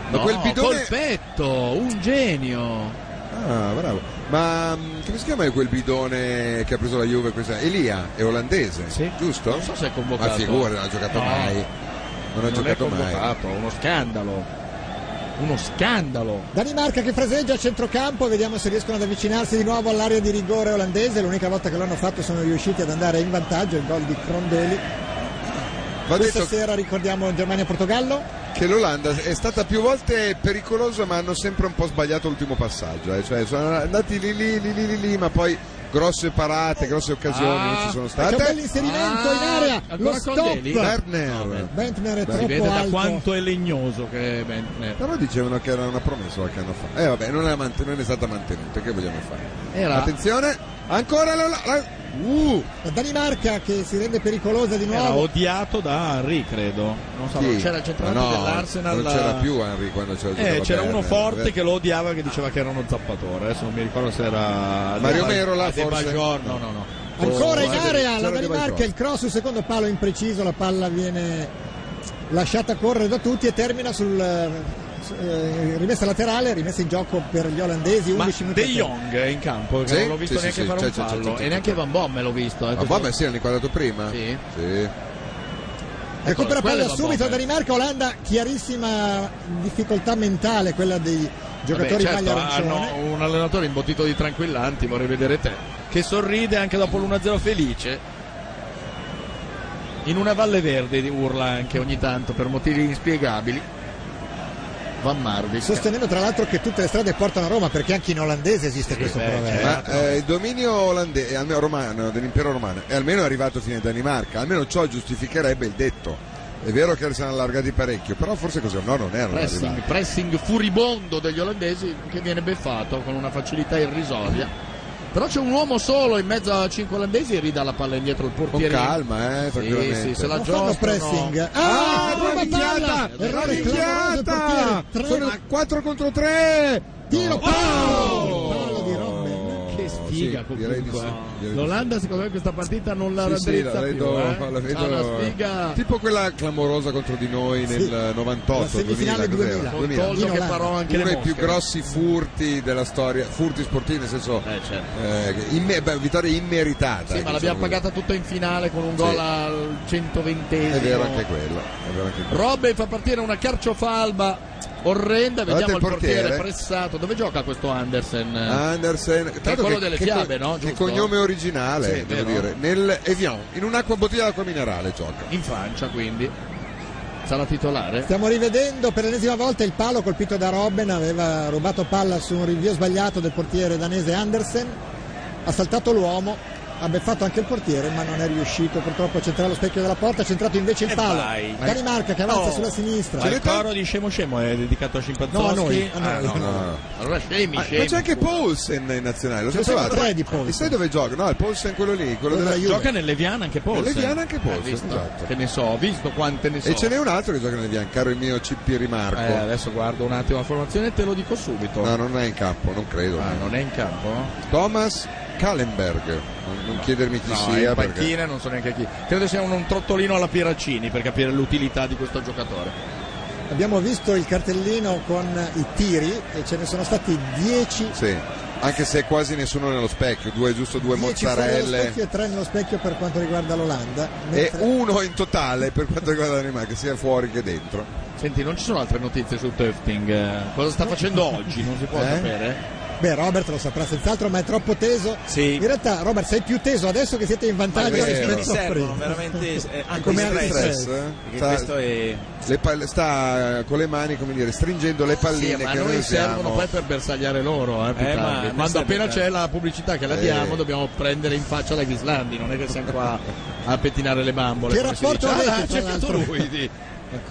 Ma
No,
quel bidone-
col petto, un genio.
Ah, bravo. Ma mm, come si chiama quel bidone che ha preso la Juve questa? Elia, è olandese,
Sì.
giusto?
Non so se è convocato.
Ma figura, non ha giocato
No.
mai. Non ha
non è
giocato mai.
convocato, uno scandalo. Uno scandalo.
Danimarca che fraseggia a centrocampo, vediamo se riescono ad avvicinarsi di nuovo all'area di rigore olandese. L'unica volta che l'hanno fatto sono riusciti ad andare in vantaggio. Il gol di Crondeli.
Va
Questa
detto
sera ricordiamo Germania-Portogallo.
che l'Olanda è stata più volte pericolosa, ma hanno sempre un po' sbagliato l'ultimo passaggio. eh. Cioè, sono andati lì, lì, lì, lì, lì, lì, ma poi grosse parate, grosse occasioni
Ah,
non ci sono
C'è un
state.
bell'inserimento
Ah,
in area. Lo
ancora Crondeli?
stop.
Werner.
Bentner è
Si
Si vede
troppo
da
alto.
quanto è legnoso che è eh, Bentner.
Però dicevano che era una promessa qualche anno fa. Eh vabbè, non è, mant- non è stata mantenuta, che vogliamo fare?
Era-
Attenzione, ancora la... la- la- Uh,
La Danimarca che si rende pericolosa di
Era
nuovo.
odiato da Henry, credo. Non so.
chi?
c'era il centravanti
Ma
dell'Arsenal.
Non c'era più Henry quando c'era il
Eh, c'era
giocatore
uno
Werner.
forte che lo odiava che diceva che era uno zappatore. Adesso non mi ricordo se era
Mario
Adeba-
Merola, forse?
Adebayor, No, no, no.
Ancora
Oh,
in
eh,
c'era-
area
c'era
la
che
Danimarca,
vai
il cross, il secondo palo impreciso, la palla viene lasciata correre da tutti e termina sul eh, rimessa laterale, rimessa in gioco per gli olandesi. 11
Ma
minuti
De
a terra.
Jong è in campo, che
Sì,
non l'ho visto
sì,
neanche
sì,
fare
sì,
un
c'è, c'è,
fallo.
c'è, c'è.
E neanche Van Bommel l'ho visto. eh,
Ma
questo-
Bommel Ah, sì, l'hanno inquadrato prima?
Sì.
Sì.
Recupera
Quello ecco, è eh.
palla
Van
subito la
Bommel.
Danimarca, Olanda chiarissima difficoltà mentale quella dei giocatori
Vabbè,
in
certo,
maglia arancione.
hanno un allenatore imbottito di tranquillanti, vorrei vedere te, che sorride anche dopo l'1-0 felice. In una Valle Verde urla anche ogni tanto per motivi inspiegabili. Van Marvis.
Sostenendo tra l'altro che tutte le strade portano a Roma perché anche in olandese esiste questo
beh,
proverbio.
Ma eh, il dominio olandese, eh, almeno romano, dell'impero romano, è almeno arrivato fino in Danimarca, almeno ciò giustificherebbe il detto. È vero che si erano allargati parecchio, però forse così no, non erano
pressing,
arrivati.
pressing furibondo degli olandesi che viene beffato con una facilità irrisoria. Però c'è un uomo solo in mezzo a cinque olandesi e ridà la palla indietro al
Con
portiere.
calma, eh,
Sì,
tranquillamente.
sì, se la
non fanno
giocano.
pressing.
Ah,
Ah, prova palla! Errore clamoroso
ravicchiata!
del portiere.
Ravicchiata!
Tre-
Sono 4 contro Oh! 3!
Tiro, palo! Palo di Robben.
Che sfiga
Oh, direi di
comunque. eh.
sì, direi di
L'Olanda secondo me questa partita non la
Sì, sì, la
raddrizza più.
vedo,
eh.
la vedo-
Ha una sfiga
tipo quella clamorosa contro di noi nel
Sì. La
98
semifinale
2000, cos'era?
2000.
con il
2000.
collo
In
che
Olanda.
parò anche
uno
le
dei più
mosche.
grossi furti della storia, furti sportivi nel senso
Eh, certo.
eh, imme- beh, vittoria immeritata.
Sì,
ecco,
ma l'abbiamo
diciamo
pagata tutta in finale con un gol
Sì.
al
così.
120
È vero anche quello. È vero anche quello.
Robben fa partire una carciofalba
Guardate
orrenda, vediamo
il
il portiere.
portiere. Ah,
pressato. Dove gioca questo Andersen?
Andersen, tanto
quello delle fiabe, no?
Che
Giusto?
cognome originale,
Sì,
devo
vero.
dire. Nel Evian, in un'acqua bottiglia d'acqua minerale gioca.
In Francia, quindi. Sarà titolare.
Stiamo rivedendo per l'ennesima volta il palo colpito da Robben, aveva rubato palla su un rinvio sbagliato del portiere danese Andersen, ha saltato l'uomo, ha beffato anche il portiere, ma non è riuscito purtroppo a centrare lo specchio della porta, ha centrato invece il
E
palo.
vai.
Danimarca che avanza
Oh.
sulla sinistra.
Ma il coro di Scemo Scemo è dedicato a Scimpanzoschi?
No, a noi, a
Ah,
noi.
no, no, no.
Allora scemi,
Ah,
scemi.
ma c'è anche Paulsen in nazionale, lo
Ce ne sono
sapevate?
tre di Paulsen.
E sai dove gioca? No, il Paulsen quello lì, quello
Quello
della
della Juve.
gioca
Gioca nel Leviana anche Paul.
nel Leviana anche Paulsen, esatto.
Eh, Che ne so, ho visto quante ne so.
E ce n'è un altro che gioca nel Leviana, caro il mio CP Rimarco.
Eh, adesso guardo un attimo la formazione e te lo dico subito.
No, non è in campo, non credo.
Ah, non è in campo? No,
Thomas Kallenberg, non, non chiedermi chi sia
in
eh, perché
panchina non so neanche chi. Credo sia un, un trottolino alla Piracini per capire l'utilità di questo giocatore.
Abbiamo visto il cartellino con i tiri e ce ne sono stati 10
Sì, anche se quasi nessuno nello specchio, due, giusto due
10 fuori dallo
mozzarelle
specchio e 3 nello specchio per quanto riguarda l'Olanda.
e
Mentre-
uno in totale per quanto riguarda la Danimarca, sia fuori che dentro.
Senti, non ci sono altre notizie su Tufting. eh, Cosa sta facendo oggi? Non si può
Eh?
sapere.
Beh, Robert lo saprà senz'altro, ma è troppo teso.
Sì.
In realtà, Robert, sei più teso adesso che siete in
Ma
Ma
vantaggio
vero.
questi
rispetto
mi
a
servono
prima.
veramente eh,
Come
anti-stress.
Stress, eh?
Perché
Sta,
questo è
le palle- sta con le mani, come dire, stringendo le palline
Sì, ma a
che
noi
noi
servono
siamo.
poi per bersagliare loro. eh, più
Eh, ma-
tardi.
ma
Quando
serve
appena
tanto.
c'è la pubblicità che la
Eh.
diamo, dobbiamo prendere in faccia la Ghislandi. Non è che siamo qua a pettinare le bambole.
Che
come si
rapporto
dice.
avete,
Ah,
tra
c'è stato
l'altro?
lui. di-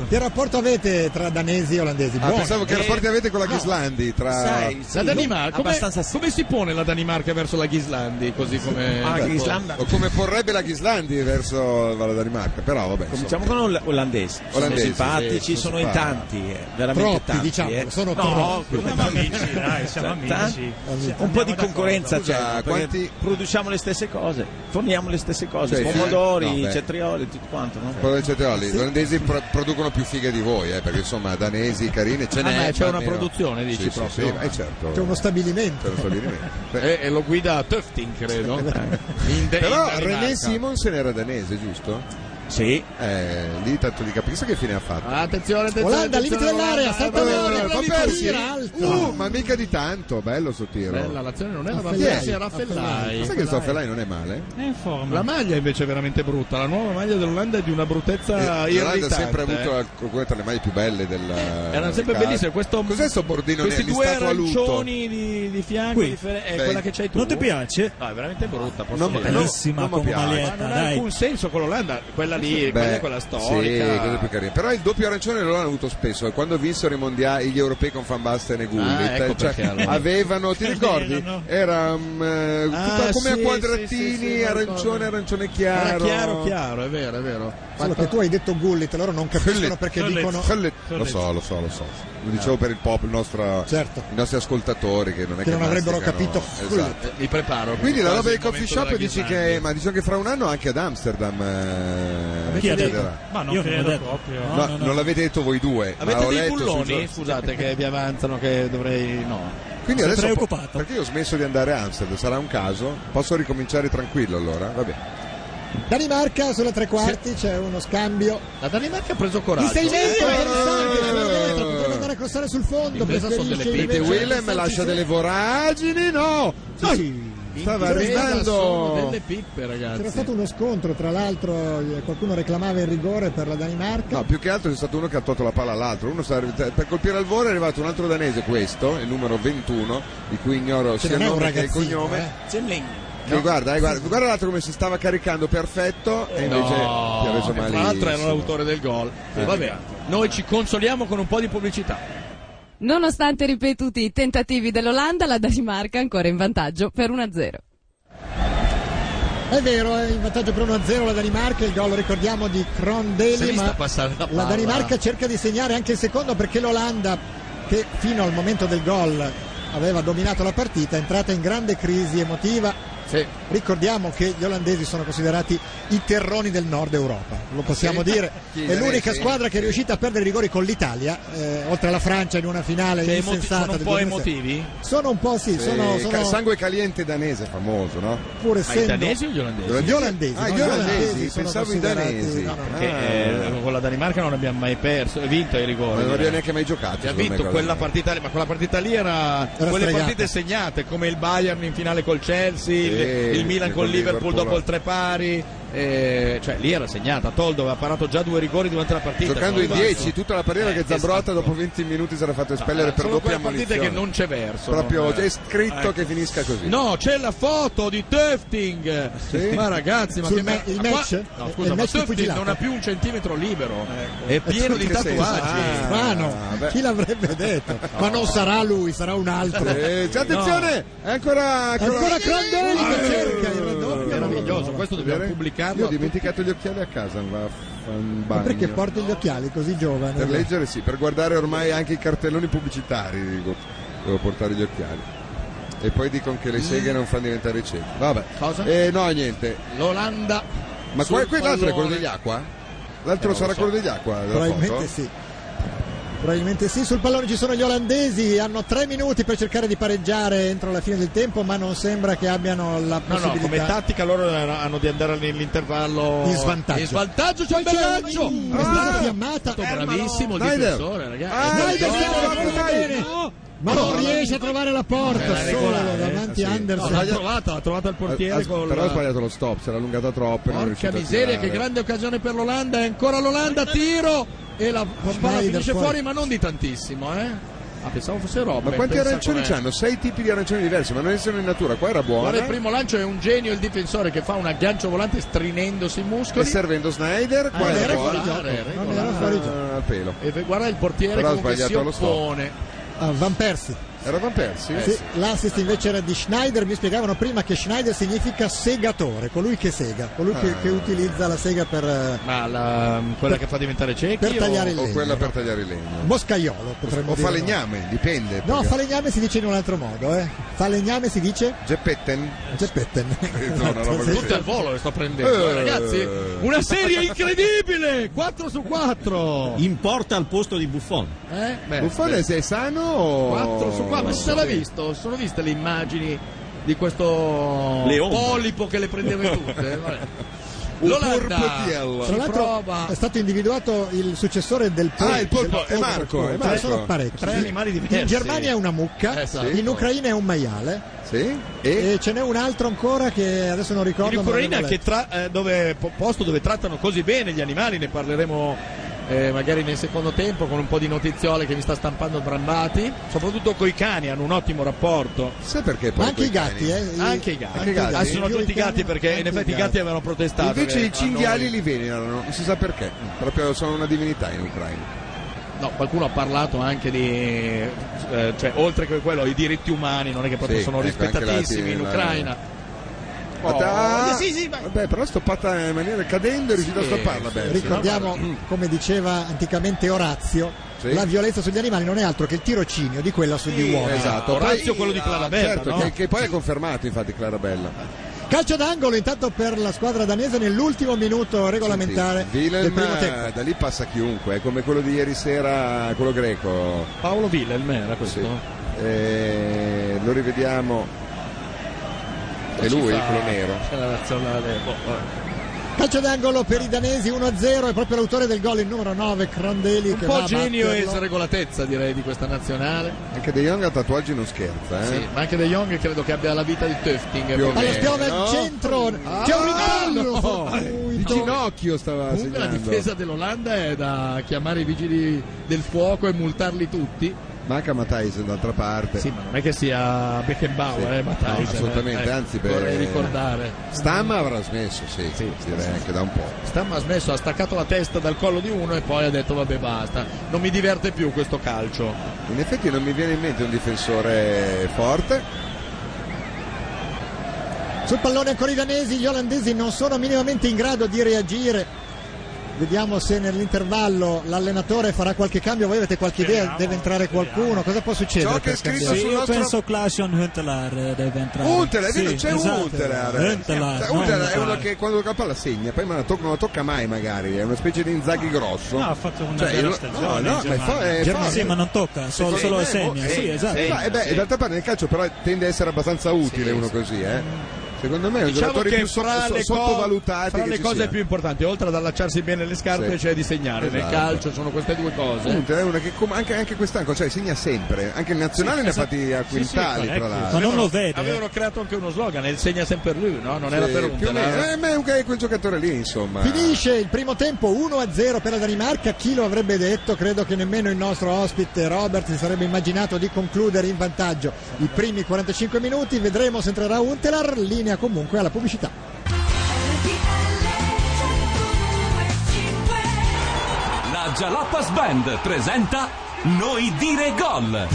Che rapporto avete tra danesi e olandesi?
Ah,
Buono.
pensavo che
Eh,
rapporti avete con la Ghislandi tra...
sai, sì,
La Danimarca, come,
abbastanza sì.
come si pone la Danimarca verso la Ghislandi? Così come Ecco.
Ah, Ghislanda.
Ecco, o come porrebbe la Ghislandi verso la Danimarca, però vabbè. insomma.
diciamo-
Cominciamo con l'ol- olandesi. Sono
Diciamo Olandesi,
simpatici,
sì,
sono
sono
in
simpatici.
tanti, eh, veramente
Troppi,
tanti.
diciamo,
eh.
sono
no,
troppi.
come
Siamo amici, dai, siamo
Tanti.
amici.
Un po' di concorrenza
Scusa,
c'è, perché
quanti-
produciamo le stesse cose, forniamo le stesse cose,
Cioè,
pomodori,
no, beh.
cetrioli, tutto quanto. no?
Poi invece te, Oli, Gli olandesi pro- producono più fighe di voi, eh, perché insomma danesi, carine, ce
Ah,
n'è.
ma c'è
ma
una
almeno-
produzione,
Sì,
dici
sì,
proprio?
Sì, eh, certo.
C'è uno stabilimento.
per il stabilimento.
E, e Eh, lo guida Tufting, credo. In de- in
Però
Danimarca.
René Simonsen era danese, giusto?
Sì,
Eh, lì tanto di capisco che fine ha fatto. Eh,
Attenzione, attenzione.
Olanda, limite
attenzione,
dell'area,
Ah,
Olanda, eh,
salta
Olanda,
l'area,
Olanda,
poi
Olanda,
persi.
Olanda,
Uh, ma mica di tanto, bello sto tiro.
Bella, l'azione non era
Raffaellai,
Bambini, era
Raffaellai.
Raffaellai.
Sai che Stoffelai non è male?
È in forma.
La maglia invece è veramente brutta, la nuova maglia dell'Olanda è di una bruttezza
Eh, L'Olanda ha
Ah, irritante.
sempre avuto
eh.
alcune tra le maglie più belle del.
Erano sempre
del calcio.
bellissime, questo-
Cos'è sto bordino
Questi
nero? Gli
due
statua a lutto?
arancioni di, di fianco
Qui.
differen- è
Beh,
quella che c'hai tu.
Non ti piace?
No, è veramente brutta, posso
Non-
dire.
no,
Bellissima
non mi
come
piace.
Ma
maglietta,
non ha
dai.
alcun senso con l'Olanda, quella lì,
Beh,
quella, è quella storica.
Sì, cose più carine. Però il doppio arancione loro l'hanno avuto spesso. e Quando vinsero i mondiali, gli europei con Van Basten e Gullit,
Ah, ecco
eh, cioè,
perché allora.
avevano, ti
È
ricordi?
vero, no?
Era mm, eh,
Ah,
tutta come
sì,
a quadratini,
sì, sì, sì, me lo
arancione,
ricordo.
arancione
Ah,
Era
chiaro.
chiaro, chiaro, è vero, è vero.
Solo che tu hai detto Gullit, loro non capiscono
Gullit,
perché
Gullit.
dicono.
Quelli- Lo so, lo so, lo so. Lo dicevo per il pop, il nostro-
Certo.
i nostri ascoltatori che non è
Che
che,
non avrebbero
masticano.
capito.
Esatto.
Eh, Mi preparo.
Quindi la
Quasi
roba dei
il momento
coffee shop
della
dici
Ghislandi.
che, ma diciamo che fra un anno anche ad Amsterdam eh,
Chi ha detto?
succederà.
Ma non credo proprio.
No, non l'avete detto voi due, ma
Avete
ho
dei
letto sui
bulloni?
giornali.
Scusate che vi avanzano che dovrei... No.
Quindi
Sei
adesso po-
preoccupato?
perché io ho smesso di andare a Amsterdam, sarà un caso? Posso ricominciare tranquillo allora? Vabbè.
Danimarca sulla tre quarti c'è uno scambio
La Danimarca ha preso
di
coraggio.
6 metri,
Eh,
interessante, sulla
eh,
destra, potrebbe andare a crossare sul fondo.
Difesa sono
preferisce
delle pinte.
De
invece
Willem
passarci
lascia
su.
delle voragini, no!
Sì, sì.
Stava
Difesa sono
arrivando.
delle pippe,
C'era
ragazzi.
stato uno scontro, tra l'altro eh, qualcuno reclamava il rigore per la Danimarca.
No, più che altro c'è stato uno che ha tolto la palla all'altro. Uno sta- per colpire al volo è arrivato un altro danese, questo, il numero 21, di cui ignoro
Che
sia il
non è un
nome che il
ragazzino,
cognome.
eh.
Zemling.
Che guarda, eh, guarda, guarda l'altro come si stava caricando perfetto e invece ti ha reso
e
male.
Tra l'altro era l'autore del gol. Vabbè, noi ci consoliamo con un po' di pubblicità.
Nonostante ripetuti i tentativi dell'Olanda, la Danimarca è ancora in vantaggio per 1-0.
È vero, è in vantaggio per 1-0 la Danimarca, il gol ricordiamo di Cron
Si è
Daly,
vista
ma
passare la palla.
la Danimarca cerca di segnare anche il secondo perché l'Olanda, che fino al momento del gol aveva dominato la partita, è entrata in grande crisi emotiva.
Sì.
Ricordiamo che gli olandesi sono considerati i terroni del nord Europa, lo possiamo
Sì.
dire.
Sì,
È l'unica
sì.
squadra che è riuscita a perdere i rigori con l'Italia, eh, oltre alla Francia in una finale
Cioè, emoti-
insensata.
sono un
del
po'
2006.
emotivi?
Sono un po' sì,
Sì,
sono, sono
ca- sangue caliente danese famoso, no?
pur
Ma i
essendo
danesi o gli olandesi?
Gli olandesi, no,
Ah, gli
gli
olandesi,
olandesi sono
pensavo i
considerati-
danesi.
no, no, no.
Ah,
Che, eh, con la Danimarca non abbiamo mai perso, e vinto eh, i
ma
rigori.
non
direi.
abbiamo neanche mai giocato.
Ha
secondo me,
vinto
quella
quella
lì.
partita lì, ma quella partita lì era, quelle
stregata.
partite segnate come il Bayern in finale col Chelsea, il- il, Milan
sì,
con
con
Liverpool
Liverpool.
dopo il tre pari,
eh, cioè lì era segnata. Toldo aveva parato già due rigori durante la partita.
Giocando
se
in
non sbaglio.
10 tutta la partita
Eh,
che Zambrotta
esatto.
dopo 20 minuti si era fatto espellere per
Ah, sono
doppia
quelle partite
munizione.
che non c'è verso.
Proprio
non
è scritto
Ecco.
che finisca così.
No, c'è la foto di Tefting.
Sì.
Ma ragazzi, ma
Sul
che
me- il
ma qua-
match?
No,
Eh,
scusa,
il match di
ma Tefting
pugilato.
non ha più un centimetro libero. È
E
pieno di
che senso?
tatuaggi.
Ah.
Strano,
beh.
chi l'avrebbe detto? Ma non sarà lui, sarà un altro.
Eh, cioè, attenzione, è ancora
È Ancora Crandelli che cerca il raddoppio.
Meraviglioso, questo dobbiamo
Vedere?
pubblicarlo.
Io ho dimenticato gli occhiali a casa, va a fa un
Ma
bagno.
perché porti gli occhiali così giovani?
Per leggere sì, per guardare ormai anche i cartelloni pubblicitari dico, devo portare gli occhiali. E poi dicono che le seghe non fanno diventare ciechi. Vabbè.
Mm. Cosa?
Eh, no, niente.
L'Olanda.
Ma
sul
qua, qui l'altro è quello
pallone.
degli acqua? L'altro
Eh, non lo
sarà
so.
quello degli acqua? della
Probabilmente
foto?
sì. Probabilmente sì, sul pallone ci sono gli olandesi, hanno tre minuti per cercare di pareggiare entro la fine del tempo, ma non sembra che abbiano la
No, no, come
possibilità
tattica loro hanno di andare nell'intervallo
in svantaggio.
In svantaggio c'è un bel lancio.
Mm,
È
È
stato
stata fiammata.
bravissimo il
Snyder.
difensore,
Ah,
ragazzi.
Snyder,
È stato-
Snyder,
No,
Snyder,
dai.
bene. Ma non riesce a trovare la porta
Eh,
solo
regolare,
davanti
eh,
a
sì.
Anderson.
L'ha trovata, l'ha trovata il portiere
Ha- ha-
col-
Però ha sbagliato lo stop, si era allungata troppo. e non è
Porca
riuscito a
miseria, che
tirare.
grande occasione per l'Olanda. E ancora l'Olanda, tiro. E la palla
Snyder
finisce
fuori.
fuori, ma non di tantissimo, eh. Ah, pensavo fosse roba.
Ma quanti arancioni c'hanno? Sei tipi di arancioni diversi, ma non esistono in natura. Qua era buona.
Guarda, il primo lancio è un genio il difensore che fa un aggancio volante strinendosi i
E
muscoli.
servendo Snyder, qua
Ah,
era
era
buona.
fuori
Non
regolare,
era fuori gioco.
Ah, al pelo.
E ve- guarda il portiere
Però ha
comunque si
sbagliato lo stop.
oppone.
Ah, Van Persie.
Eravamo persi?
Eh, Sì, l'assist invece era di Schneider, mi spiegavano prima che Schneider significa segatore, colui che sega, colui che, che utilizza la sega per, eh,
Ma la- mm, quella che fa diventare ciechi
per
o-
tagliare il
O
legno.
quella per tagliare il legno.
Boscaiolo potremmo Boh,
O
dire.
falegname, dipende.
No,
perché-
falegname si dice in un altro modo, eh. Falegname si dice
Geppetten.
Geppetten.
no, no, no,
Tutto al volo che sto prendendo.
Eh.
Ragazzi, una serie incredibile! 4 su 4!
In porta al posto di Buffon.
Eh?
Buffone, sei sano o...
4 su 4, ma si sarà visto? Sono viste le immagini di questo
Le ombre.
polipo che le prendeva tutte? Vabbè.
Un
L'Olanda
polpetiello.
ci
Tra l'altro eh,
prova
è stato individuato il successore del polpo.
Ah, il polpo, è Marco, è
Ce
Marco.
ne sono parecchi.
Tre animali diversi.
In Germania è una mucca,
Esatto.
in Ucraina è un maiale
Sì?
e,
E?
ce n'è un altro ancora che adesso non ricordo.
In
ma non
Ucraina
l'avevo
che tra- eh, dove, po- posto dove trattano così bene gli animali, ne
parleremo eh, magari nel secondo tempo con un po' di notiziole che mi sta stampando Brambati.
soprattutto coi cani hanno un ottimo rapporto.
Sai perché poi
Ma anche
quei
i gatti,
cani?
eh? I-
Anche i gatti.
Anche i gatti.
Ah, sono
Più
tutti i
cani,
gatti perché in
anche
effetti i gatti avevano protestato.
Invece
che
i cinghiali
hanno-
li venerano, non si sa perché. Proprio sono una divinità in Ucraina.
No, qualcuno ha parlato anche di, eh, cioè oltre che quello, i diritti umani, non è che proprio
Sì,
sono
ecco,
rispettatissimi
anche
in
la- eh.
Ucraina.
Ah,
sì, sì, ma-
Vabbè, però sto patta in maniera cadendo è riuscito a stopparla bene.
Ricordiamo, come diceva anticamente Orazio,
Sì.
la violenza sugli animali non è altro che il tirocinio di quella sugli uomini.
Esatto,
Orazio
Poi-
quello di Clarabella,
Certo,
no?
che, che poi è confermato infatti Clarabella.
Calcio d'angolo intanto per la squadra danese nell'ultimo minuto regolamentare
Senti,
del
Willem,
primo tempo.
eh, da lì passa chiunque, è come quello di ieri sera, quello greco.
Paolo Wilhelm era questo.
Sì. Eh, lo rivediamo. È lui,
Ci fa-
quello nero.
Ah, c'è la nazionale. boh, vabbè.
Calcio d'angolo per i danesi 1-0 è proprio l'autore del gol il numero 9 Crandeli
Un
che
po'
va a
genio e
batterlo.
sregolatezza direi di questa nazionale.
Anche De Jong a tatuaggi non scherza, eh?
Sì, ma anche De Jong credo che abbia la vita di Tufting.
Più o
Palla
Eh,
spiova
no. Ah.
al centro c'è un ritardo
Di ginocchio stava
Comunque la
segnando.
difesa dell'Olanda è da chiamare i vigili del fuoco e multarli tutti.
Manca Matthijs d'altra parte.
Sì, ma non è che sia Beckenbauer,
Sì.
eh, ma
No,
Tyson,
assolutamente,
eh,
anzi, per-
vorrei ricordare.
Stamma avrà smesso, sì.
Sì,
direi anche da un po'.
Stam ha smesso, ha staccato la testa dal collo di uno e poi ha detto vabbè basta, non mi diverte più questo calcio.
In effetti non mi viene in mente un difensore forte.
sul pallone ancora i danesi gli olandesi non sono minimamente in grado di reagire vediamo se nell'intervallo l'allenatore farà qualche cambio voi avete qualche idea deve entrare qualcuno cosa può succedere
Ciò che
per
è scritto
cambiare?
sul
io
nostro-
penso Klaas-Jan Huntelaar eh, deve entrare.
Hunter,
Sì,
c'è
esatto.
Hunter.
Huntelaar,
Cioè,
no,
Hunter è
Huntelaar.
uno che quando tocca la palla segna, poi non la tocca, non la tocca mai magari, è una specie di Inzaghi grosso.
No, ha fatto una
Cioè,
bella
io-
stagione.
no, no,
in
ma è fo-
Germania.
è
Germania,
forte.
eh, sì, ma non tocca, solo, solo
Eh,
segna.
eh,
Sì,
eh,
esatto.
eh, beh, d'altra parte nel calcio però tende a essere abbastanza utile uno così, eh. Secondo me è un
Diciamo
giocatore
che
più so-
fra
so-
le, co-
sottovalutato
fra
che
le
ci
cose
sia.
più importanti, oltre ad allacciarsi bene le scarpe,
Sì.
c'è di segnare. Nel
Esatto.
calcio sono queste due cose.
Appunto, è una che com- anche, anche quest'anno cioè, segna sempre, anche il nazionale
Sì,
ne ha
esatto.
fatti a
Sì, sì,
quintali
parecchi.
tra l'altro.
ecco. Ma non
eh,
lo vede.
Avevano creato anche uno slogan, il segna sempre lui, no? Non era
Sì,
per
più o
un
meno. Eh, ma è un- è quel giocatore lì insomma.
Finisce il primo tempo 1-0 per la Danimarca, chi lo avrebbe detto? Credo che nemmeno il nostro ospite Robert si sarebbe immaginato di concludere in vantaggio i primi 45 minuti, vedremo se entrerà Untelar, linea comunque alla pubblicità.
La Jalapas Band presenta Noi dire gol.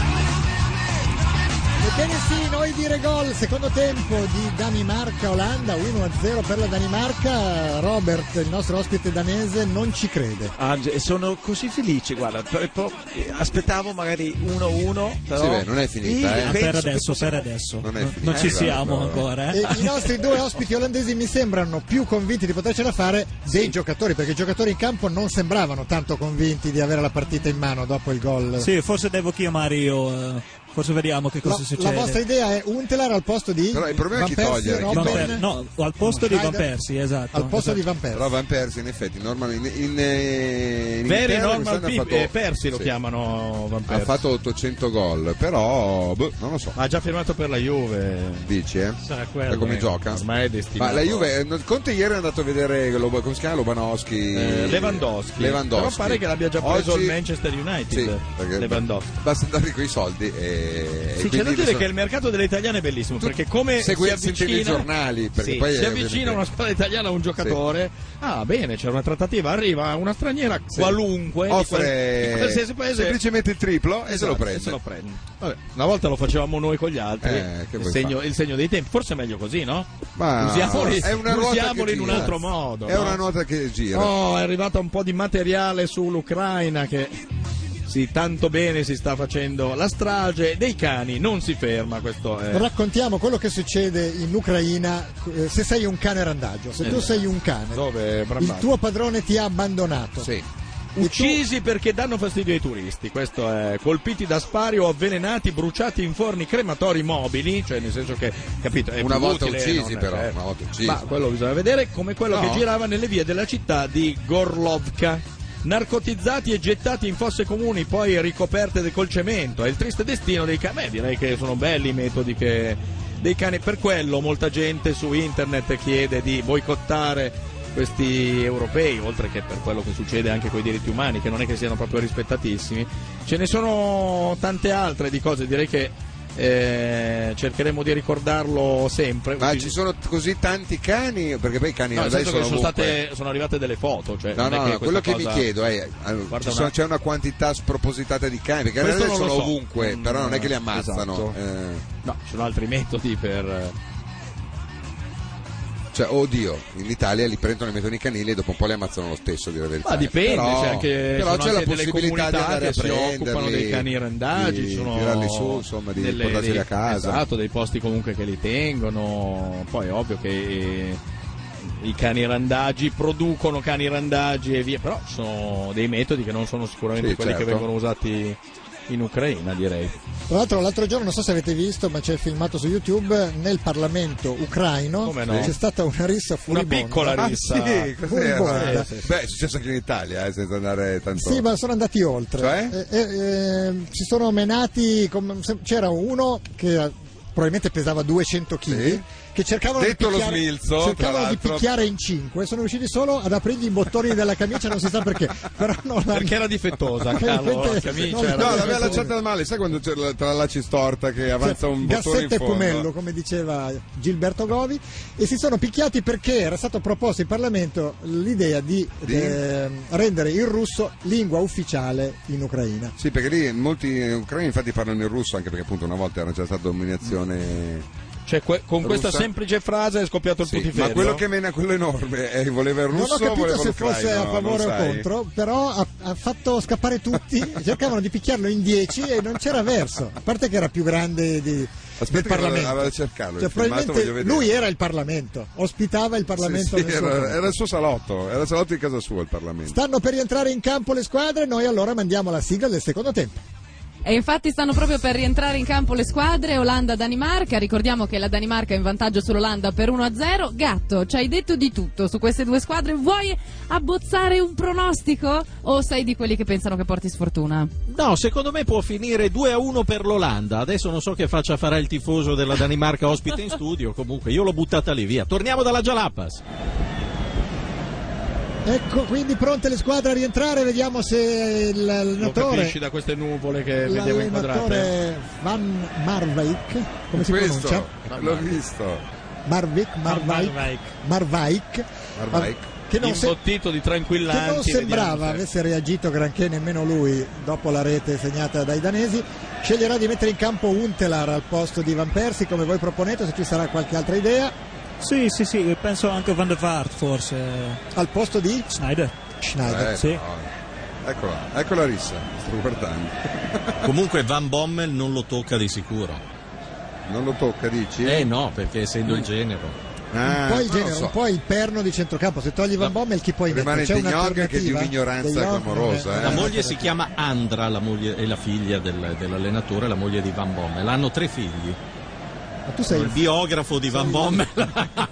Ebbene sì, noi dire gol, secondo tempo di Danimarca-Olanda, 1-0 per la Danimarca, Robert, il nostro ospite danese, non ci crede.
Ah,
Ange- sono così felice, guarda, per- per- aspettavo magari 1-1, però
Sì, beh, non è finita, eh.
Sì, penso
Ah, Per
che
adesso,
possa-
per adesso.
Non è
Non,
finita,
ci siamo
no.
ancora.
E
Eh.
I nostri due ospiti olandesi mi sembrano più convinti di potercela fare dei giocatori, perché i giocatori in campo non sembravano tanto convinti di avere la partita in mano dopo il gol.
Sì, forse devo chiamare io. eh, Forse vediamo che cosa
La, la
succede.
vostra idea è Untelar al posto di
Però il problema è
Van
chi
Persie,
togliere, chi
Van
Robben,
Per- no, al posto di
Schneider,
Van Persie, esatto.
al posto
esatto.
di Van Persie.
Però Van Persie Eh, in effetti normal, in, in, eh, in
Very
Inghilterra
normal
quest'anno ha
people,
fatto-
eh, Persi lo
sì,
chiamano Van
Ha
Persie.
fatto 800 gol, però boh, non lo so.
Ha già firmato per la Juve.
Dici, eh?
Sarà
Da come gioca?
Ormai è destinato.
Ma la Juve, eh, Conte ieri è andato a vedere Lo- come si chiama Lobanowski
Eh, Lewandowski.
Lewandowski.
Però pare che l'abbia già preso
Oggi-
il Manchester United.
Sì, perché-
Lewandowski.
Basta andare con i soldi. E,
Sì,
e
c'è da
quindi
dire
sono-
che il mercato delle italiane è bellissimo
Tu
perché come
segui-
si
sentivi
avvicina
i giornali, perché
Sì,
poi
si
è-
avvicina una squadra italiana a un giocatore. Ah, bene, c'è una trattativa, arriva una straniera qualunque di qual-
offre
di qualsiasi paese
semplicemente il triplo e se lo
Esatto,
prende.
e se lo prende. Vabbè, una volta lo facevamo noi con gli altri,
Eh, che
il,
vuoi
segno,
fare?
il segno dei tempi, forse è meglio così, no?
Ma
Usiamoli-
è una ruota che
usiamoli in un
gira.
altro modo,
È
no?
una nota che gira.
Oh, è arrivato un po' di materiale sull'Ucraina che sì, tanto bene si sta facendo la strage dei cani, non si ferma questo è.
Raccontiamo quello che succede in Ucraina eh, se sei un cane randaggio, se
Eh.
tu sei un cane,
Dove
il tuo padrone ti ha abbandonato.
Sì.
Uccisi perché danno fastidio ai turisti, questo è. Colpiti da spari o avvelenati, bruciati in forni crematori mobili, cioè nel senso che, capito, è
Una
più
volta
utile,
uccisi
non-
però,
eh.
una volta uccisi.
Ma quello bisogna vedere come quello
No.
che girava nelle vie della città di Gorlovka. Narcotizzati e gettati in fosse comuni, poi ricoperte de- col cemento. È il triste destino dei cani. Beh, direi che sono belli i metodi che- dei cani. Per quello molta gente su internet chiede di boicottare questi europei, oltre che per quello che succede anche con i diritti umani, che non è che siano proprio rispettatissimi. Ce ne sono tante altre di cose, direi che eh, cercheremo di ricordarlo sempre.
Ma
Usi-
Ah, ci sono t- così tanti cani? Perché poi i cani
No, nel
andai
senso
sono
che sono,
ovunque.
state, sono arrivate delle foto. Cioè
No,
non è
no,
che
no,
questa
quello che mi
cosa-
chiedo è allora,
Guarda
ci
una-
sono- c'è una quantità spropositata di cani, perché in
Questo
realtà sono
non lo so.
ovunque,
Mm,
però non è che li ammazzano.
esatto. No, ci sono altri metodi per. eh,
Eh, cioè, oddio, in Italia li prendono e mettono i canili e dopo un po' li ammazzano lo stesso, dire la verità.
Ma dipende,
però,
c'è anche,
però
sono
c'è
anche
la
delle
possibilità di
comunità
andare a
che si occupano
prenderli,
dei cani randaggi,
di
ci sono
tirarli su, insomma, di
delle-
portarli
dei-
a casa.
Esatto, dei posti comunque che li tengono. Poi è ovvio che eh, i cani randaggi producono cani randaggi e via, però ci sono dei metodi che non sono sicuramente
Sì,
quelli che
certo.
vengono usati in Ucraina, direi.
Tra l'altro l'altro giorno, non so se avete visto, ma c'è il filmato su YouTube, nel Parlamento ucraino
Come no?
c'è stata una rissa
Una
furibonda.
piccola
Ah,
rissa.
sì, cos'era?
Furibonda.
Eh, sì, sì. Beh, è successo anche in Italia, eh, senza andare tanto.
Sì, ma sono andati oltre.
Cioè?
Eh, eh, eh, si sono menati. com- se- c'era uno che eh, probabilmente pesava 200 kg.
Sì.
Che cercavano,
Detto
di
lo
picchiare,
smilzo,
cercavano
tra
di
l'altro.
picchiare in 5 sono riusciti solo ad aprirgli i bottoni della camicia, non si sa perché, però non l'hanno-
Perché era difettosa, Carlo, la
Probabilmente-
camicia
no,
era
Cioè, No,
la
l'aveva lanciata male, sai quando c'è la, tra la laci storta che avanza un bottone in
Gassetta e
fondo? eh.
pomello, come diceva Gilberto Govi, e si sono picchiati perché era stato proposto in Parlamento l'idea di,
Di?
ehm, rendere il russo lingua ufficiale in Ucraina.
Sì, perché lì molti ucraini infatti parlano in russo, anche perché appunto una volta era già stata
Mm.
dominazione.
Cioè, que- con questa
Russa.
semplice frase è scoppiato il
Sì,
putiferio.
ma quello che mena quello enorme, eh, voleva il
Non
russo
ho capito
voleva
se
l'ucraino,
fosse a
no,
favore
non
o
sai.
contro, però ha, ha fatto scappare tutti, cercavano di picchiarlo in 10 e non c'era verso, a parte che era più grande di,
Aspetta
del
che
Parlamento.
vado- vado a cercarlo,
Cioè,
il filmato voglio
probabilmente
vedere.
lui era il Parlamento, ospitava il Parlamento.
Sì, sì,
nel suo
era,
palazzo.
era il suo salotto, era il salotto di casa sua il Parlamento.
Stanno per rientrare in campo le squadre, noi allora mandiamo la sigla del secondo tempo.
E infatti stanno proprio per rientrare in campo le squadre Olanda-Danimarca. Ricordiamo che la Danimarca è in vantaggio sull'Olanda per 1-0. Gatto, ci hai detto di tutto su queste due squadre. Vuoi abbozzare un pronostico? O sei di quelli che pensano che porti sfortuna?
No, secondo me può finire 2 a 1 per l'Olanda. Adesso non so che faccia farà il tifoso della Danimarca ospite in studio. Comunque, io l'ho buttata lì via. Torniamo dalla Jalapas.
Ecco, quindi pronte le squadre a rientrare, vediamo se il-
Lo
l'allenatore
capisci da queste nuvole che vediamo inquadrate?
L'allenatore Van Marwijk, come si
eh? Questo
pronuncia?
l'ho visto.
Marvik, Marvijk,
Marwijk.
Marvijk,
Marwijk.
che non, se-
Imbottito di
che
tranquillanti.
non sembrava
vediamo se-
avesse reagito granché nemmeno lui dopo la rete segnata dai danesi. Sceglierà di mettere in campo Untelar al posto di Van Persie, come voi proponete, se ci sarà qualche altra idea,
Esatto. Sì, sì, sì, penso anche Van der Vaart forse.
al posto di
Schneider.
Schneider.
Eh,
Sì.
no. Eccola, ecco la rissa, sto guardando.
Comunque Van Bommel non lo tocca di sicuro.
Non lo tocca, dici?
Eh no, perché essendo il genero.
Ah,
poi il
non lo
genere,
so.
un po' il perno di centrocampo. Se togli Van Bommel, chi poi
Rimane
mettere? C'è
De Jong che è di
un'alternativa?
un'ignoranza
De Jong?
clamorosa,
Non è-
eh.
La
non è
moglie si chiama Andra, la moglie è la figlia del- dell'allenatore, la moglie di Van Bommel. Hanno tre figli.
Ma tu sei
Il biografo di Van Bommel.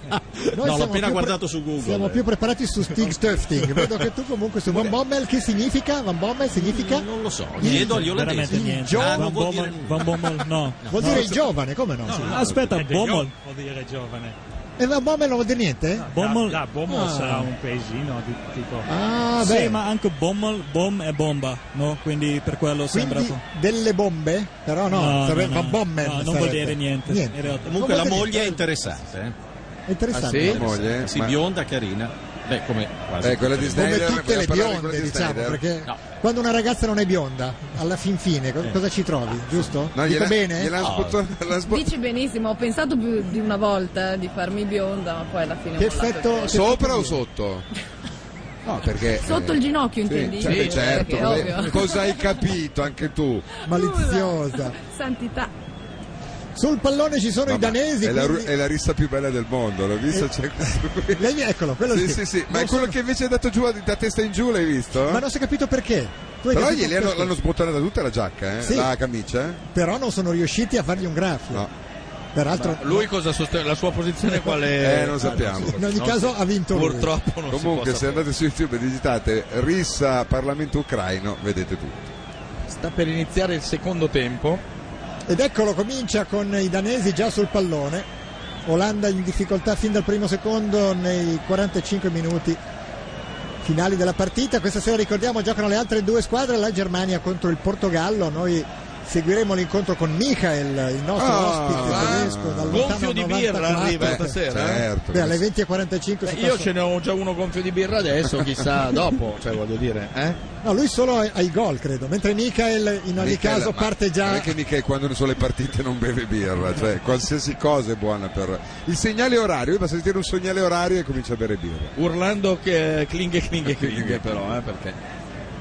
Noi
no,
siamo
l'ho appena
più pre-
guardato su Google.
Siamo più preparati su Stig Stöfting. Vedo che tu comunque su Van Bommel che significa? Van Bommel significa?
Non lo so, chiedo agli
Veramente
olandesi.
niente.
Ah,
Van
non vuol dire
Bommel, Van Bommel, no.
Vuol dire il giovane, come no? sì.
Aspetta, Bommel.
Vuol dire giovane.
E Van Bommel non vuol dire niente?
Bommel.
Da, da Bommel
Ah.
sarà un paesino di tipo.
Ah,
Sì,
beh.
ma anche Bommel, bom e bomba, no? Quindi per quello sembra...
Quindi delle bombe? Però no, sarebbe- Van Bommel.
no, non
sarebbe.
vuol dire niente, in realtà.
Comunque la
Come
moglie è interessante. eh.
È interessante.
La moglie?
Sì,
Ma-
bionda, carina. Beh, come quasi.
Eh, quella di
Come
Snyder.
tutte
vogliamo
le
parlare di quella
bionde,
di
diciamo,
Snyder?
perché
No.
quando una ragazza non è bionda, alla fin fine,
Eh.
co- cosa ci trovi? Giusto? Dico
No, gliela,
bene? eh? Ah.
gliela ha
No.
sputto- l'ha spu-
Dici benissimo, ho pensato più di una volta di farmi bionda, ma poi alla fine
Che
ho mollato il
effetto-
progetto.
Sopra o sotto? No, perché... eh,
Sotto il ginocchio, intendi?
Sì, cioè,
Perché
certo,
è
vabbè,
ovvio.
cosa hai capito anche tu?
Maliziosa.
Santità.
Sul pallone ci sono i
Vabbè,
danesi.
è, la, ru-
quindi-
è la rissa più bella del mondo, l'ho visto? C'è questo-
Lei- eccolo, quello
Sì,
lì.
sì, sì, ma
Non
è quello
so-
che invece è dato giù a- da testa in giù, l'hai visto?
Ma non si è capito perché. Tu hai
Però
capito
glieli hanno,
perché?
l'hanno sbottonata tutta la giacca, eh?
Sì.
la camicia. eh?
Però non sono riusciti a fargli un graffio.
No.
Peraltro,
Lui cosa sostiene? La sua posizione qual
Eh,
è?
ah,
non sappiamo.
in ogni
no,
caso, ha vinto lui.
Purtroppo non
Comunque,
si
se
può sapere.
andate su YouTube e digitate rissa Parlamento Ucraino, vedete tutto.
Sta per iniziare il secondo tempo.
Ed eccolo, comincia con i danesi già sul pallone. Olanda in difficoltà fin dal primo secondo nei 45 minuti finali della partita. Questa sera ricordiamo giocano le altre due squadre, la Germania contro il Portogallo. Noi seguiremo l'incontro con Michael, il nostro
Ah,
ospite
ah,
tedesco dal
Gonfio
lontano
di birra
94.
arriva
Beh,
stasera. eh?
certo.
Beh, alle 20.45
Beh,
su
io
Passo-
ce ne ho già uno gonfio di birra adesso, chissà dopo, cioè voglio dire, eh?
No, lui solo ai, ai gol, credo. Mentre Michael in ogni
Michele,
caso
ma
parte
Non
già.
è che Michele quando ne sono le partite non beve birra, cioè qualsiasi cosa è buona per. Il segnale orario, io basta sentire un segnale orario e comincia a bere birra.
Urlando che eh, klinghe klinghe klinghe però, eh, perché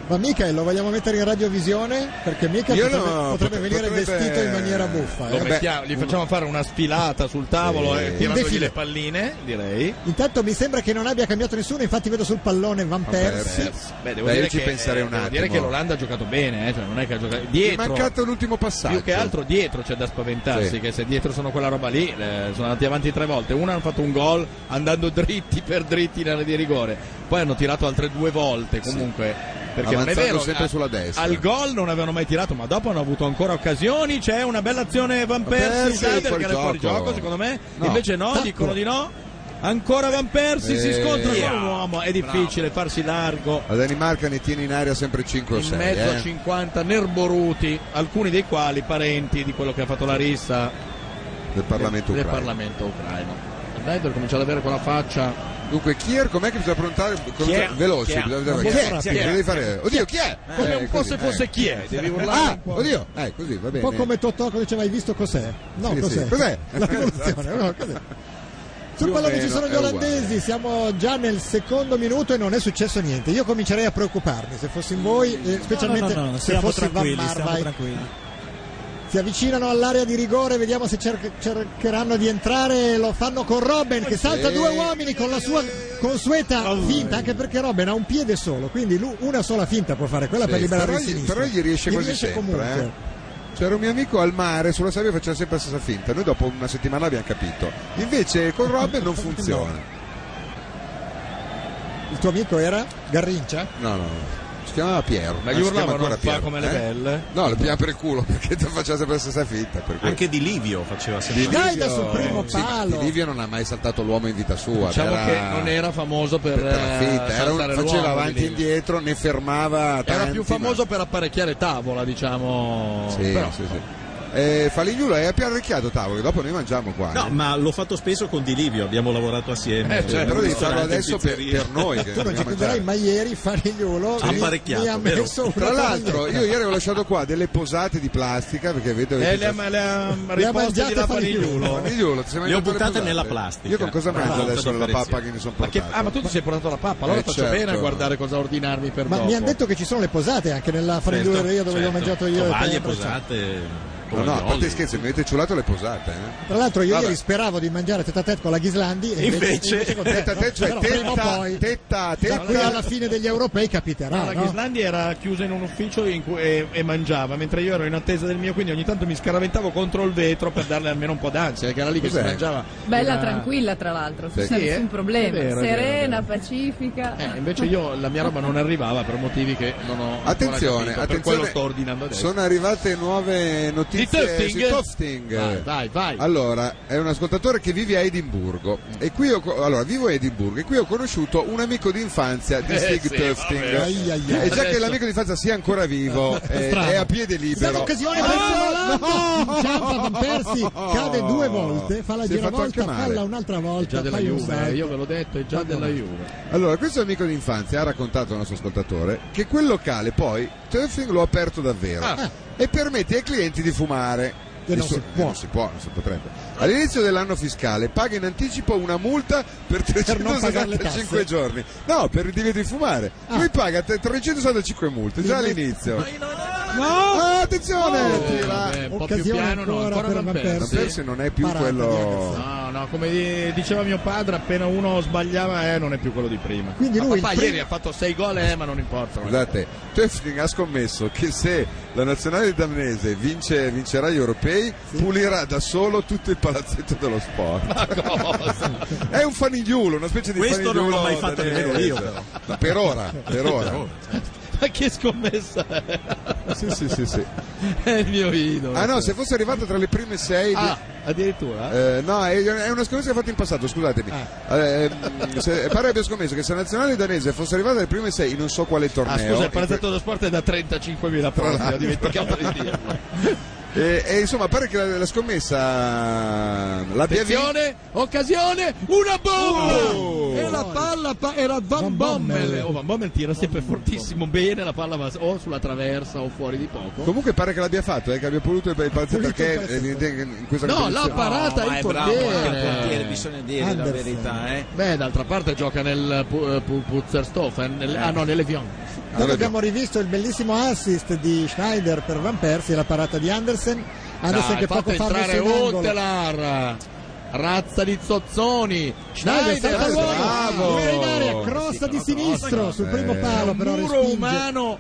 Ma Michael lo vogliamo mettere in radiovisione? Perché Michael
Io
potrebbe,
no,
potrebbe
pot-
venire
potrebbe-
vestito in maniera buffa. eh.
lo
beh,
mettiamo, gli facciamo fare una sfilata sul tavolo
Sì.
eh,
Un
tirandogli
defilé.
le palline, direi.
Intanto mi sembra che non abbia cambiato nessuno, infatti vedo sul pallone Van Persie.
Eh, Beh, devo
Beh, io
dire
ci
che, eh,
penserei un
devo
attimo.
dire che l'Olanda ha giocato bene, eh, cioè non è che ha giocato
È
dietro.
mancato l'ultimo passaggio.
Più che altro dietro c'è da spaventarsi,
Sì.
che se dietro sono quella roba lì, eh, sono andati avanti tre volte. Una hanno fatto un gol andando dritti per dritti in area di rigore, poi hanno tirato altre due volte comunque. Perché non è
Avanzando
vero,
sempre sulla destra.
al gol non avevano mai tirato, ma dopo hanno avuto ancora occasioni. C'è una bella azione Van Persie,
Persie,
Schneider,
fuori
che era fuori
gioco.
gioco, secondo me.
No.
Invece no,
Tacco.
dicono di no. Ancora Van Persie si
Eh,
scontra
yeah.
con un uomo, è difficile farsi largo.
La Danimarca ne tiene in aria sempre 5 o
In
6.
mezzo a
eh.
50 nerboruti, alcuni dei quali parenti di quello che ha fatto la rissa
del Parlamento
del
ucraino.
Parlamento ucraino. Snyder comincia ad avere quella faccia.
Dunque, Kier, com'è che bisogna prontare?
Kier,
Veloci,
Kier.
bisogna
Chi è?
vedere. Chi
Chi è?
Devi fare. Oddio, chi è?
Come
Eh,
un po'
così,
se fosse
eh.
chi è, devi urlare
Ah,
un po'.
oddio, eh, così va
Un
bene.
po' come Totò quando diceva hai visto cos'è? No,
Sì, sì.
cos'è?
Cos'è?
La corruzione. no, cos'è? Sul
Più o
pallone ci
meno
sono gli
è
olandesi,
uguale.
siamo già nel secondo minuto e non è successo niente. Io comincerei a preoccuparmi se fossi in voi, e specialmente
no, no, no,
se
siamo
fossi Van
tranquilli, siamo
Marwijk.
tranquilli.
Si avvicinano all'area di rigore, vediamo se cer- cercheranno di entrare. Lo fanno con Robben che salta
Sì.
due uomini con la sua consueta finta, anche perché Robben ha un piede solo, quindi lui una sola finta può fare, quella
Sì,
per liberare
però
il
gli-
sinistro.
però gli riesce
Gli
quasi sempre,
comunque.
eh. C'era un mio amico al mare sulla sabbia faceva sempre la stessa finta. Noi dopo una settimana abbiamo capito. Invece con Rob non funziona.
Il tuo amico era Garrincia?
No, no, no. Si chiamava Piero.
Ma gli
Anzi, si
urlavano,
chiama ancora
"Non fa
Piero",
come le
eh?
belle?
No, le pigliava per il culo perché te faceva sempre la stessa finta. Per cui-
Anche di Livio faceva sempre.
Di Livio-
Sì.
sì, Di Livio non ha mai saltato l'uomo in vita sua.
Diciamo
era-
che non
era famoso per,
la finta.
eh,
Era un-
saltare
faceva
l'uomo,
avanti
Di
e
Livio.
indietro, ne fermava tanti.
Era più famoso per apparecchiare tavola, diciamo.
ma- Sì,
Però-
sì, sì. Eh, Faligliulo è apparecchiato tavolo, che dopo noi mangiamo qua.
No,
eh.
ma l'ho fatto spesso con Di Livio, abbiamo lavorato assieme.
Eh,
certo,
cioè, però devi farlo
Ristorante,
adesso per-
pizzeria.
per noi, che-
Tu Ah, non ci crederai, ma ieri Farigliolo
Ha apparecchiato,
mi ha
vero?
messo una
Tra l'altro,
paglietta.
io ieri avevo lasciato qua delle posate di plastica perché vedo
Eh, le ha- le ha riposte di là Fanigliulo.
Fanigliulo, ti sei
Le ho
mangiato le
buttate
posate?
nella plastica.
Io con cosa
Bravo,
mangio adesso la
differenzia.
pappa che mi sono
Ma che-
portato?
ah, ma tu ti sei portato la pappa, allora
Eh,
faccio
certo.
bene a guardare cosa ordinarmi per
Ma
dopo.
mi hanno detto che ci sono le posate anche nella
Certo,
farindureria dove ho mangiato io. e Pietro.
posate.
No, no, a parte scherzi, mi avete ciulato le posate. Eh?
Tra l'altro io
Vabbè.
ieri speravo di mangiare tetta a tetta con la Ghislandi e
Invece-
con te,
tête à tête, cioè
Però prima o
tetta-
poi,
tetta,
da qui alla fine degli europei
Ah,
No,
capiterà,
la
no?
Ghislandi era chiusa in un ufficio in cui- e, e mangiava, mentre io ero in attesa del mio, quindi ogni tanto mi scaraventavo contro il vetro per darle almeno un po' d'ansia, perché era lì che
Cos'è?
si mangiava.
Bella
una-
tranquilla, tra l'altro,
Sì.
senza
Sì, eh?
nessun problema.
È vero, è vero, è
Serena, pacifica.
Eh, invece io la mia roba non arrivava per motivi che non ho ancora
Attenzione,
capito, per
attenzione,
quello sto ordinando adesso.
sono eh, arrivate nuove
Di
notizie
Tufting?
su Tufting.
Vai, vai, vai.
Allora, è un ascoltatore che vive a Edimburgo. E qui ho, co- allora, vivo a Edimburgo e qui ho conosciuto un amico di infanzia di
Eh,
Stig
sì,
Tufting.
vabbè. Ai, ai, ai.
E già che
Adesso-
l'amico di infanzia sia ancora vivo, eh,
Strano.
è a piede libero.
Data occasione
Ah,
per Rolando,
no!
inciampa Van Persi, cade due volte, fa la
Si è fatto
giravolta,
anche male.
falla un'altra volta,
Già della
fai un
Juve,
salto.
eh, io ve l'ho detto, è già della Juve.
Allora, questo amico di infanzia ha raccontato al nostro ascoltatore che quel locale poi Turfing lo ha aperto davvero
Ah.
e permette ai clienti di fumare.
Che
Il
non
suo-
si
eh, non si può, non si potrebbe. All'inizio dell'anno fiscale paga in anticipo una multa per
non pagare le
365
tasse. Ah.
giorni. No, per il divieto di fumare. Lui paga tre- 365 multe già
Sì,
all'inizio.
No!
Ah, attenzione!
Oh,
Tira.
vabbè, un po' più
Occasione
piano, no, ancora
per
Van
Van
Persie.
Van
Persie.
Persie non è più
Parata di
quello.
Anderson.
No, no, come di- diceva mio padre, appena uno sbagliava eh, non è più quello di prima.
Quindi
Ma
lui
Ah, papà
il primo-
ieri ha fatto 6 gol, eh, ma non importa. non
Scusate, Tefting ha scommesso che se la nazionale danese vince- vincerà gli europei, pulirà da solo tutto il palazzetto dello sport. È un fanigliulo, una specie di
Questo non
fanigliulo
l'ho mai fatto
danese.
nemmeno io.
Ma per ora, per ora.
importa. Ma che scommessa è?
Sì, sì, sì, sì.
È il mio idolo.
Ah no, se fosse arrivato tra le prime sei... di-
Ah, addirittura?
Eh, no, è, è una scommessa che ha fatto in passato, scusatemi.
Ah.
Eh, mm, se- pare abbia scommesso che se la nazionale danese fosse arrivata alle prime sei in non so quale torneo...
Ah, scusa,
in
il palazzetto dello sport è da 35.000 posti, ho dimenticato di dirlo.
E, e, insomma, pare che la, la scommessa l'abbia vinta.
Attenzione, occasione, una bomba!
Oh!
E la palla pa- era Uh! Van,
Van Bommel.
Bommel. Oh, Van Bommel tira sempre fortissimo bene, la palla va o sulla traversa o fuori di poco.
Comunque pare che l'abbia fatto, eh, che abbia pulito il palazzetto
Pulito il
perché
palazzetto.
evidentemente in questa
No, l'ha
competizione-
parata il portiere.
bisogna dire
la Anderson. verità,
eh.
Beh, d'altra parte gioca nel Pu- eh, Pu- Putzerstofen, nel- ah no, nelle Vion.
Dopo abbiamo rivisto il bellissimo assist di Schneider per Van Persie, la parata di Andersen. Andersen che poco
fatto
fa ha messo
entrare
in angolo.
Huntelaar. Razza di zozzoni.
Schneider salta
Schneider,
l'uomo,
bravo.
tira in aria, crossa di sinistro sul primo
Eh.
palo, però
muro
respinge.
umano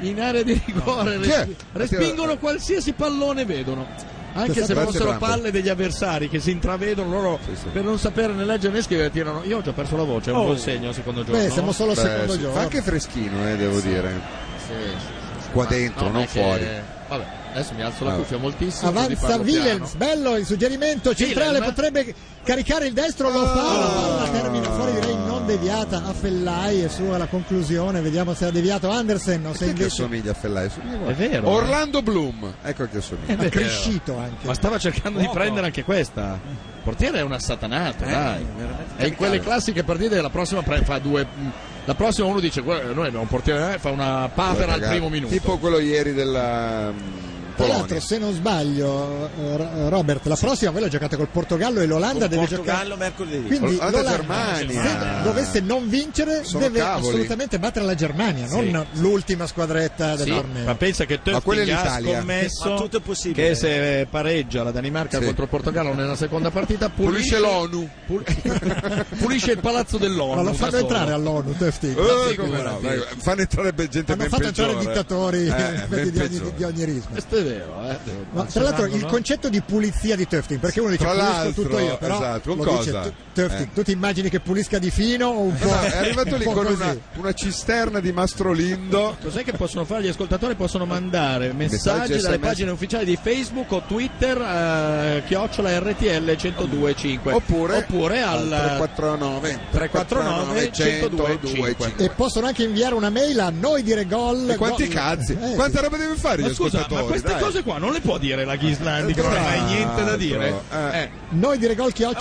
in area di rigore.
Chi è?
Respi- respingono qualsiasi pallone vedono. Anche se
Grazie,
fossero
Brambo.
palle degli avversari che si intravedono loro
sì.
per non sapere né leggere né scrivere tirano. Io ho già perso la voce, è un
Oh.
buon segno secondo gioco.
Beh,
no?
siamo solo al
Beh,
secondo
sì,
giorno.
Fa anche freschino, eh, devo dire.
Sì, sì, sì, sì,
Qua
ma-
dentro,
no, ma
non
è che-
fuori.
Vabbè, adesso mi alzo la
Vabbè.
cuffia moltissimo. quindi
Avanza
parlo
Willems, bello il suggerimento centrale,
Willems.
potrebbe caricare il destro, lo fa,
Ah.
la palla termina fuori direi non deviata a Fellai e su alla conclusione, vediamo se ha deviato Andersen o se
Chi è che
invece
assomiglia a Fellai?
piano. È vero.
Orlando Bloom, ecco che assomiglia.
ha crescito anche.
Ma stava cercando di
Uomo.
prendere anche questa. Il portiere è una
Eh,
satanata, dai. È in quelle classiche partite che la prossima pre- fa due. La prossima uno dice "Guarda, noi abbiamo un portiere eh", fa una papera al
Ragazzi,
primo minuto.
Tipo quello ieri della mm,
Tra
Polonia.
l'altro, se non sbaglio, eh, R- Robert, la prossima voi la giocate col Portogallo e l'Olanda deve
Portogallo mercoledì.
giocare. Quindi
Olanda e
l'Olanda,
Germania.
se dovesse non vincere,
Sono
deve
cavoli.
assolutamente battere la Germania, non l'ultima squadretta del
Sì, ma
torneo.
pensa che
Ma quella è
Tufting ha
l'Italia.
Ma
scommesso
tutto è possibile.
che se pareggia la Danimarca
Sì.
contro il Portogallo nella seconda partita
Pulisce
pulisce,
l'ONU.
pul- pulisce il palazzo dell'ONU.
Ma lo fanno
da solo.
entrare all'ONU, Tefti.
Eh, come no, dai, fanno entrare gente
Hanno
Eh, ben
fatto entrare
peggiore.
dittatori
Eh, ben
di, ogni,
peggiore.
di ogni risma.
Questo
è vero. Eh.
No, tra
Cioè,
l'altro il concetto di pulizia di Tufting, perché uno dice
Tra
pulisco tutto
l'altro,
io, però
esatto,
lo
con
dice
cosa?
Tu- Tufting,
Eh.
tu ti immagini che pulisca di fino o un po'...
Esatto, è arrivato lì
un po'
con
così.
una, una cisterna di Mastrolindo.
Cos'è che possono fare gli ascoltatori? Possono mandare messaggi
Messaggi,
dalle
SMS.
pagine ufficiali di Facebook o Twitter eh, chiocciola RTL 1025
Oppure,
al
349
349
1025.
E possono anche inviare una mail a noi dire gol.
E quanti
gol-
cazzi?
Eh,
Quanta
sì.
roba deve fare
Ma
gli
scusa, ma
ascoltatori?
queste
dai. Eh,
cose qua non le può dire la Ghislandi, che non
Tra
ha mai niente da dire.
l'altro, eh.
Eh.
Noi dire gol chioccio.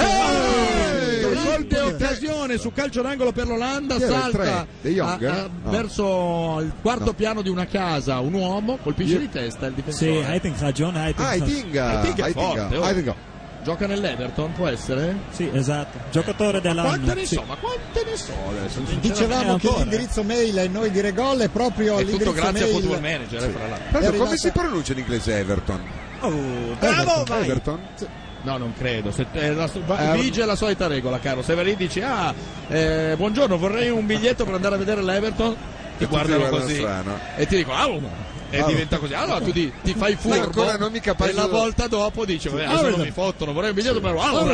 Colpo Eh! di occasione su calcio d'angolo per l'Olanda
Chi era il
salta
tre? De Jong,
a- a-
eh? No.
verso il quarto
No.
piano di una casa un uomo colpisce di testa il
Sì,
difensore
Heitinga, John Heitinga.
Ah, Itinga.
Heitinga è forte, oh.
Itinga.
gioca nell'Everton può essere?
Sì, esatto. Giocatore
quante ne
dell'anno.
so ma quante ne so adesso
Dicevamo che
ancora.
l'indirizzo mail è noi dire gol è proprio
è tutto
l'indirizzo
grazie a
mail.
Football Manager eh, fra l'altro
Tanto,
È
come
arrivata-
si pronuncia in inglese Everton?
Oh,
bravo vai
Everton?
No, non credo. Se- eh, la- va- vige la solita regola, caro. Se Verini dice, ah, eh, buongiorno, vorrei un biglietto per andare a vedere l'Everton, ti
tutti
guardano
guardano
così
strano.
e ti dicono, ah, no. E
Ah,
diventa così. Allora tu di- ti fai
Ma
furbo
ancora non mi Ah, capisco-
e la volta dopo dici, vabbè, adesso non mi fottono, vorrei un biglietto per Alan.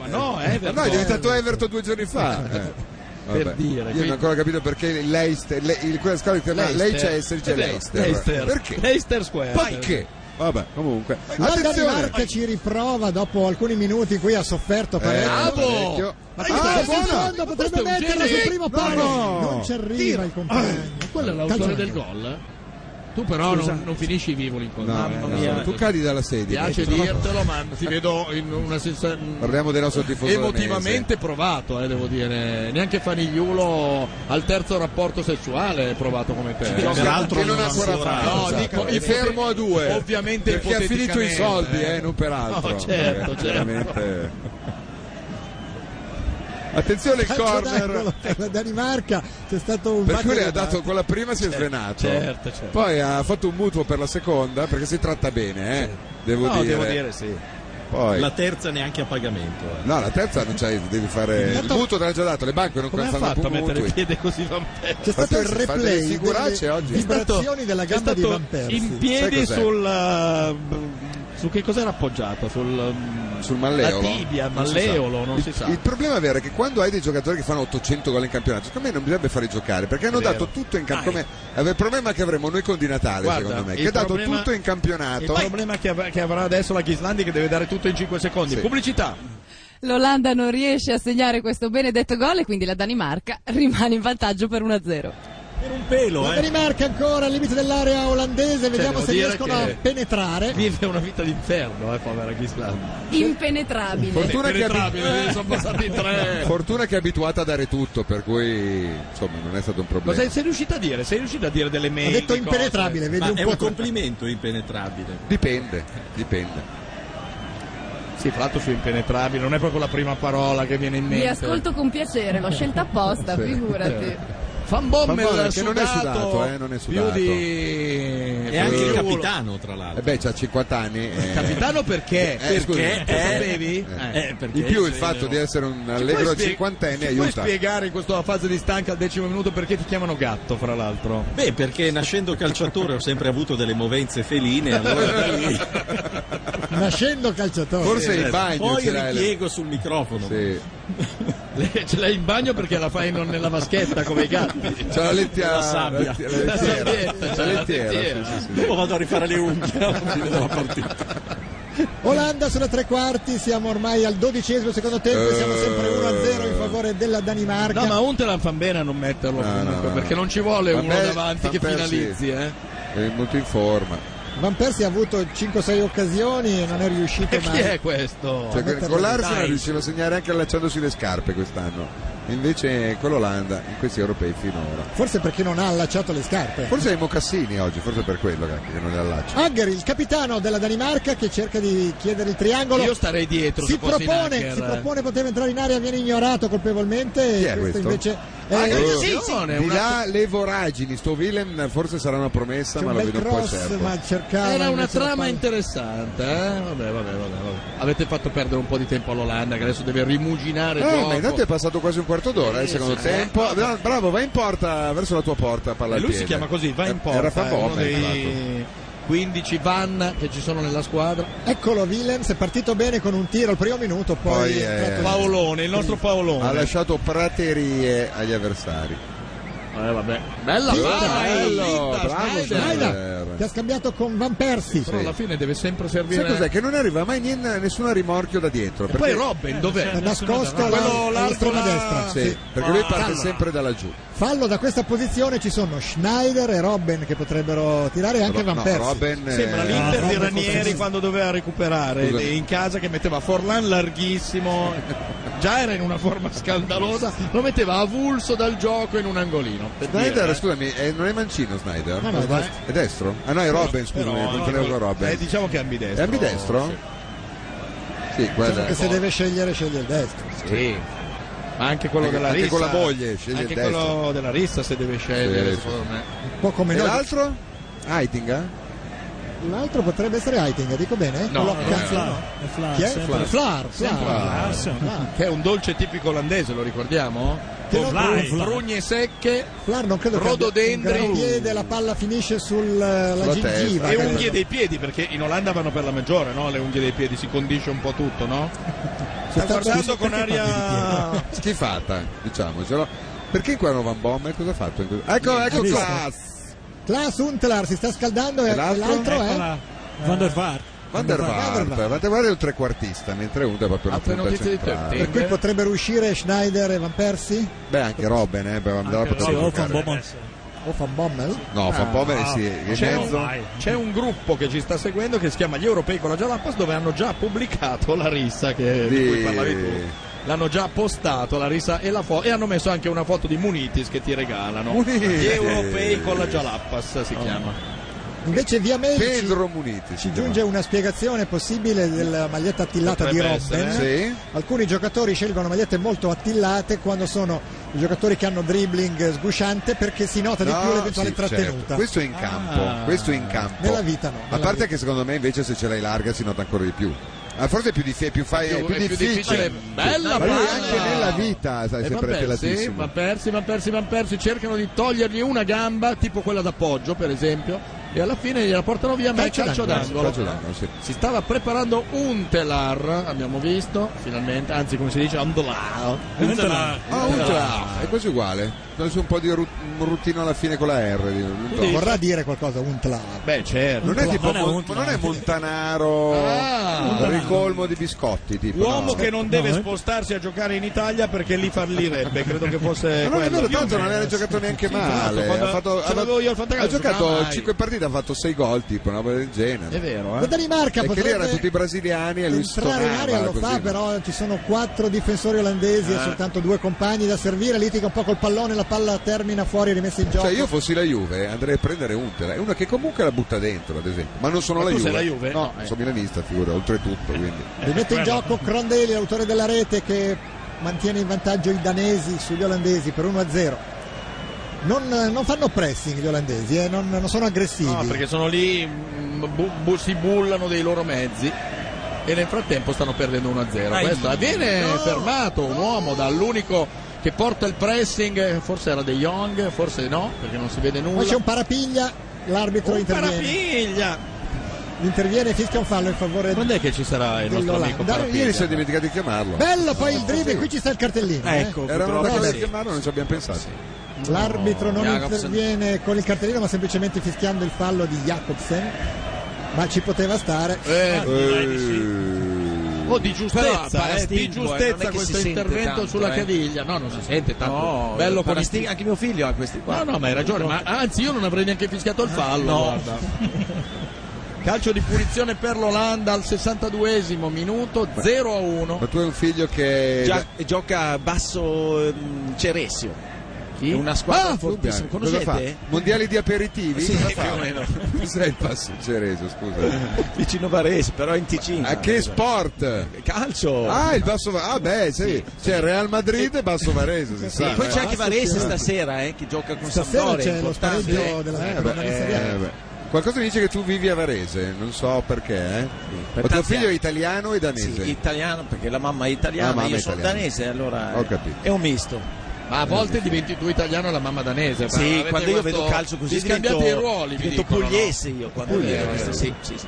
ma no,
Ma
eh, Everton.
Ah, no, è diventato Everton due giorni fa. Eh.
Per
Vabbè.
dire,
Io
quindi-
non ho ancora capito perché Leicester, le, il, quella squadra che chiama Leicester c'è
Eh beh,
Leicester.
Leicester.
Perché?
Leicester Square.
Perché? Vabbè, comunque.
La
Attenzione!
Danimarca ci riprova dopo alcuni minuti qui ha sofferto parecchio.
bravo!
parecchio.
Ma
Ah,
ah,
buono!
secondo
questo è
potrebbe
un
metterla sul
genio.
primo
No,
palo.
no.
Non ci arriva il compagno.
Quello è
Calcio
l'autore del
d'angolo.
gol. eh. Tu però non, non finisci vivo l'incontro.
No, no,
Mamma mia.
tu cadi dalla
Mi
sedia.
piace dirtelo, ma ti vedo in una sensazione.
Parliamo del nostro tifoso
emotivamente provato, eh, devo dire. Neanche Fanigliulo al terzo rapporto sessuale è provato come te.
danese.
No,
Peraltro
che non
non
ha ancora
ancora-
fatto.
no,
esatto.
dico,
Eh. Mi
ipote-
fermo a due.
ovviamente
perché ha finito i soldi,
ipoteticamente,
eh, non per altro.
No, certo,
Perché
certo.
veramente- Attenzione il
Calcio d'angolo
corner.
per la Danimarca c'è stato un
Per
bacio
cui le
di
ha dato
mano.
con la prima si è svenato.
certo,
Cioè,
certo.
Poi ha fatto un mutuo per la seconda perché si tratta bene, eh. Devo
No,
dire.
devo dire sì.
Poi-
La terza neanche a pagamento. eh.
No, la terza non c'hai, devi fare. Il
Intanto-
mutuo te l'ha già dato, le banche non
Come ha
fanno
fatto a
più
mettere
mutui.
il piede così Van Persie?
C'è stato il
Fate- fate
replay
le figuracce
delle
oggi.
vibrazioni della
È
gamba di
stato
Van Persie.
in
Sai
piedi
cos'è?
sul eh, su che cos'era appoggiato? Sul mm,
Sul malleolo?
La tibia, malleolo, non si sa.
Il problema vero è che quando hai dei giocatori che fanno 800 gol in campionato, secondo me non bisognerebbe farli giocare perché hanno
Vero.
dato tutto in campionato. Il problema che avremo noi con Di Natale,
Guarda,
secondo me,
il
che ha dato
problema-
tutto in
Il
campionato.
problema che, av- che avrà adesso la Ghislandi che deve dare tutto in 5 secondi.
Sì.
Pubblicità.
L'Olanda non riesce a segnare questo benedetto gol e quindi la Danimarca rimane in vantaggio per 1-0.
Per un pelo,
La
eh.
Danimarca ancora al limite dell'area olandese, vediamo
Cioè, devo
se
dire
riescono
che-
a penetrare.
Vive una vita d'inferno, eh, povera Ghislandi.
Impenetrabile.
Fortuna che, abi-
Penetrabile, Ah, eh, sono passati in tre.
fortuna che è abituata a dare tutto, per cui insomma non è stato un problema.
Cosa sei riuscito a dire? Sei riuscito a dire delle mail?
Ha detto
di cose?
impenetrabile, vedi
Ma
un
è
po'.
un complimento impenetrabile.
Dipende, dipende.
Sì, fra l'altro su impenetrabile, non è proprio la prima parola che viene in
Vi
mente.
ascolto con piacere, l'ho scelta apposta,
Sì.
figurati.
Van Bommel,
Van Bommel,
che non è sudato, eh, non è sudato. Più di...
È anche il
Più-
capitano, tra
E
l'altro.
Eh beh, c'ha 50 anni. eh.
Capitano perché?
Eh, scusi,
Lo sapevi?
Eh.
Eh, perché
In più il
se-
fatto di essere un
Ci
allegro
puoi spie-
cinquantenne
ci Puoi
aiuta.
spiegare in questa fase di stanca al decimo minuto perché ti chiamano gatto, fra l'altro?
Beh, perché nascendo calciatore ho sempre avuto delle movenze feline, allora da lì cioè,
Nascendo calciatore.
Forse il bagno
poi
ce l'hai.
ripiego sul microfono.
Sì.
Le- Ce l'hai in bagno perché la fai non nella vaschetta come i gatti.
C'è la lettiera.
La sabbia.
La lettiera.
sabbietta,
La
c'è la
lettiera.
lettiera.
sì, sì, sì.
Dopo vado a rifare le unghie alla fine della partita.
Olanda sulla tre quarti, siamo ormai al dodicesimo secondo tempo, e siamo sempre 1-0 in favore della Danimarca.
Eh. No, ma Untelan fa bene a non metterlo
No,
comunque,
no, no.
perché non ci vuole
Van
uno
Persie-
davanti
Van
che
Persie.
finalizzi, eh.
È molto in forma.
Van Persie ha avuto 5-6 occasioni e non è riuscito
E chi
mai.
è questo?
Cioè,
metterlo
con l'Arsenal
dai.
riusciva a segnare anche allacciandosi le scarpe quest'anno. Invece con l'Olanda, in questi europei finora.
Forse perché non ha allacciato le scarpe.
Forse ai mocassini oggi, forse per quello che che non li allaccia.
Agger, il capitano della Danimarca che cerca di chiedere il
Cioè,
triangolo.
Io starei dietro
si
se fossi
propone,
Nacker. eh.
si propone, poteva entrare in area, viene ignorato colpevolmente.
Chi
e
è
questo,
questo?
invece è
Ah,
è
eh,
sì, sì.
Di là le voragini, sto Willem forse sarà una promessa, ma
un
lo
bel
vedo un po'
cross,
certo.
ma cercava.
Era una
invece la
trama
palla.
interessante, eh? Vabbè, vabbè, vabbè, vabbè. Avete fatto perdere un po' di tempo all'Olanda che adesso deve rimuginare
Eh,
gioco.
ma intanto è passato quasi un quarto d'ora eh, il secondo
sì,
tempo. Bra- Bravo, vai in porta, verso la tua porta, palla
E
al
Eh, lui si
piede.
chiama così, va
Eh,
in porta.
Era Van esatto.
è uno
Bommel, tra l'altro.
dei 15 van che ci sono nella squadra.
Eccolo Willems, è partito bene con un tiro al primo minuto, poi,
Poi,
è
eh,
entrato-
Paolone, il nostro Paolone.
Ha lasciato praterie agli avversari.
Eh vabbè. Bella
Zitta,
palla, eh,
bello,
zitta,
bravo
Schneider.
Schneider.
Ti ha scambiato con Van Persie.
Però alla fine deve sempre servire.
Sai cos'è? Che non arriva mai niente, nessuno a rimorchio da dietro.
E poi Robben, dov'è?
È nascosto alla-
Quello l'altro
all'estrema
là.
destra.
Sì, perché lui parte
Fallo.
sempre da laggiù.
Fallo da questa posizione ci sono Schneider e Robben che potrebbero tirare e anche
Ro-
Van
no,
Persie.
Robben, eh,
Sembra
Ah,
l'Inter di
Robben
Ranieri
contro-
quando doveva recuperare
Scusa.
in casa che metteva Forlan larghissimo.
Già era in una forma scandalosa, lo metteva avulso dal gioco in un angolino. Per
Snyder,
dire, eh.
scusami, eh, non è mancino Snyder?
Ah,
No, no,
è,
dai.
è destro? Ah no, è Robben, scusami,
Però,
confondevo con Robben.
Eh, diciamo che è
È
ambidestro.
ambidestro? Sì, guarda.
Diciamo che se deve scegliere sceglie il destro.
Sì. Ma anche quello
Anche-
della
anche
rissa.
con la moglie, sceglie
Anche
il destro.
quello della rissa se deve scegliere,
Sì, sì.
secondo me.
Un po' come
E
noi.
l'altro? Aitinga?
L'altro potrebbe essere Heiting, dico bene?
No,
Blocca-
no, no.
Flar, è eh? Flar,
Chi è?
sempre.
Flar, Flar.
Sempre Flar, sempre.
Flar.
Che è un dolce tipico olandese, lo ricordiamo?
Che
Oh,
non-
Vlaai.
Prugne secche,
Flar non credo
Rododendri.
che abbia un gran piede, la palla finisce eh, sulla
Sulla
gingiva.
E
testa.
credo.
unghie dei piedi, perché in Olanda vanno per la maggiore, no? Le unghie dei piedi si condisce un po' tutto, no? Sta
Soltanto-
guardando con
Perché parli
aria.
Schifata, diciamocelo. Perché qua non Van Bommel? Cosa ha fatto? in que- Ecco, ecco
visto?
Klaas!
di te? Klaas Huntelaar si sta scaldando e
E l'altro?
l'altro, eh? è...
Eccola, Van der Vaart.
Van der
Van
Vaart,
der Vaart.
Van der Vaart è un trequartista, mentre uno è proprio una
Altre
punta
notizie di te.
centrale.
Per cui potrebbero uscire Schneider e Van Persie?
Beh, anche Robben, eh, per Van der Vaart
Sì,
potrebbe
o Van
giocare.
Bommel.
O Van Bommel?
No, Van Bommel sì, in
C'è
mezzo.
un,
Esatto.
c'è un gruppo che ci sta seguendo che si chiama Gli Europei con la Jalapas dove hanno già pubblicato la rissa che, di...
Di-
cui parlavi tu. L'hanno già postato la rissa e la foto e hanno messo anche una foto di Munitis che ti regalano.
Munitis. Oh.
Gli Europei con la Jalapas si chiama.
Invece via mail ci-
Pedro Muniti. si
ci giunge una spiegazione possibile della maglietta attillata di
Potrebbe
Robben.
chiama. Sì.
Alcuni giocatori scelgono magliette molto attillate quando sono i giocatori che hanno dribbling sgusciante perché si nota di
No,
più l'eventuale
sì, certo.
trattenuta.
Questo è in campo,
Ah.
questo è in campo.
Nella vita no,
A
nella
parte
vita.
che secondo me invece se ce l'hai larga si nota ancora di più. Ah, forse è più, dif- è più, fa- è
Più-
più
è più
difficile.
difficile. Bella
Ma lui
palla. Eh,
anche nella vita sai, è
E Van
sempre
Persie,
pelatissimo.
Van Persie, Van Persie, Van Persie cercano di togliergli una gamba, tipo quella d'appoggio per esempio, e alla fine gliela portano via ma è
Calcio
calcio
d'angolo.
d'angolo. Eh,
Calcio Eh, d'angolo, sì.
Si stava preparando un telar, abbiamo visto, finalmente, anzi come si dice, un telar. Un telar.
Ah, un È quasi uguale. Sono su un po' di ru- un ruttino alla fine con la R. di- non so.
Vorrà dire qualcosa un tla.
Beh, certo.
Non è tipo
Non è
Mon-
un-
non è Montanaro
Ah.
ricolmo di biscotti. Tipo,
Uomo
no. eh.
che non deve spostarsi a giocare in Italia perché lì fallirebbe, credo che fosse.
Ma non è
quello.
vero, tanto non aveva giocato neanche male.
esatto, quando
Ha, fatto-
ce
ha-
l'avevo io al fantacalcio,
ha giocato
giocava mai.
5 partite, ha fatto 6 gol, tipo una roba del
È
genere.
vero,
La
eh.
Danimarca
Perché lì
potrebbe
erano tutti brasiliani e lui
entrare in area,
stonava
lo fa
così.
però ci sono quattro difensori olandesi e
Eh.
soltanto due compagni da servire, litiga un po' col pallone, la palla termina fuori rimessa in gioco.
Cioè io fossi la Juve andrei a prendere Untela, è uno che comunque la butta dentro ad esempio, ma non sono
Ma
la
tu
Juve.
sei la Juve?
No,
No, eh.
sono milanista, figura, oltretutto, quindi.
Rimette in gioco Crondelli, autore della rete, che mantiene in vantaggio i danesi sugli olandesi per 1-0. Non, non fanno pressing gli olandesi, eh, non, non sono aggressivi.
No, perché sono lì, mm, bu- bu- si bullano dei loro mezzi e nel frattempo stanno perdendo 1-0.
Ai.
Questo eh, viene fermato un uomo dall'unico che porta il pressing, eh, forse era De Jong, forse no, perché non si vede
Poi c'è
nulla.
un parapiglia, l'arbitro interviene.
parapiglia!
Interviene e fischia un fallo in favore
Quando è che ci sarà il nostro amico
Dell'Olanda.
Parapiglia?
Ieri si è dimenticato di chiamarlo.
Bello poi il dribbling, qui ci sta il cartellino. eh.
Ecco,
Eravamo
purtroppo
andati a
sì.
chiamarlo, non ci abbiamo pensato.
L'arbitro non
Jacobsen.
interviene con il cartellino ma semplicemente fischiando il fallo di Jacobsen. Ma ci poteva stare.
Eh,
Direi di sì.
Eh,
Oh, di giustezza,
Però,
eh, di
Stingo, eh, non è
giustezza
che
questo
si sente
intervento
tanto,
sulla
eh.
caviglia. No, non si sente tanto.
No,
Bello con
con
i
anche mio figlio ha questi qua.
No, no, ma hai ragione, ma anzi io non avrei neanche fischiato il fallo. guarda. Calcio di punizione per l'Olanda al 62esimo minuto, 0 a 1.
Ma tu hai un figlio che
Gia- gioca basso ehm, Ceresio. È una squadra
Ah,
fortissima.
Fabiano, cosa
Conoscete?
fa? Mondiali di aperitivi?
Sì,
Cosa
più
fa?
o meno.
Cos'è il passo cereso, scusa?
Vicino Varese, però in Ticino.
A Ah, che sport?
Calcio.
Ah, il Basso Varese. Ah, beh, sì. C'è Real Madrid e Basso Varese, si
Sì,
sa.
poi
eh.
c'è anche Varese stasera eh, che gioca con
Stasera
Sampdoria.
c'è lo
importante.
spareggio della
Eh,
seconda
beh,
di Serie A.
eh, beh. Qualcosa mi dice che tu vivi a Varese, non so perché, eh. Ma tuo
tanti
figlio è
anni.
italiano e danese.
Sì, italiano perché la mamma è
La
italiana,
mamma
io
è
sono
italiana.
danese, allora
Ho
eh,
capito.
è un misto.
Ma a volte diventi tu italiano e la mamma danese.
Sì,
Eh,
Avete
quando io
questo-
vedo calcio così
Vi scambiate
divento-
i ruoli. mi
divento
dicono, no?
pugliese io quando
Pugliese,
vedo questo, sì, sì, sì.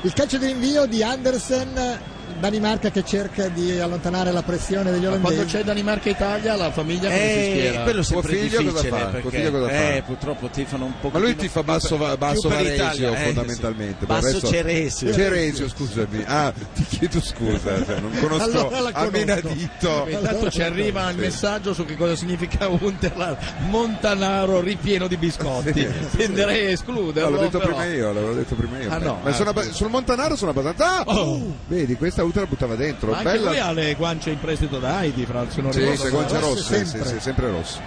Il calcio di rinvio di Andersen, Danimarca che cerca di allontanare la pressione degli
Ma
olandesi.
Quando c'è Danimarca-Italia la famiglia
Eh,
come si schiera?
Eh, quello sempre
Tuo figlio cosa
difficile
fa? Tuo
perché
figlio cosa fa?
eh, purtroppo tifano un po'
Ma lui tifa basso, basso Varesio fondamentalmente. per il
eh, basso
resto-
Ceresio
Ceresio, scusami. Ah, ti chiedo scusa, cioè, non conosco
Allora la
a
conosco.
menadito.
Intanto ci arriva il
Sì.
messaggio su che cosa significa Unterland Montanaro ripieno di biscotti. Tenderei a
No,
escluderlo.
l'ho detto
però.
prima io, l'avevo detto prima io.
Ah, no. Oh!
Ma
Ah,
sono abba- sul Montanaro sono abbastanza. Ah! Vedi, questa Uta la buttava dentro.
Ma anche
Bella.
lui ha le guance in prestito da Heidi, fra se non
Sì,
ricordo
se
male.
eh,
guance rosse, sì, sì, sempre rosso.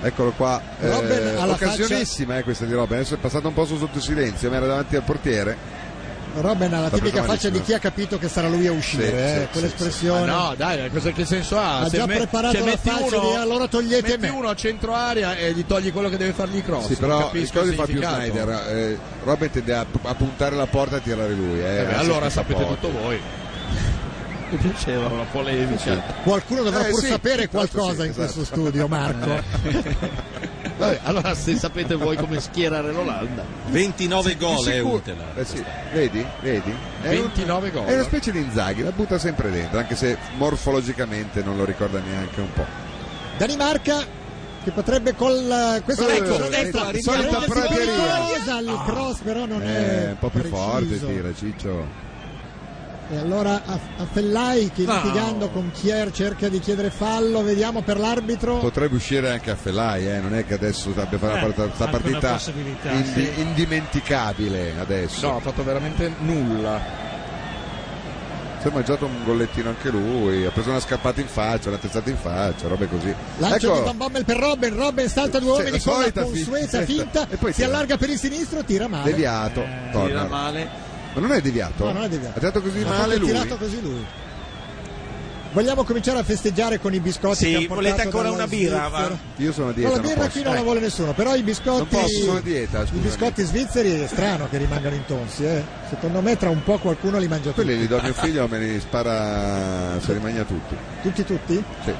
Eccolo qua,
Robben
eh,
alla
occasionissima eh, questa di Robben, adesso è passato un po' su sotto silenzio, ma era davanti al portiere.
Robben ha la
Sta
tipica
prendendo
faccia di
malissimo.
chi ha capito che sarà lui a uscire,
Sì,
eh,
sì,
quell'espressione.
Ma no, dai, cosa, che senso ha?
Ha
Se
già
me-
preparato
se
la
metti
faccia
uno-
di allora togliete
metti
me.
uno a centro area e gli togli quello che deve fargli i cross.
Sì,
non
però il
capisco
cosa fa più
significato.
Snyder? Eh, Robben tende a, a puntare la porta e a tirare lui. eh,
Eh beh,
anzi,
allora
tira
sapete
poco.
tutto voi. Mi piaceva una polemica.
Qualcuno dovrà
Eh,
pur
sì,
sapere
intanto
qualcosa
sì,
in
esatto.
questo studio, Marco.
Vabbè, allora se sapete voi come schierare l'Olanda.
29 gol è
sicuro.
utile.
Eh sì, vedi, vedi. È
29 gol.
È una specie di Inzaghi, la butta sempre dentro, anche se morfologicamente non lo ricorda neanche un po'.
Danimarca che potrebbe col questa
Eh,
è la
ecco,
destra
ecco, solita
Renzi
prateria.
Borghese al cross però non
Eh,
è
un po' più
preciso.
forte tira Ciccio.
e allora a, a Fellai che
No.
litigando con Kier cerca di chiedere fallo vediamo per l'arbitro
Potrebbe uscire anche a Felai, eh, non è che adesso abbia fatto
Eh,
la part- sta
anche una
partita
possibilità,
indi-
sì.
indimenticabile adesso.
No, ha fatto veramente nulla.
Si è mangiato un gollettino anche lui, ha preso una scappata in faccia, una testata in faccia, robe così. Ecco,
lancio
Eccolo.
di Van Bommel per Robben Robben salta due
Sì,
uomini
la
con la
solita
consueta
fi-
finta
e poi
si
tira.
allarga per il sinistro tira male
Deviato.
Eh,
Eh,
Corner. Ma non è deviato?
No, non è deviato.
Ha tirato così
Ha
male lui.
tirato così lui vogliamo cominciare a festeggiare con i biscotti che ha portato dalla Svizzera?
Io sono a
No,
dieta.
la birra
non
qui
posso. Eh,
non la vuole nessuno, però i
Non
biscotti,
posso, sono a dieta,
i
scusami.
biscotti svizzeri è strano che rimangano intonsi. Eh. Secondo me tra un po' qualcuno li mangia tutti.
Quelli li do a mio figlio, me li spara, se li mangia tutti.
Tutti, tutti?
Sì.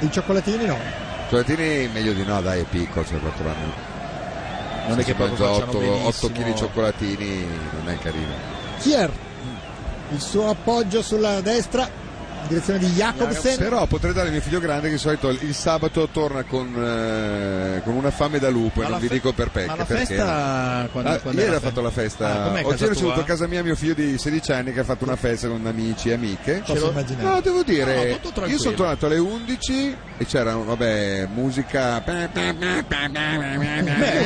I cioccolatini no.
Cioccolatini meglio di no, dai, è piccolo, c'è 4 anni.
Non
Se
è che
si
proprio
mangia
facciano
8, 8 kg
benissimo.
di cioccolatini, non è carino.
Kier, il suo appoggio sulla destra, in direzione di Jacobsen.
Però potrei dare a mio figlio grande che di solito il sabato torna con, eh, con una fame da lupo
Ma
e non
la
vi
fe-
dico per pecche.
ma la
perché-
festa quando-
Ah,
quando
ieri
era
ha fatto la festa.
Ah, com'è
Oggi
casa
ero
tua?
seduto a casa mia mio figlio di 16 anni che ha fatto una festa con amici e amiche.
Posso
Ce l'ho-
immaginare.
No, devo
No, no,
dire,
tutto tranquillo.
io sono tornato alle 11 e c'era vabbè, musica
Beh,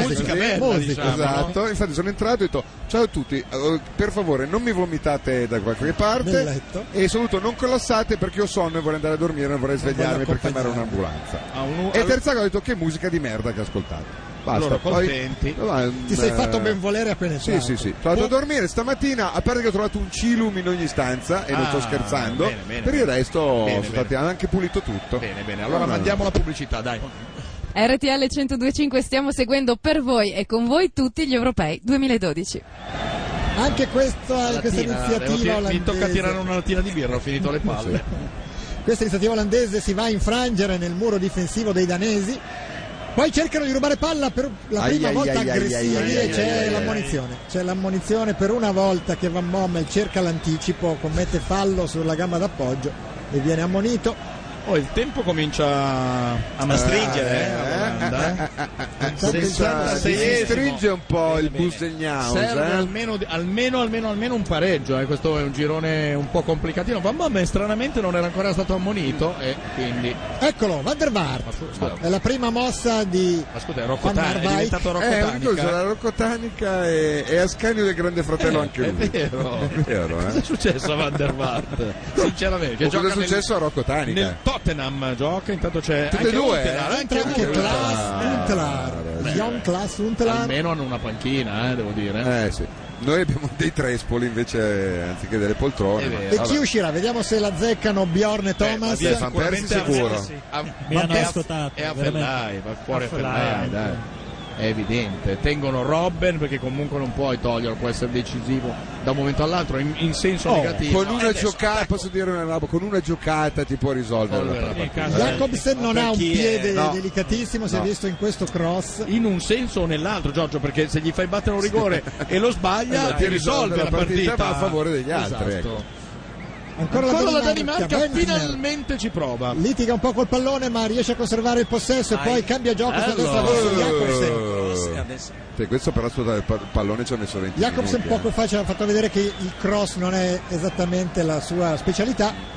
musica bella, diciamo,
esatto. Infatti sono entrato e ho detto ciao a tutti, eh, per favore non mi vomitate da qualche parte
Nel letto.
e soprattutto non collassate perché ho sonno e vorrei andare a dormire, non vorrei svegliarmi per chiamare un'ambulanza. E terza cosa ho detto che musica di merda che ho ascoltato. Basta,
Loro
poi-
contenti.
Ma,
Ti sei
eh,
fatto benvolere appena
Sì,
entrato.
sì, sì. Sono andato a dormire stamattina, a parte che ho trovato un cilum in ogni stanza, e non
Ah,
sto scherzando.
bene, bene,
per il
bene.
resto
Bene,
sono stati, hanno anche pulito tutto.
Bene, bene, allora mandiamo la pubblicità, dai.
RTL 1025 stiamo seguendo per voi e con voi tutti gli europei 2012.
Anche questa, questa
Tina, eh, devo
iniziativa
tir- mi tocca
olandese.
tirare una lattina di birra, ho finito le palle.
Questa iniziativa olandese si va a infrangere nel muro difensivo dei danesi. Poi cercano di rubare palla per la
Ai,
prima
ai,
volta
ai, ai,
aggressivi
ai, ai,
e
ai,
c'è
ai, ai,
l'ammonizione. C'è l'ammonizione per una volta che Van Bommel cerca l'anticipo, commette fallo sulla gamba d'appoggio e viene ammonito.
Oh, il tempo comincia
Ah,
a stringere, eh, Olanda, eh.
Senza- si
66esimo.
stringe un po' il Busegnao.
Serve
Eh?
almeno, almeno, almeno, almeno un pareggio. eh. Questo è un girone un po' complicatino. Van Bommel stranamente non era ancora stato ammonito. E quindi.
Eccolo, Van der Vaart. È la prima mossa di
Ascolta, è
Van der
Roccotani, è
Vaart.
diventato
Eh, una cosa,
Roccotanica.
la Rocotanica e, e Ascanio del Grande Fratello anche
Eh, è
lui.
vero.
È vero,
Cosa è
eh?
successo a Van der Vaart? Sinceramente, che
O cosa
gioca
è
nel-
successo a Rocco Tanica?
Nel Tottenham gioca, intanto c'è
Tutte e
anche
due,
Huntelaar,
eh?
anche
Anche
Huntelaar.
Klaas Untlar.
Beh,
Jan Klaas Untlar.
Almeno hanno una panchina, eh, devo dire.
Eh, sì. Noi abbiamo dei trespoli invece anziché delle poltrone.
È
ma-
vero.
E
vabbè.
chi uscerà? Vediamo se la zeccano Bjorn e Thomas.
via Van Persie sicuro.
Ah,
Mi hanno ascoltato,
E Ah, a
veramente.
Fellai, va fuori a
Affellai.
Fellai, dai. è evidente. Tengono Robben perché comunque non puoi toglierlo, può essere decisivo da un momento all'altro in, in senso negativo.
Con
Ah,
una giocata,
Ecco.
posso dire una roba, con una giocata ti può risolvere la partita.
Jacobsen non ha un
Chi è?
piede
No.
delicatissimo, si è
No.
visto in questo cross.
In un senso o nell'altro, Giorgio, perché se gli fai battere un rigore e lo sbaglia, ti risolve la partita.
ma a favore degli altri.
Esatto.
ecco.
Ancora,
Ancora la Danimarca
Benzner
finalmente ci prova.
Litiga un po' col pallone, ma riesce a conservare il possesso e poi cambia gioco sulla destra verso
Eh,
Jacobsen.
Sì, questo però scusa, il pa- pallone ci ha messo 20
Jacobsen
minuti, eh.
poco fa ci ha fatto vedere che il cross non è esattamente la sua specialità.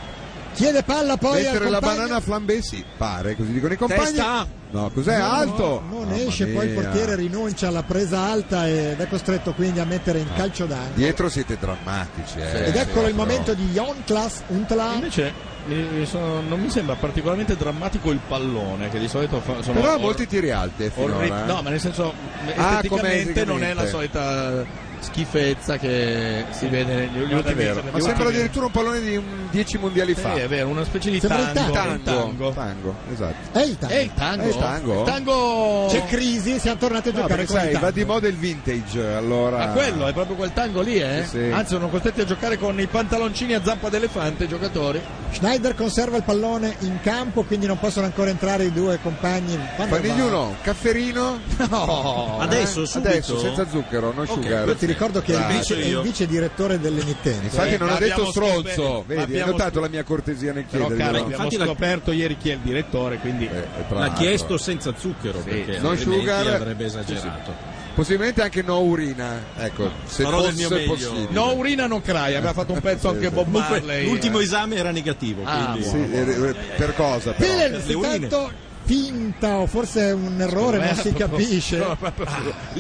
Chiede palla poi
Mettere
al
la
compagno.
banana a flambé sì, pare, così dicono i compagni.
Testa.
No, cos'è?
No,
Alto!
Non
Mamma
esce, poi il
mia.
portiere rinuncia alla presa alta ed è costretto quindi a mettere in calcio d'angolo.
Dietro siete drammatici, eh.
Ed eccolo il
Però-
momento di Jon Klaas Untla.
Invece mi- mi sono- non mi sembra particolarmente drammatico il pallone, che di solito fa- sono
Però ha
or-
molti tiri alti finora,
orri-
eh.
No, ma nel senso,
Ah, come
esteticamente non è
esteticamente.
la solita schifezza che si vede negli negli
Non è
ultimi
vero.
negli
Ma sembra
ultimi-
addirittura un pallone di 10 mondiali
Sì,
fa.
è vero, una specie di
Sembra il
tango.
tango.
Il tango.
Tango, esatto.
È il tango.
È il tango?
È il tango?
Il tango-
C'è crisi, siamo tornati a
No,
giocare
Ah, perché
con il
sai,
tango.
va di moda il vintage, allora.
Ah,
Ma quello è proprio quel tango lì, eh?
Sì, sì.
Anzi, sono costretti a giocare con i pantaloncini a zampa d'elefante i giocatori.
Schneider conserva il pallone in campo, quindi non possono ancora entrare i due compagni. Quando
Panigli
va?
uno, cafferino.
No.
Eh? Adesso, senza zucchero, non sugar.
Io ti ricordo che è il,
Dai.
vice, è il vice direttore dell'emittente.
Infatti non ha detto stronzo,
scoperto-
vedi, hai
abbiamo-
notato la mia cortesia nel
Però,
chiedere.
cara, abbiamo
Infatti la-
scoperto ieri chi è il direttore, quindi...
Eh.
L'ha chiesto senza zucchero perché
non
altrimenti
sugar. Sì,
avrebbe
sì.
esagerato.
Possibilmente anche no urina, ecco, se
farò del
fosse
mio meglio.
possibile.
No, urina non crai, aveva fatto un pezzo anche Bob
Comunque,
Marley.
l'ultimo esame era negativo.
Ah,
quindi-
sì, eh, eh, per cosa? però?
Pelens intanto finta o forse è un errore, non si capisce.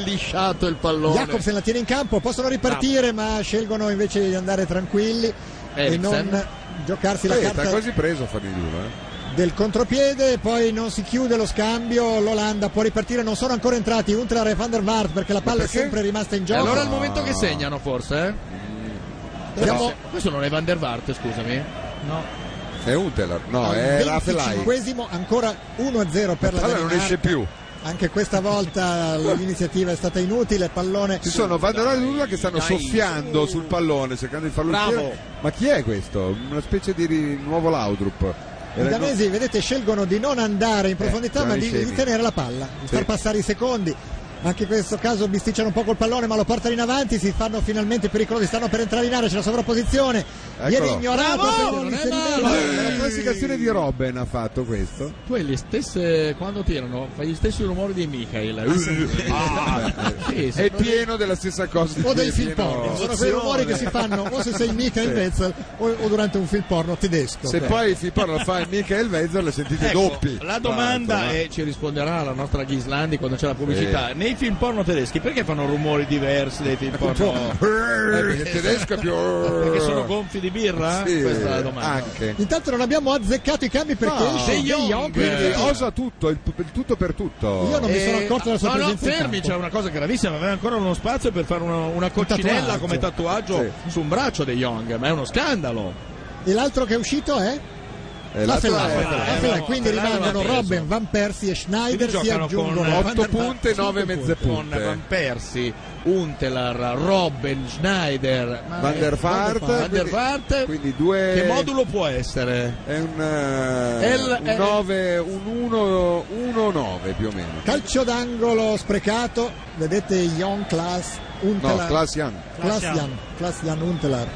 lisciato il pallone.
Jacobsen la tiene in campo, possono ripartire ma scelgono invece di andare tranquilli e
Eriksen.
non giocarsi la
Eh,
carta
t'ha quasi preso Fanigluno, eh.
del contropiede, poi non si chiude lo scambio, l'Olanda può ripartire, non sono ancora entrati Untrar e Van der Vaart perché la palla è
perché?
sempre rimasta in
E
gioco.
allora è il momento che segnano forse, eh?
Abbiamo-
Però- Questo non è Van der Vaart, scusami. No.
È Untelar, no, eh,
Al
è Rafelai.
25esimo, ancora 1-0 per la
Allora non
Danimarca.
esce più.
Anche questa volta l'iniziativa è stata inutile, pallone
Ci sono Vandalà e Lula che stanno
Dai,
soffiando sul pallone cercando di farlo
Bravo.
uscire. Ma chi è questo? Una specie di ri- nuovo Laudrup.
I danesi, vedete, scelgono di non andare in profondità,
Eh,
ma di,
scemi.
di tenere la palla, di
Sì.
far passare i secondi. Anche in questo caso bisticciano un po' col pallone, ma lo portano in avanti. Si fanno finalmente pericolosi. Stanno per entrare in area, c'è la sovrapposizione. Viene
Eccolo.
ignorato.
Bravo!
per un
Non è
inserimento.
male.
Eh, La classificazione di Robben ha fatto questo.
Tu hai le stesse. quando tirano, fai gli stessi rumori di Michael. Ah, sì,
Eh, è
sembra-
pieno della stessa cosa.
O
È
dei film
pieno-
porno. Sono quei rumori che si fanno o se sei mica in
Sì.
Vezzel o, o durante un film porno tedesco.
Se poi il film porno lo fa Michael Vezzo, le sentite
Ecco,
doppi.
La domanda
Tra l'altro,
è, ci risponderà la nostra Ghislandi quando c'è la pubblicità.
Sì.
Nei film porno tedeschi perché fanno rumori diversi dai film
cioè,
porno?
Eh, perché il tedesco è più. Ah,
Perché sono gonfi di birra?
Sì,
Questa è la domanda.
Ah,
Anche.
Intanto non abbiamo azzeccato i cambi perché
No,
esce
De
De
Jong,
Jong,
quindi
quindi-
osa tutto, il, il tutto per tutto.
Io non mi sono accorto della sua
no, no,
presenza in
Eh, fermi,
campo.
c'è una cosa gravissima, aveva ancora uno spazio per fare una, una coccinella
tatuaggio.
come tatuaggio su un braccio dei Young, ma è uno scandalo.
E l'altro che è uscito è?
Eh,
La
l'altro
Fellai.
è-
La
eh,
Fellai,
no,
quindi
Fellai
rimangono
non ha preso.
Robben, Van Persie e Schneider si
giocano con
aggiungono Van
8
der Vaart,
punte e 9 mezze
Con Van
punte.
Persi, Untelar, Robben, Schneider, ma-
Van der Vaart,
eh, Van der
quindi-
Vaart.
Quindi due
Che modulo può essere?
è un, eh,
El-
un
El-
9 un 1 1 9 più o meno.
Calcio d'angolo sprecato, vedete Jon Klaas
No,
Untelar,
Klaasian.
Klaas-Jan, Klaas-Jan Untelar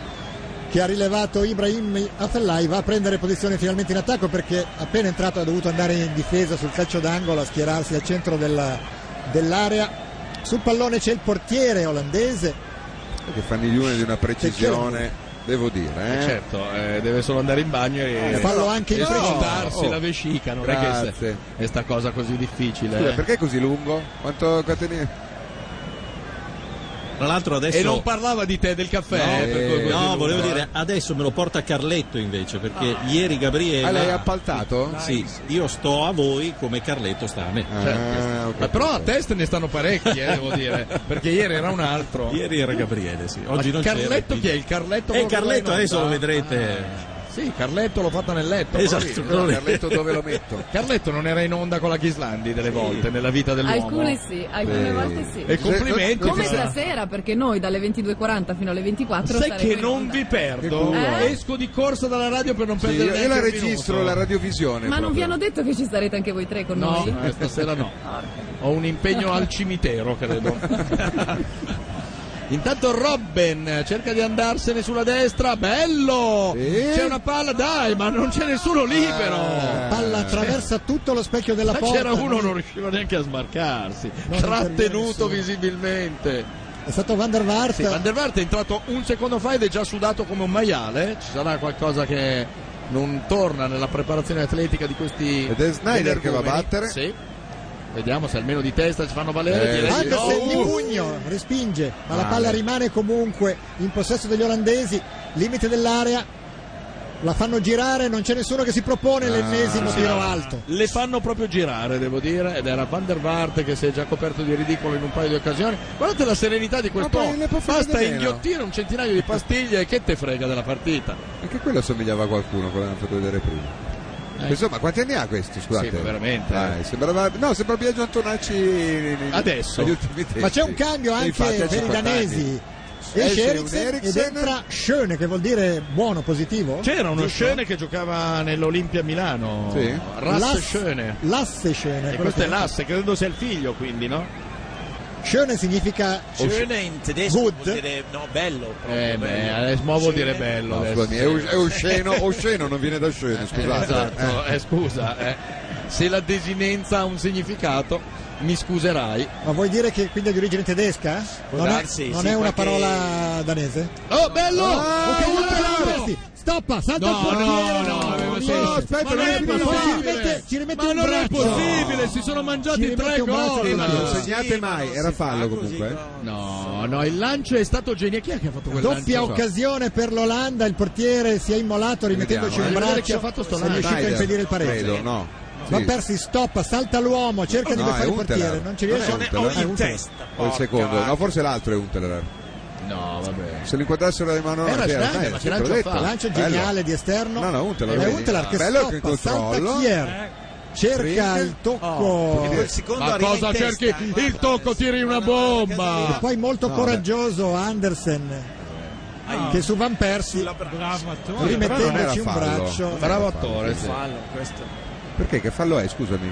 che ha rilevato Ibrahim Afellai va a prendere posizione finalmente in attacco perché appena entrato ha dovuto andare in difesa sul calcio d'angolo a schierarsi al centro della- dell'area. Sul pallone c'è il portiere olandese
Che fanno gli uni di una precisione, devo dire, eh.
Certo, eh, deve solo andare in bagno e...
fallo anche in
e
precisione.
sciuparsi
Oh.
la vescica, non è che
Grazie.
se- è sta cosa così difficile.
Scusa,
eh.
Cioè, perché è così lungo? Quanto quanto ne-
Tra l'altro adesso...
E non parlava di te del
No,
caffè. eh, per
eh,
cui-
no,
così
volevo
lungo, eh.
dire, adesso me lo porta Carletto invece, perché ieri Gabriele...
Ah, l'hai appaltato?
Sì, io sto a voi come Carletto sta a me.
certo.
Ah, ho
Certo. Ma però a
capito.
test ne stanno parecchi, eh, devo dire. Perché ieri era un altro.
Ieri era Gabriele, sì. Oggi
Ma
non c'era.
Carletto
quindi-
chi è? Il Carletto
Eh,
quello che va in
Carletto adesso
onda?
lo vedrete.
Ah,
Sì, Carletto l'ho fatta nel letto.
Esatto,
Sì,
non è-
Carletto dove lo metto? Carletto non era in onda con la Ghislandi delle volte nella vita dell'uomo.
Alcune sì, alcune
Eh,
volte sì.
E complimenti.
Come
Ghislandi.
stasera, perché noi dalle 22.40 fino alle 24
Sai
saremo
che
in
non
onda.
vi perdo,
culo. Eh?
esco di corsa dalla radio per non
Sì,
perdere
io- io
neanche
la
un
registro,
minuto.
la radiovisione.
Ma non vi hanno detto che ci sarete anche voi tre con
No,
noi?
eh, stasera no. Ho un impegno al cimitero, credo. Intanto Robben cerca di andarsene sulla destra, bello! C'è una palla, dai, ma non c'è nessuno libero!
Palla attraversa tutto lo specchio della
Ma
porta.
c'era uno non riusciva neanche a smarcarsi,
non
trattenuto visibilmente.
È stato Van der Vaart.
Sì, Van der Vaart è entrato un secondo fa ed è già sudato come un maiale. Ci sarà qualcosa che non torna nella preparazione atletica di questi.
Ed è Snyder che va a
energumeni.
battere.
Sì. Vediamo se almeno di testa ci fanno valere.
Eh,
direi
sì.
di
Anche
no.
se di pugno respinge, ma la
Male.
palla rimane comunque in possesso degli olandesi, limite dell'area. La fanno girare, non c'è nessuno che si propone l'ennesimo
Sì,
tiro
no.
alto.
Le fanno proprio girare, devo dire, ed era Van der Vaart che si è già coperto di ridicolo in un paio di occasioni. Guardate la serenità di
Ma poi
quest'uomo.
ne può fare
Basta
di meno.
inghiottire un centinaio di pastiglie e che te frega della partita.
Anche quello somigliava a qualcuno, quello che hanno fatto vedere prima.
Eh.
Insomma, quanti anni ha questo? Scusate.
Sì, ma veramente,
Dai,
eh.
sembrava, no, sembra Biagio Antonacci in- in-
Adesso.
agli ultimi tempi.
Ma c'è un cambio
E
anche
infatti
per
ha
i
50
danesi.
anni.
Esce
Esce un
Eriksen ed
Eriksen.
entra Schöne, che vuol dire buono, positivo.
C'era uno
Giusto?
Scene che giocava nell'Olimpia Milano.
Sì.
Ras
Lass-
Schöne.
Lasse Schöne.
E
Eh, quello
questo
che-
è l'asse, credo sia il figlio, quindi, no?
Schöne significa
Schöne in tedesco
Good.
vuol dire no, bello. proprio
Eh beh,
bello.
adesso mo vuol dire
Schöne.
bello.
No,
adesso.
scusami, è, us- è osceno, osceno non viene da scene, scusate.
Esatto, eh, scusa, eh. se la desinenza ha un significato, mi scuserai.
Ma vuoi dire che quindi è di origine tedesca?
Può
Non, è,
darsi,
non
sì,
è una
qualche-
parola danese?
Oh, bello!
Ok,
Oh,
non
bravo!
penalizzarsi. Stoppa, salta
No,
il portiere.
no, no, aveva
niente.
senso.
aspetta,
Ma
non è
ma
possibile.
Ci rimette, ci rimette
Ma
un
non è
braccio.
possibile, si sono
Ci
mangiati
rimette
tre
un braccio
gol.
in
Ma
più.
non segnate
Sì, ma
mai,
non
era
si fa
fallo
così,
comunque. eh?
no.
No, no, il lancio è stato geniale. Chi è che ha fatto quel
Doppia
lancio?
occasione per l'Olanda, il portiere si è immolato rimettendoci
Vediamo,
un
eh.
braccio.
Chi ha fatto sto
è
lancio?
riuscito a
Snyder,
impedire il pareggio.
Credo, no.
Va
Sì.
persi, stoppa, salta l'uomo, cerca di
No,
fare
è
il portiere,
Huntelaar.
non ci riesce.
Non è
Ah,
Ho in
Huntelaar.
testa.
O il
porca
secondo,
vacca.
no, forse l'altro è Unteler.
No, vabbè.
Se lo inquadrassero di mano non
Era
c'era,
Snyder,
dai,
ma che
te l'ho
lancio
detto.
fa?
Lancio
Bello.
geniale di esterno.
No, no, Huntelaar,
è
vedi?
Huntelaar che
Bello che
stoppa, salta
controllo.
Kier. Cerca
Frink.
il tocco.
Oh,
Il secondo
Ma
arriva in
cosa
testa,
cerchi?
guarda.
Il tocco, tiri una bomba!
E poi molto coraggioso Andersen che su Van Persie
Bravo attore.
Però non era
rimettendoci un
fallo.
braccio.
Non era
Bravo
fallo,
attore,
sì.
sì.
Fallo, questo.
Perché che fallo è, scusami?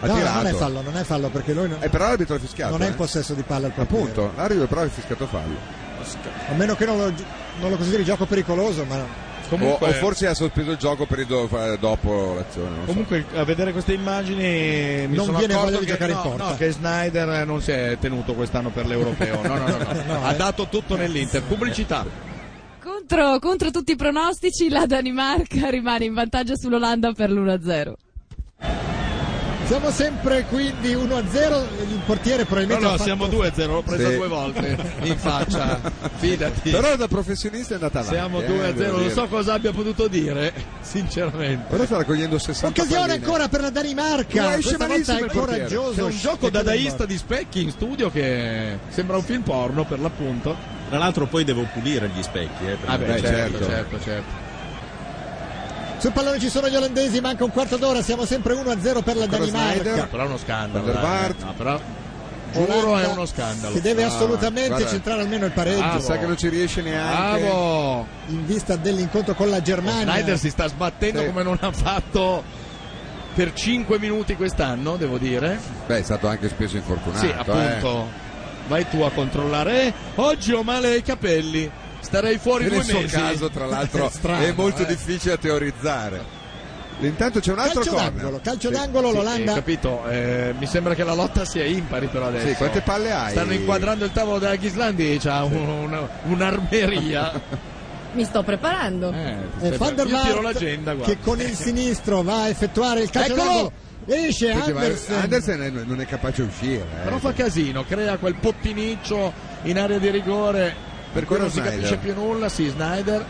Ha
No,
tirato.
Eh, non è fallo, non è fallo perché lui non,
E però l'arbitro ha fischiato.
non è in
eh?
possesso di palla al portiere.
Appunto, l'arrivo però è fischiato fallo.
A meno che non lo, gi- non lo consideri gioco pericoloso, ma
Comunque,
o, o forse ha sospeso il gioco per il do- dopo l'azione. non so.
comunque, a vedere queste immagini mi
Non
sono
viene
accorto
voglia di
che,
giocare
no,
in porta.
no, che Snyder non si è tenuto quest'anno per l'europeo. No, no, no, no.
No,
Ha
eh.
dato tutto nell'Inter. Pubblicità.
Contro, contro tutti i pronostici, la Danimarca rimane in vantaggio sull'Olanda per l'1-0.
siamo sempre quindi 1-0. Il portiere
No,
probabilmente
no,
ha fatto-
siamo 2-0, l'ho preso
Sì.
due volte.
In faccia, fidati.
Però da professionista è andata avanti.
Siamo
eh,
2-0,
devo
non
dire.
so cosa abbia potuto dire, sinceramente.
Ora sta raccogliendo 60
Occasione
palline.
ancora per la Danimarca.
Ma esce
Questa volta
malissimo
è
il portiere.
coraggioso.
C'è un gioco
E quindi
dadaista di specchi in studio che sembra un film porno per l'appunto.
Tra l'altro poi devo pulire gli specchi. Eh, prima
Ah beh,
di-
beh,
certo,
certo.
certo, certo.
Sul pallone ci sono gli olandesi, manca un quarto d'ora, siamo sempre 1-0 per la
Ancora
Danimarca.
Snyder.
Però è uno scandalo.
Van der
eh.
Vaart.
No, però giuro
Olanda
è uno scandalo.
Che deve
Ah,
assolutamente
guarda.
centrare almeno il pareggio
Ah,
Sa che non ci riesce neanche.
Bravo!
in vista dell'incontro con la Germania.
Snyder si sta sbattendo
Sì.
come non ha fatto per 5 minuti quest'anno, devo dire.
Beh, è stato anche spesso infortunato. eh.
sì, appunto. Vai tu a controllare. Eh, Oggi ho male ai capelli. Starei
Eh.
fuori
E
due
Nel suo
mesi.
caso, tra l'altro,
Strano,
è molto
eh.
difficile da teorizzare. Intanto c'è un altro
calcio
corner.
d'angolo, calcio
Sì.
d'angolo
Sì, eh,
l'Olanda.
capito, eh, mi sembra che la lotta sia impari però adesso.
Sì, quante palle hai?
Stanno inquadrando il tavolo della Ghislandi, c'ha un- un- un'armeria.
Mi sto preparando.
E Eh, Van der
Eh, Io tiro
Vaart
l'agenda, guarda.
che
Eh.
con il sinistro va a effettuare il calcio
Eccolo!
d'angolo. Esce
Perché va-
Andersen.
Andersen è- non è capace di uscire. eh.
Però fa casino, crea quel pottiniccio in area di rigore
Per
cui
quello
non si
Snyder.
capisce più nulla, sì, Snyder.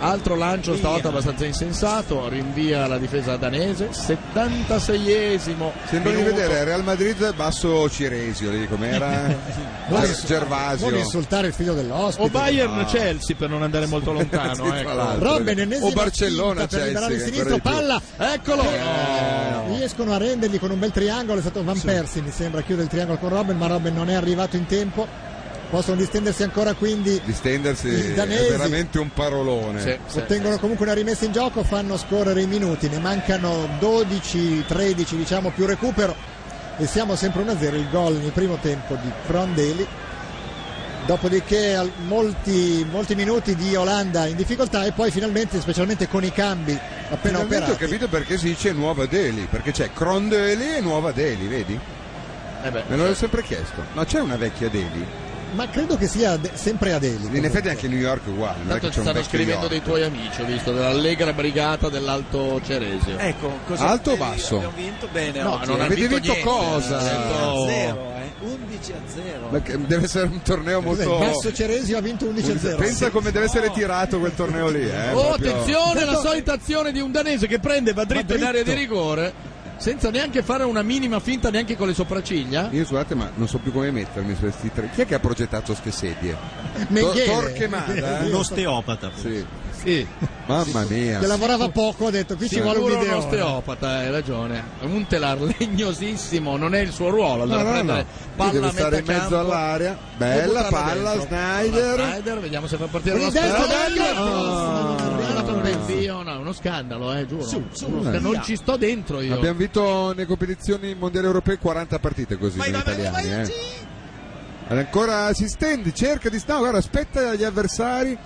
Altro lancio stavolta abbastanza insensato, rinvia la difesa danese, 76esimo.
Sembra di
minuto.
vedere Real Madrid basso Ciresio, lì com'era? Ger- Gervasio.
Non insultare il figlio dell'ospite.
O Bayern
No.
Chelsea per non andare molto lontano.
Ah. Sì, tra
ecco.
l'altro.
Robben ennesima
O Barcellona,
finta per liberare il
Chelsea, che è
sinistro
ancora
palla
di più. Eh,
eccolo riescono a rendergli con un bel triangolo è stato Van Persie mi sembra chiude il triangolo con Robben ma Robben non è arrivato in tempo possono distendersi ancora quindi
Distendersi
I
è
danesi.
veramente un parolone.
ottengono comunque una rimessa in gioco fanno scorrere i minuti ne mancano 12 13 diciamo più recupero e siamo sempre 1-0 il gol nel primo tempo di Crondeli Dopodiché al- molti, molti minuti di Olanda in difficoltà e poi finalmente, specialmente con i cambi appena
Finalmente ho
operati,
capito perché si dice Nuova Delhi, perché c'è Crondeli e Nuova Delhi, vedi?
Eh
Me l'ho
certo,
sempre chiesto. Ma c'è una vecchia Delhi?
ma credo che sia de- sempre Adeli.
In effetti anche New York è uguale, non è che
Tanto
c'è
ci
un
certo stanno
vecchio
scrivendo
York.
dei tuoi amici, ho visto, dell'allegra brigata dell'Alto Ceresio.
Ecco,
Alto o basso?
vinto bene
No,
oggi.
non
avete
vinto
vinto
niente.
cosa?
a
Oh,
0, eh. 11 a 0.
Ma che- deve essere un torneo
Cos'è?
molto.
Il basso Ceresio ha vinto 11-0.
Pensa come deve essere tirato quel torneo lì, eh?
oh,
proprio.
attenzione, la
Tanto-
solita azione di un danese che prende, va dritto in
dritto.
area di rigore, senza neanche fare una minima finta neanche con le sopracciglia.
Io scusate, ma non so più come mettermi su questi tre. Chi è che ha progettato ste sedie?
Menghele.
Tor- Torquemada. eh?
Un osteopata.
Sì. Mamma mia.
che lavorava poco ha detto qui ci vuole un
Sicuro un eh.
video
osteopata, hai ragione. Un telar legnosissimo, non è il suo ruolo. Allora
No, no,
prendere
no.
palla
Lui deve
a metà
stare in mezzo
campo,
all'area. Bella
buttarla
palla,
dentro.
Snyder.
Palla Snyder, vediamo se fa partire
Con
la
il destro,
squadra. Ah.
bello!
Oh,
Ah.
arrivato un bel Dio, no, è uno scandalo, eh, giuro. Uno
via.
scandalo, non ci sto dentro io.
Abbiamo vinto nelle competizioni mondiali europee 40 partite così noi italiani. eh. Ed Ancora si stende, cerca di stare, guarda, aspetta gli avversari.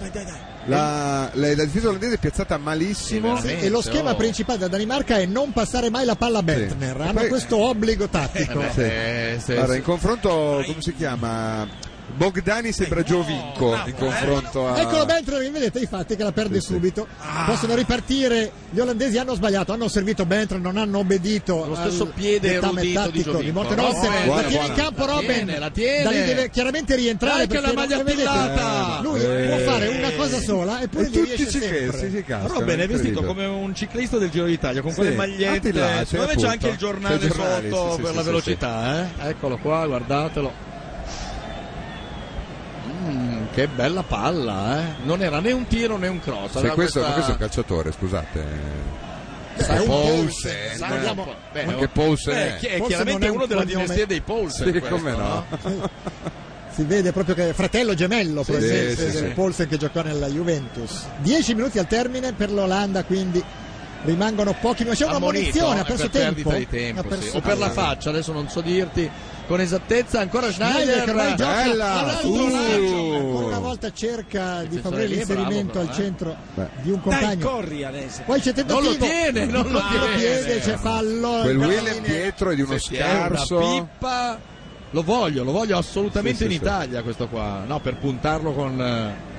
La, la- la difesa olandese è piazzata malissimo.
Sì,
Sì, e lo schema
oh.
principale della Danimarca è non passare mai la palla a Bettner
E
hanno
poi-
questo obbligo
Eh
tattico
beh, eh, se-
Guarda,
se-
in confronto, come si chiama? Bogdani
Eh,
sembra Giovinco in confronto a...
Eccolo Bentner, vedete i fatti che la perde
Sì, sì.
subito.
Ah.
Possono ripartire. Gli olandesi hanno sbagliato, hanno servito Bentner, non hanno obbedito.
Lo stesso
al
piede
dettame
erudito di
tattico di,
Giovinco.
Mortenose.
Robben,
la
buona,
tiene in
buona.
campo
La
Robben.
tiene, la tiene.
Da lì deve chiaramente rientrare.
Anche la
perché
maglia
non- eh, vedete,
appillata.
Lui
Eh.
può fare una cosa sola eppure
E
gli
tutti
riesce
si,
sempre.
si, si cascano,
Robben è vestito
incredibile.
come un ciclista del Giro d'Italia con
Ah,
quelle
Sì,
magliette.
infatti là, c'è
Secondo me c'è
appunto.
anche il giornale,
C'è il giornale,
sotto
sì, sì,
per
sì,
la
sì,
velocità.
Oh, velocità, eh. Eccolo qua, guardatelo. Mm, che bella palla, eh. Non era né un tiro né un cross.
Se
Aveva
questo, ma
questa-
questo è un calciatore, scusate.
È un
Paulsen. Eh,
Paulsen. Guardiamo-
Eh, Beh,
Ma che Paulsen
Eh,
è?
chi- è
Forse non
chiaramente
è un
uno della
cognome.
dinastia dei Paulsen.
Sì,
questo,
come no?
Si vede proprio che è fratello gemello probabilmente
sì, sì,
del
sì.
Paulsen che giocò nella Juventus. Dieci minuti al termine per l'Olanda, quindi rimangono pochi minuti. C'è una munizione, ha
eh, per
perso
perdita
tempo.
di tempo,
Ha perso
sì. o per la
tempo.
faccia, adesso non so dirti con esattezza. Ancora Schneider,
Ah, Schneider che ormai gioca
Bella!
all'alto
Uh!
lancio, ancora una volta cerca di favorire
lì è bravo,
l'inserimento
però,
al
eh.
centro
Beh.
di un
Dai,
compagno.
corri Alessio.
Poi c'è tentativo.
Non lo tiene, non lo tiene.
piede, c'è fallo.
Quel
alla
Willem
fine.
Pietro è di uno
Senti, è una
scarso.
pippa. Lo voglio, lo voglio assolutamente
Sì, sì,
in
sì.
Italia questo qua. No, per puntarlo con. eh,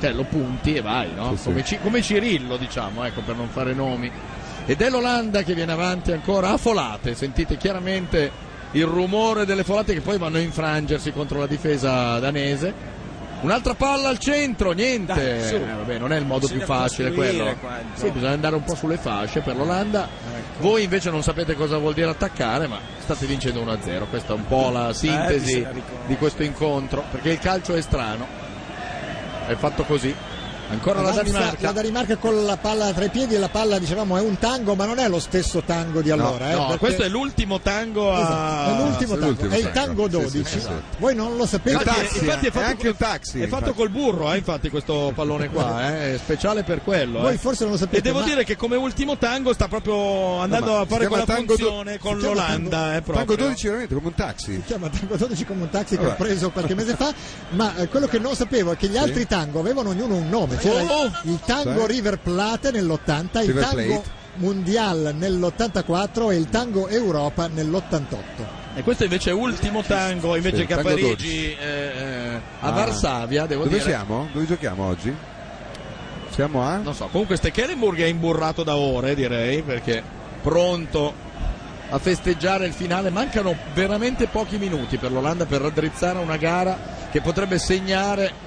Cioè, lo punti e vai, no?
Sì, sì.
come, Ci- come Cirillo, diciamo, ecco, per non fare nomi. Ed è l'Olanda che viene avanti ancora a folate. Sentite chiaramente il rumore delle folate che poi vanno a infrangersi contro la difesa danese. Un'altra palla al centro, niente.
Dai, su.
Eh, vabbè, non è il modo più
Bisogna
facile
costruire
quello.
qua il gioco.
Sì, bisogna andare un po' sulle fasce per l'Olanda.
Ecco.
Voi invece non sapete cosa vuol dire attaccare, ma state vincendo 1-0. Questa è un po'
Eh,
la sintesi
bisogna riconoscere.
di questo incontro, perché il calcio è strano. È fatto così. Ancora la
Avanza
Danimarca.
la Danimarca con la palla tra i piedi e la palla dicevamo è un tango ma non è lo stesso tango di allora eh,
no,
perché-
questo è l'ultimo tango a...
Esatto, è l'ultimo
sì,
tango
Ah, l'ultimo
è il
tango.
tango
Sì, sì,
12
sì, sì.
voi non lo sapete
Il taxi,
infatti è
eh,
fatto
anche
col-
un taxi.
È fatto
infatti.
col burro, eh, infatti, questo pallone qua. eh, È speciale per quello.
voi
eh.
forse non lo sapete
E devo
ma-
dire che come ultimo tango sta proprio andando
No, ma
a
si
fare
chiama
quella
tango do-
funzione con
si chiama
l'Olanda. eh,
Tango
proprio.
12 veramente come un taxi.
chiama Tango 12 come un taxi che
Vabbè.
ho preso qualche mese fa, ma eh, quello che non sapevo è che gli altri tango avevano ognuno un nome. C'era
Oh!
il tango
Sì.
River Plate nell'80, il
River
tango
Plate.
Mundial nell'84 e il tango Europa nell'88.
E questo invece è ultimo tango, invece
Sì,
che a
tango
Parigi, eh, eh, a
Ah.
Varsavia, devo
Dove
dire.
siamo? Dove giochiamo oggi? Siamo a?
Non so, comunque Stekelenburg è imburrato da ore, direi, perché pronto a festeggiare il finale. Mancano veramente pochi minuti per l'Olanda per raddrizzare una gara che potrebbe segnare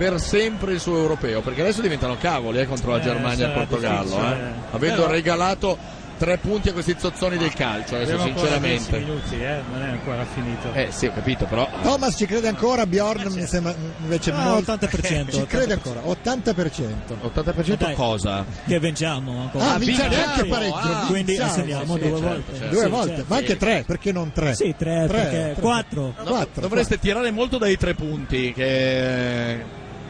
per sempre il suo europeo, perché adesso diventano cavoli eh, contro la
Eh,
Germania e
sarà
il Portogallo,
difficile.
eh. avendo
Però-
regalato tre punti a questi zozzoni del calcio, adesso
Abbiamo ancora
sinceramente.
10 minuti, eh, non è ancora finito.
Eh sì, ho capito, però
Ah.
Thomas ci crede ancora,
Eh,
Bjorn
certo.
mi sembra mm, invece
Ah,
molto...
80%,
Ci crede
80%.
ancora, 80%.
80%
Dai.
cosa?
Che vinciamo ancora.
Ah, vinciamo anche pareggio.
Ah, Quindi
vinciamo,
assegniamo
sì,
due
certo,
volte.
certo. Due
Sì,
volte,
certo.
ma anche tre, perché non tre?
Sì, tre, perché- quattro.
No,
Quattro,
dovreste tirare molto dai tre punti, che...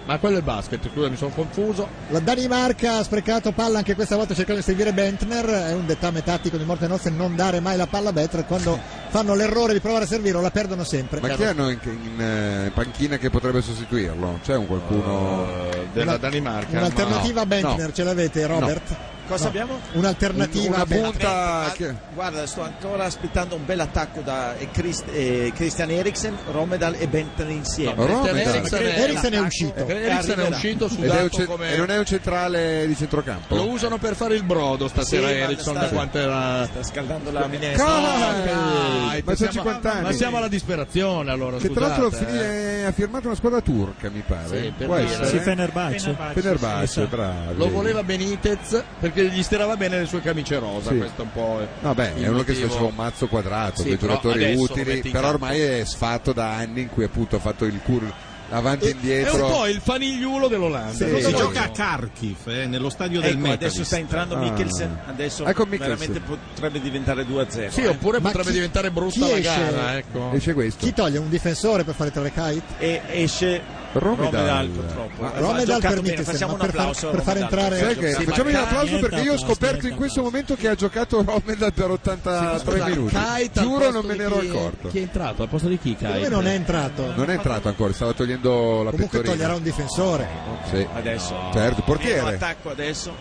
ma quello è il basket, scusa, mi sono confuso.
La Danimarca ha sprecato palla anche questa volta cercando di seguire Bentner, è un dettame tattico di Morten Olsen non dare mai la palla a Bentner quando fanno l'errore di provare a servirlo, la perdono sempre.
Ma chi hanno in, in, eh, panchina che potrebbe sostituirlo? C'è un qualcuno
Eh,
della Una-
Danimarca?
Un'alternativa a Bentner ce l'avete Robert?
Cosa
No.
abbiamo?
Un'alternativa a Bentner.
Ah, Guarda, sto ancora aspettando un bel attacco da eh, Christ- eh, Christian Eriksen, Romedal e Benton insieme.
No, Romedal. Eriksen è-
Eriksen è uscito.
Eriksen è uscito
Ed è
sudato
un ce-
come...
e non è un centrale di centrocampo.
Lo usano per fare il brodo stasera
Sì, ma
Ericsson
sta-
da quanto era... Ah,
Sta scaldando la minestra.
Dai,
Ma sono
siamo-
50 anni.
Ma siamo alla disperazione allora,
Che tra
scusate,
l'altro
eh.
fini- eh, ha firmato una squadra turca, mi pare.
Sì, per
Può
dire.
essere?
Sì,
Fenerbahce.
Fenerbahce,
Sì, esatto.
bravi.
Lo voleva Benitez perché gli stirava bene le sue camicie rosa,
Sì.
questo è un po'.
No, beh,
il
è uno che si
motivo.
faceva un mazzo quadrato,
Sì,
dei
però
giocatori
adesso lo
utili,
metti in
però
campo.
ormai è sfatto da anni in cui appunto ha fatto il cur avanti e indietro.
Eh, È un po' il fanigliulo dell'Olanda.
Sì.
Cosa
Si
voglio?
Gioca a Kharkiv, eh, nello stadio del
Ecco,
Metalist.
adesso sta entrando
Ah.
Mikkelsen, adesso
Ecco Mikkelsen.
veramente potrebbe diventare 2-0.
Sì,
eh.
oppure
Ma
potrebbe
chi-
diventare brutta
chi
la
esce?
gara, ecco.
Esce questo.
Chi toglie un difensore per fare tre kite?
E esce
Romedal.
Romedal purtroppo.
Ma
Ha
Romedal
Eh, giocato
per
bene,
Mikkelsen,
facciamo
ma
un
per far-
applauso a
per far
Romedal,
entrare-
che ha
Sai che-
giocato bene.
facciamo un
Kai-
applauso
niente
perché io ho
applausi,
scoperto in
niente
questo
applausi.
momento che ha giocato Romedal per 83
Scusa,
minuti.
Kite al
Giuro
posto
non me
di
ne ero
chi-
accorto.
Chi è entrato? Al posto di chi, Kite?
Lui non è entrato.
Non è entrato ancora, stava togliendo la
Comunque toglierà
pettorina.
un difensore.
Sì.
Adesso.
Certo,
Pieno
portiere.
attacco adesso.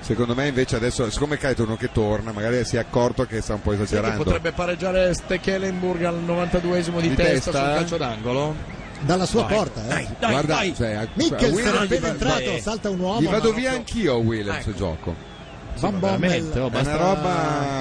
Secondo me invece adesso, siccome Kaito è uno che torna, magari si è accorto che sta un po'
Sì, che
esagerando.
potrebbe pareggiare Stekelenburg al 92esimo di,
Di
testa,
testa?
sul calcio d'angolo?
Dalla sua porta, eh.
Dai,
Guarda,
dai.
cioè, a-
Mikkelsen è
cioè, a Williams
appena
gli va-
entrato, salta un uomo. Ecco.
Gli
ma
vado
non
via
lo-
anch'io Williams se gioco.
Van
veramente,
Bommel
oh,
è
basta-
È una roba-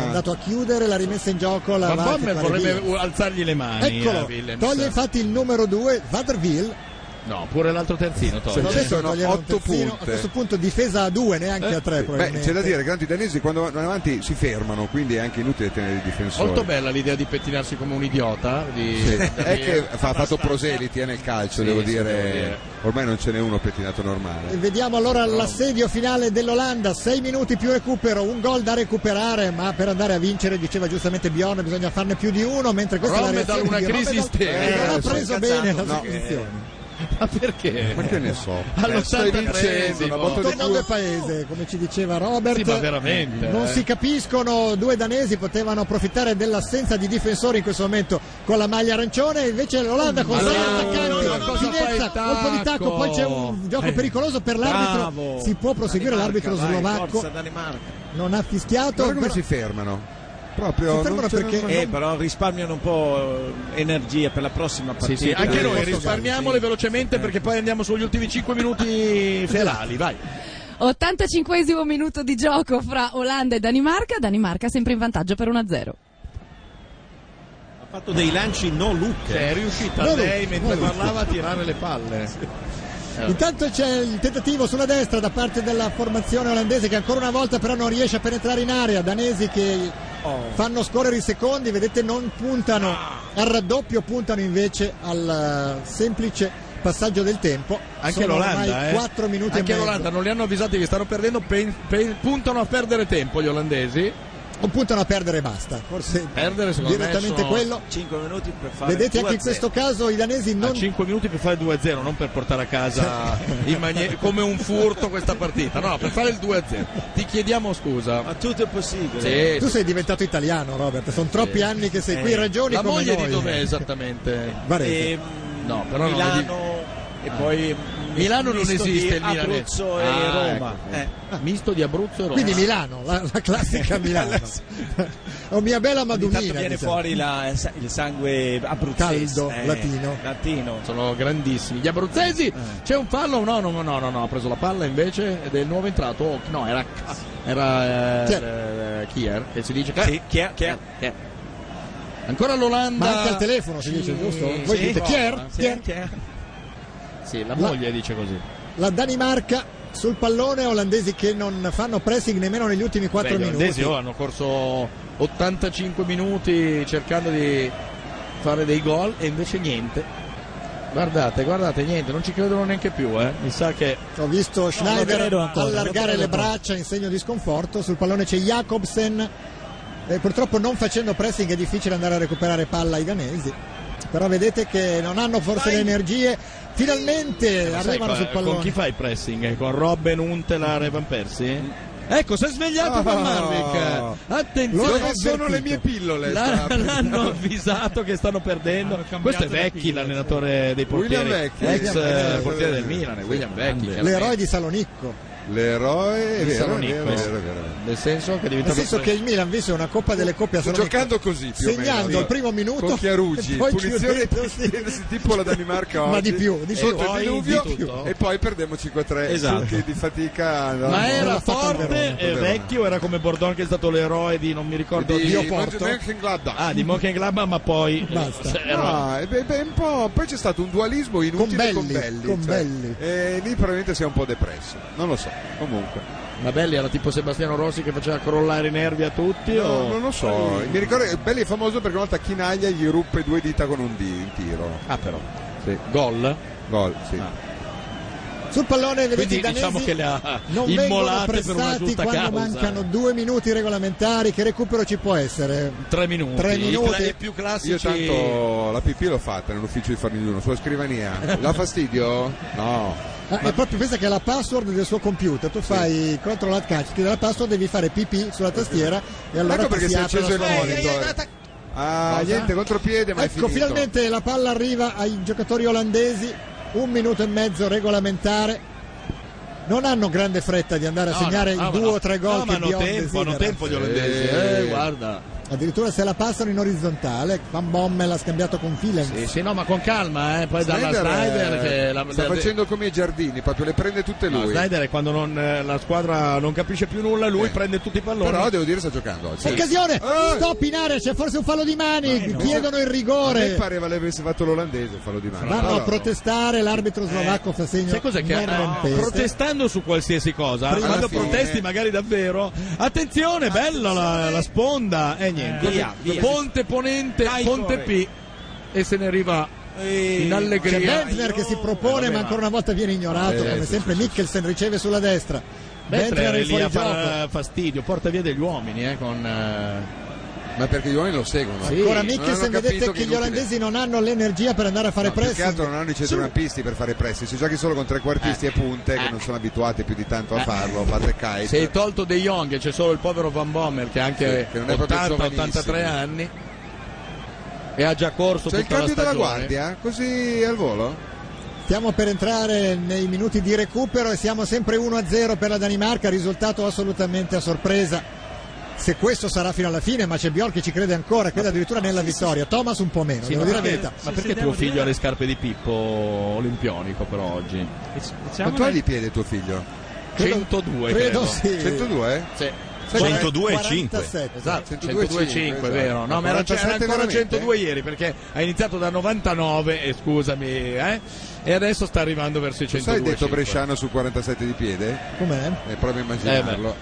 andato a chiudere la rimessa in gioco. La
Van
va a
Bommel
fare
Ah. vorrebbe
via.
u- alzargli le mani. eh,
Eccolo,
Willems.
toglie infatti il numero 2, Vaderville.
No, pure l'altro terzino
Se
toglie.
no-
Adesso
sono
toglierà un
otto
terzino.
punte. Eh,
A questo punto difesa a 2, neanche a 3
Beh,
probabilmente.
c'è da dire che tanto i danesi quando vanno avanti si fermano, quindi è anche inutile tenere i difensori.
Molto bella l'idea di pettinarsi come un idiota. Di...
Sì. È che fa- ha fatto proseliti eh, nel calcio,
Sì,
devo,
sì,
dire.
devo dire.
Ormai non ce n'è uno pettinato normale.
Vediamo allora l'assedio finale dell'Olanda, 6 minuti più recupero, un gol da recuperare, ma per andare a vincere, diceva giustamente Bjorn, bisogna farne più di uno, mentre questa è la
Rome da
reazione
una
di
crisi
Romedal,
isterica.
che non ha
Eh,
preso
sto
bene la
incazzando, no,
soluzione.
Ma perché?
Ma che ne so?
All'
Eh, stai
83esimo.
vincendo, una botta di
Tornando
due.
al paese, come ci diceva Robert,
Sì, ma veramente.
non
eh.
si capiscono, due danesi potevano approfittare dell'assenza di difensori in questo momento con la maglia arancione, invece l'Olanda con
Allora,
sei
no,
attaccanti,
no, no, cosa fa
finezza,
il
colpo di tacco,
tacco?
poi c'è un gioco pericoloso per l'arbitro,
Bravo.
si può proseguire
Danimarca,
l'arbitro
vai,
slovacco,
forza, Danimarca.
non ha fischiato,
Guarda come
però-
si fermano. Proprio
Si fermano
non c'è-
perché-
non-
Eh, però risparmiano un po' eh, energia per la prossima
Sì,
partita. Eh,
sì, anche noi
Portogallo,
risparmiamole
sì.
velocemente perché poi andiamo sugli ultimi 5 minuti felali, vai.
85 minuto di gioco fra Olanda e Danimarca. Danimarca sempre in vantaggio per 1-0.
Ha fatto dei lanci no look.
Certo.
Cioè, è riuscita
Bravo,
lei mentre
bravo.
parlava a tirare le palle.
Intanto c'è il tentativo sulla destra da parte della formazione olandese che ancora una volta però non riesce a penetrare in area. Danesi che
Oh.
fanno scorrere i secondi, vedete non puntano
Ah.
al raddoppio, puntano invece al eh, semplice passaggio del tempo.
Anche
Sono
l'Olanda,
ormai
eh.
4 minuti
Anche
e mezzo.
l'Olanda non li hanno avvisati che stanno perdendo, pen- pen- puntano a perdere tempo gli olandesi.
O puntano a perdere e basta. Forse
Perdere, secondo me,
direttamente
sono-
quello.
5 minuti per fare
Vedete anche in
2-0.
questo caso i danesi
A
non
5 minuti per fare il 2-0, non per portare a casa in manie- come un furto questa partita. No, per fare il 2-0. Ti chiediamo scusa.
Ma tutto è possibile.
Sì,
Tu sei diventato italiano, Robert. Sono troppi anni che sei qui, ragioni
Eh. la
come
moglie
noi.
di dov'è esattamente?
Varese.
Ehm,
No, però non
Milano e poi
Milano non esiste, il
il
milanese.
Abruzzo
Ah,
e Roma.
ecco.
Eh.
Misto di Abruzzo e Roma.
Quindi Milano, la, la classica Milano. o mia bella
Ogni tanto
Madunina.
viene
diciamo.
fuori la- eh, il sangue abruzzese.
Caldo,
eh,
latino.
Latino.
Sono grandissimi. Gli
Eh.
abruzzesi c'è un fallo? No, no, no, no, no, no, ha preso la palla invece ed è il nuovo entrato. Oh, no, era era eh,
Chier.
eh, Kier che si dice
Sì, chi è? Chi è?
Chier. Ancora l'Olanda.
Ma anche al telefono si dice, giusto? Voi
Sì.
dite Chier?
Sì,
Chier?
chi è?
Sì, la moglie dice così.
La Danimarca sul pallone, olandesi che non fanno pressing nemmeno negli ultimi 4
Beh, gli
minuti.
olandesi, oh, hanno corso 85 minuti cercando di fare dei gol e invece niente. Guardate, guardate, niente, non ci credono neanche più, eh. Mi sa che.
Ho visto Schneider allargare le braccia in segno di sconforto. Sul pallone c'è Jacobsen. Eh, purtroppo non facendo pressing è difficile andare a recuperare palla ai danesi. Però vedete che non hanno forse le energie.
Eh,
Finalmente Eh, arrivano sul pallone.
Con chi fai il pressing? Eh, Con Robben, Untelar e Van Persie? Ecco, si è svegliato
Oh.
Van Marwijk. Attenzione.
Dove sono le mie
pillole?
L'ha-
sta-
L'hanno avvisato che stanno perdendo. Questo è Vecchi, l'allenatore dei portieri.
William Vecchi.
Ex eh,
Eh,
portiere del
eh,
Milan, è
sì.
William Vecchi.
L'eroe di Salonicco.
L'eroe è
Di
vero,
Salonicco,
è vero, è
sì.
vero, è vero.
Nel senso che diventa
Nel senso che il Milan vinse una Coppa delle Coppe a
Sto
Salonicco.
giocando così più o meno.
Segnando al primo minuto.
con Chiaruggi,
e poi
punizione
chiudendo, sì.
tipo la Danimarca oggi,
Ma di più, di più.
sotto il
Poi di
diluvio
tutto.
e poi perdemmo 5-3
Esatto.
Sì, che di fatica no,
Ma
no,
era
l'ha fatto il
forte
Verona.
e vecchio, era come Bordon che è stato l'eroe di non mi ricordo
Di-
Oporto.
Mönchengladbach.
Ah, di Mönchengladbach, ma poi eh, se- era-
Ah, e beh, beh, un po', poi c'è stato un dualismo inutile con Belli,
con
cioè,
Belli.
e lì probabilmente si è un po' depresso non lo so comunque
Ma Belli era tipo Sebastiano Rossi che faceva crollare i nervi a tutti?
No,
o-
non lo so mi ricordo che Belli è famoso perché una volta a Chinaglia gli ruppe due dita con un dito in tiro
ah però
sì.
gol
gol sì
Ah.
Sul pallone vedete
Quindi
i danesi
diciamo che le ha
non vengono
immolate per una
pressati
giusta
quando
causa.
mancano due minuti regolamentari. Che recupero ci può essere?
Tre minuti.
Tre
I
minuti.
cla- I più classici.
Io tanto la pipì l'ho fatta nell'ufficio di Farmigliuno, sulla scrivania. La fastidio? No.
Ah, è proprio questa che è la password del suo computer. Tu fai control alt catch, scrivi la password, devi fare PP sulla tastiera e allora
ecco
ti
perché
si
si è
apre
acceso il
la sua
monitor. Ah,
Cosa?
niente, contropiede, ma è
Ecco,
finito.
finalmente la palla arriva ai giocatori olandesi, un minuto e mezzo regolamentare. Non hanno grande fretta di andare a
No,
segnare
no, ah,
i
ma
due
no.
o tre gol
No, ma
che
hanno
Dion
tempo,
desidera.
hanno tempo gli olandesi.
Eh.
Eh, guarda.
Addirittura se la passano in orizzontale, Van Bommel ha scambiato con Filens.
Sì, sì, no, ma con calma, eh. Poi dalla Snyder che la-
sta facendo come i giardini, proprio le prende tutte
No,
lui.
Snyder è quando non, eh, la squadra non capisce più nulla, lui
Eh.
prende tutti i palloni.
Però devo dire sta giocando oggi.
Occasione, stop in area, c'è forse un fallo di mani, chiedono il
A me
rigore.
pareva l'avesse fatto l'olandese, fallo di mano.
Vanno
Però
a protestare, l'arbitro slovacco fa segno.
Sai cos'è che
non
no,
rompeste.
protestando su qualsiasi cosa,
Prima
quando
fine.
protesti magari davvero, attenzione, bella la, la sponda, e
Eh,
niente.
Via, via.
Ponte Ponente,
Dai, corre.
Ponte P e se ne arriva in
C'è
allegria.
Bentner che si propone, ma ancora una volta viene ignorato.
Eh,
Come
sì,
sempre, Mikkelsen riceve sulla destra. Bentner
Mentre
è
è lì
fuori
a
gioco.
far fastidio, porta via degli uomini, eh, con eh,
Ma perché gli uomini lo seguono?
Ancora
Non hanno
Mikkelsen,
capito
vedete che,
che è
gli
inutile.
olandesi non hanno l'energia per andare a fare
No, più che
pressing.
altro non hanno i centrocampisti per fare pressing, si giochi solo con trequartisti
Eh.
e punte che non sono abituati più di tanto a farlo, fate kite.
Sei tolto De Jong, c'è solo il povero Van Bommel che ha anche
Sì, che non è proprio
80-83
giovanissimo.
anni e ha già corso
C'è il
tutta
cambio
la
della
stagione.
guardia? Così al volo?
Stiamo per entrare nei minuti di recupero e siamo sempre 1-0 per la Danimarca, risultato assolutamente a sorpresa. Se questo sarà fino alla fine, ma c'è Bjork che ci crede ancora, crede addirittura nella vittoria. Thomas un po' meno,
Sì,
devo
ma
dire la
perché-
verità.
Ma perché tuo figlio ha le scarpe di Pippo olimpionico per oggi?
Quanto ha di piede tuo figlio?
102
Credo
credo.
sì. esatto, 102?
Sì.
Sai, 102 e 5.
47.
Esatto,
102
102
e 5,
è vero. No, ma era, c'era
47
ancora
veramente?
102 ieri perché ha iniziato da 99 e scusami, eh, e adesso sta arrivando verso i
Tu sai
102.
il detto bresciano su 47 di piede?
Com'è?
Eh, prova a immaginarlo.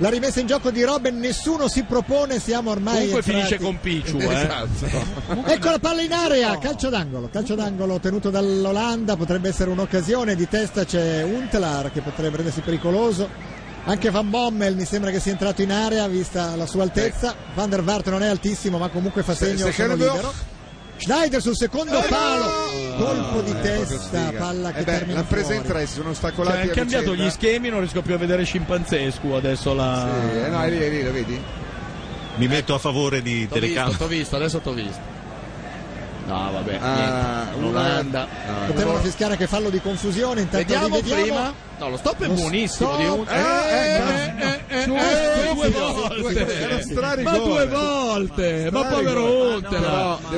La rimessa in gioco di Robben, nessuno si propone, siamo ormai.
Comunque
entrati-
finisce con Picciu, eh.
Esatto.
Ecco la palla in area, calcio d'angolo, calcio d'angolo tenuto dall'Olanda, potrebbe essere un'occasione, di testa c'è Huntelaar che potrebbe rendersi pericoloso, anche Van Bommel mi sembra che sia entrato in area vista la sua altezza, Van der Vaart non è altissimo ma comunque fa segno,
se
sono
credo-
libero. Schneider sul secondo palo, colpo di testa, palla che
Eh beh,
termina
l'ha presa in
fuori.
tre, si sono
Cioè,
ostacolati
hanno
a
cambiato
vicenda.
gli schemi, non riesco più a vedere scimpanzesco adesso la
Sì, eh, no, è lì, è lì, lo vedi?
Mi metto a favore di
T'ho visto,
telecamera.
t'ho visto, adesso t'ho visto. No, vabbè,
Ah,
niente.
una-
L'Olanda.
no,
Potevano fischiare che fallo di confusione, intanto
Vediamo
li vediamo.
prima. No, lo stop è
Lo
buonissimo
stop
di un-
è-
eh,
su-
eh,
su-
due
su-
volte.
su-
Era
strarigore.
Ma Eh, due volte, ma povero Hunter.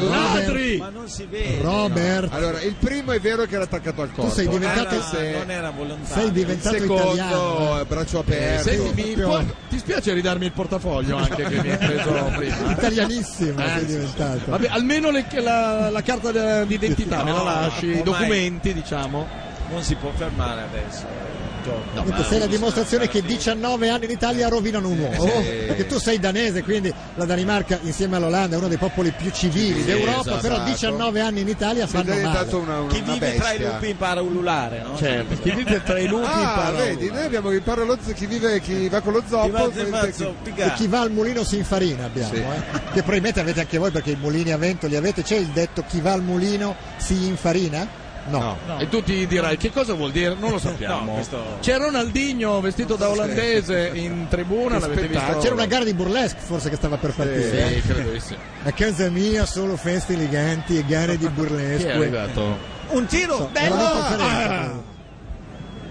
Ladri.
Ma non si vede.
Robert.
Allora, il primo è vero che era attaccato al corpo.
sei diventato-
anche Eh, se-
Ah, Non era volontario.
Sei diventato
il secondo,
italiano.
eh, braccio aperto.
Senti, mi-
proprio-
può- ti spiace ridarmi il portafoglio anche che mi hai preso prima? eh.
Italianissimo sei diventato.
Vabbè, almeno le- la, la carta de- d'identità me la tralasci i
Ormai
documenti, diciamo.
Non si può fermare adesso. eh, Giorgio.
Niente, sei la dimostrazione che 19 anni in Italia rovinano un uomo.
sì.
Oh, Perché tu sei danese, quindi la Danimarca insieme all'Olanda è uno dei popoli più civili
Sì,
d'Europa,
esatto.
però 19 anni in Italia
Sei
fanno male.
diventato una- Chi vive tra i lupi impara a ululare, no?
Certo, chi vive tra i lupi
Ah, vedi, noi abbiamo chi, parla lo z- chi vive, chi va con lo
va
zoppo
con lo
mentre
zoppo,
chi-
E chi va al mulino si infarina abbiamo,
Sì.
eh. che probabilmente avete anche voi perché i mulini a vento li avete, c'è il detto chi va al mulino si infarina? No.
E tu ti dirai che cosa vuol dire? Non lo sappiamo.
No, questo-
C'è Ronaldinho vestito da olandese in tribuna, l'avete visto?
C'era una gara di burlesque forse che stava per partire.
Sì, credo di sì.
A casa mia solo feste eleganti e gare di burlesque.
Chi è arrivato?
Un tiro, bello! Ah!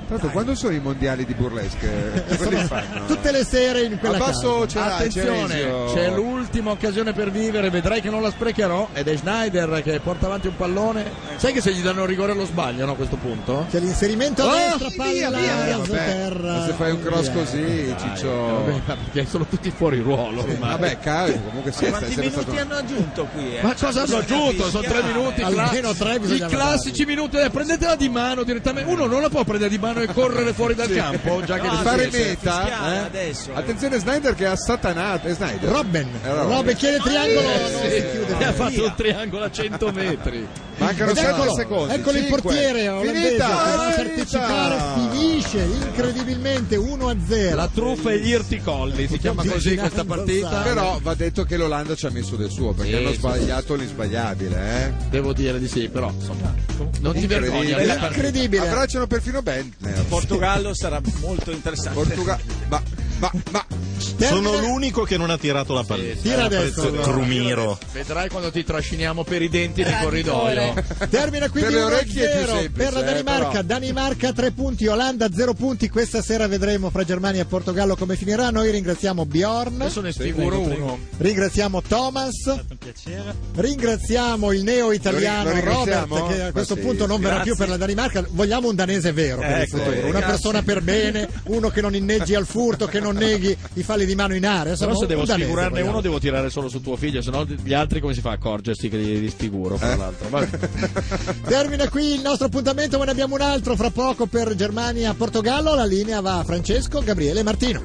Tanto quando sono i mondiali di burlesque? Quelli fanno?
Tutte le sere in quella
Abbasso
casa.
ce l'ha,
Attenzione,
Ceresio.
c'è l'ultima occasione per vivere, vedrai che non la sprecherò. Ed è Schneider che porta avanti un pallone. Sai che se gli danno il rigore lo sbagliano a questo punto?
C'è l'inserimento
Ah,
a
Oh,
destra, palla raso
Vabbè,
terra.
ma se fai un cross
Via.
così, Ciccio.
vabbè, ma perché sono tutti fuori ruolo
Sì,
ormai.
Vabbè, calmo, comunque sia, stai
Quanti
sempre
minuti
stato.
hanno aggiunto qui? eh?
Ma cosa hanno
Bisogna
aggiunto? Sono tre
fischiare.
minuti. cla- I classici minuti. eh, prendetela di mano direttamente. Uno non la può prendere di mano e correre fuori dal
Sì.
campo. Già che
No,
deve
fare
essere-
meta. eh? Attenzione, Snyder che ha satanato. eh, Snyder.
Robben.
Eh, Robben.
Robben chiede triangolo,
Eh,
non
sì.
si chiude.
E ha fatto un triangolo a 100 metri.
Mancano
Ed
7
eccolo,
secondi.
eccolo il
Cinque.
portiere olandese
Finita! Ah,
che va a
Finita!
partecipare, finisce incredibilmente 1-0.
La truffa e gli irticolli si chiama così questa partita.
Però va detto che l'Olanda ci ha messo del suo perché
Sì,
hanno
sì,
sbagliato l'insbagliabile. Eh?
Devo dire di sì, però insomma, non ti
Incredibile.
vergogni.
Bella
partita.
Incredibile.
Abbracciano perfino Bentner.
Portogallo sarà molto interessante.
Portuga- ma, ma, ma.
Sono l'unico che non ha tirato la palletta.
Eh,
Tira adesso,
Prezzo-
allora.
Trumiro.
Vedrai quando ti trasciniamo per i denti nel corridoio.
Termina quindi
Per le
1
orecchie è più
0
semplice,
per la
eh,
Danimarca.
però.
Danimarca 3 punti, Olanda 0 punti. Questa sera vedremo fra Germania e Portogallo come finirà. Noi ringraziamo Bjorn.
Adesso ne sfiguro uno.
Ringraziamo Thomas. Ringraziamo il neo
Lo
italiano
ri- lo ringraziamo?
Robert che a questo
Ma sì,
punto non verrà
grazie.
più per la Danimarca. Vogliamo un danese vero per il
Ecco,
futuro, una
grazie.
persona per bene, uno che non inneggi al furto, che non neghi i falli di mano in area. Insomma,
Però se
un-
devo
un danese
sfigurarne
vogliamo.
uno devo tirare solo su tuo figlio, sennò gli altri come si fa a accorgersi che li disfiguro fra l'altro. Vabbè.
Termina qui il nostro appuntamento, ma ne abbiamo un altro fra poco per Germania-Portogallo. La linea va a Francesco, Gabriele e Martino.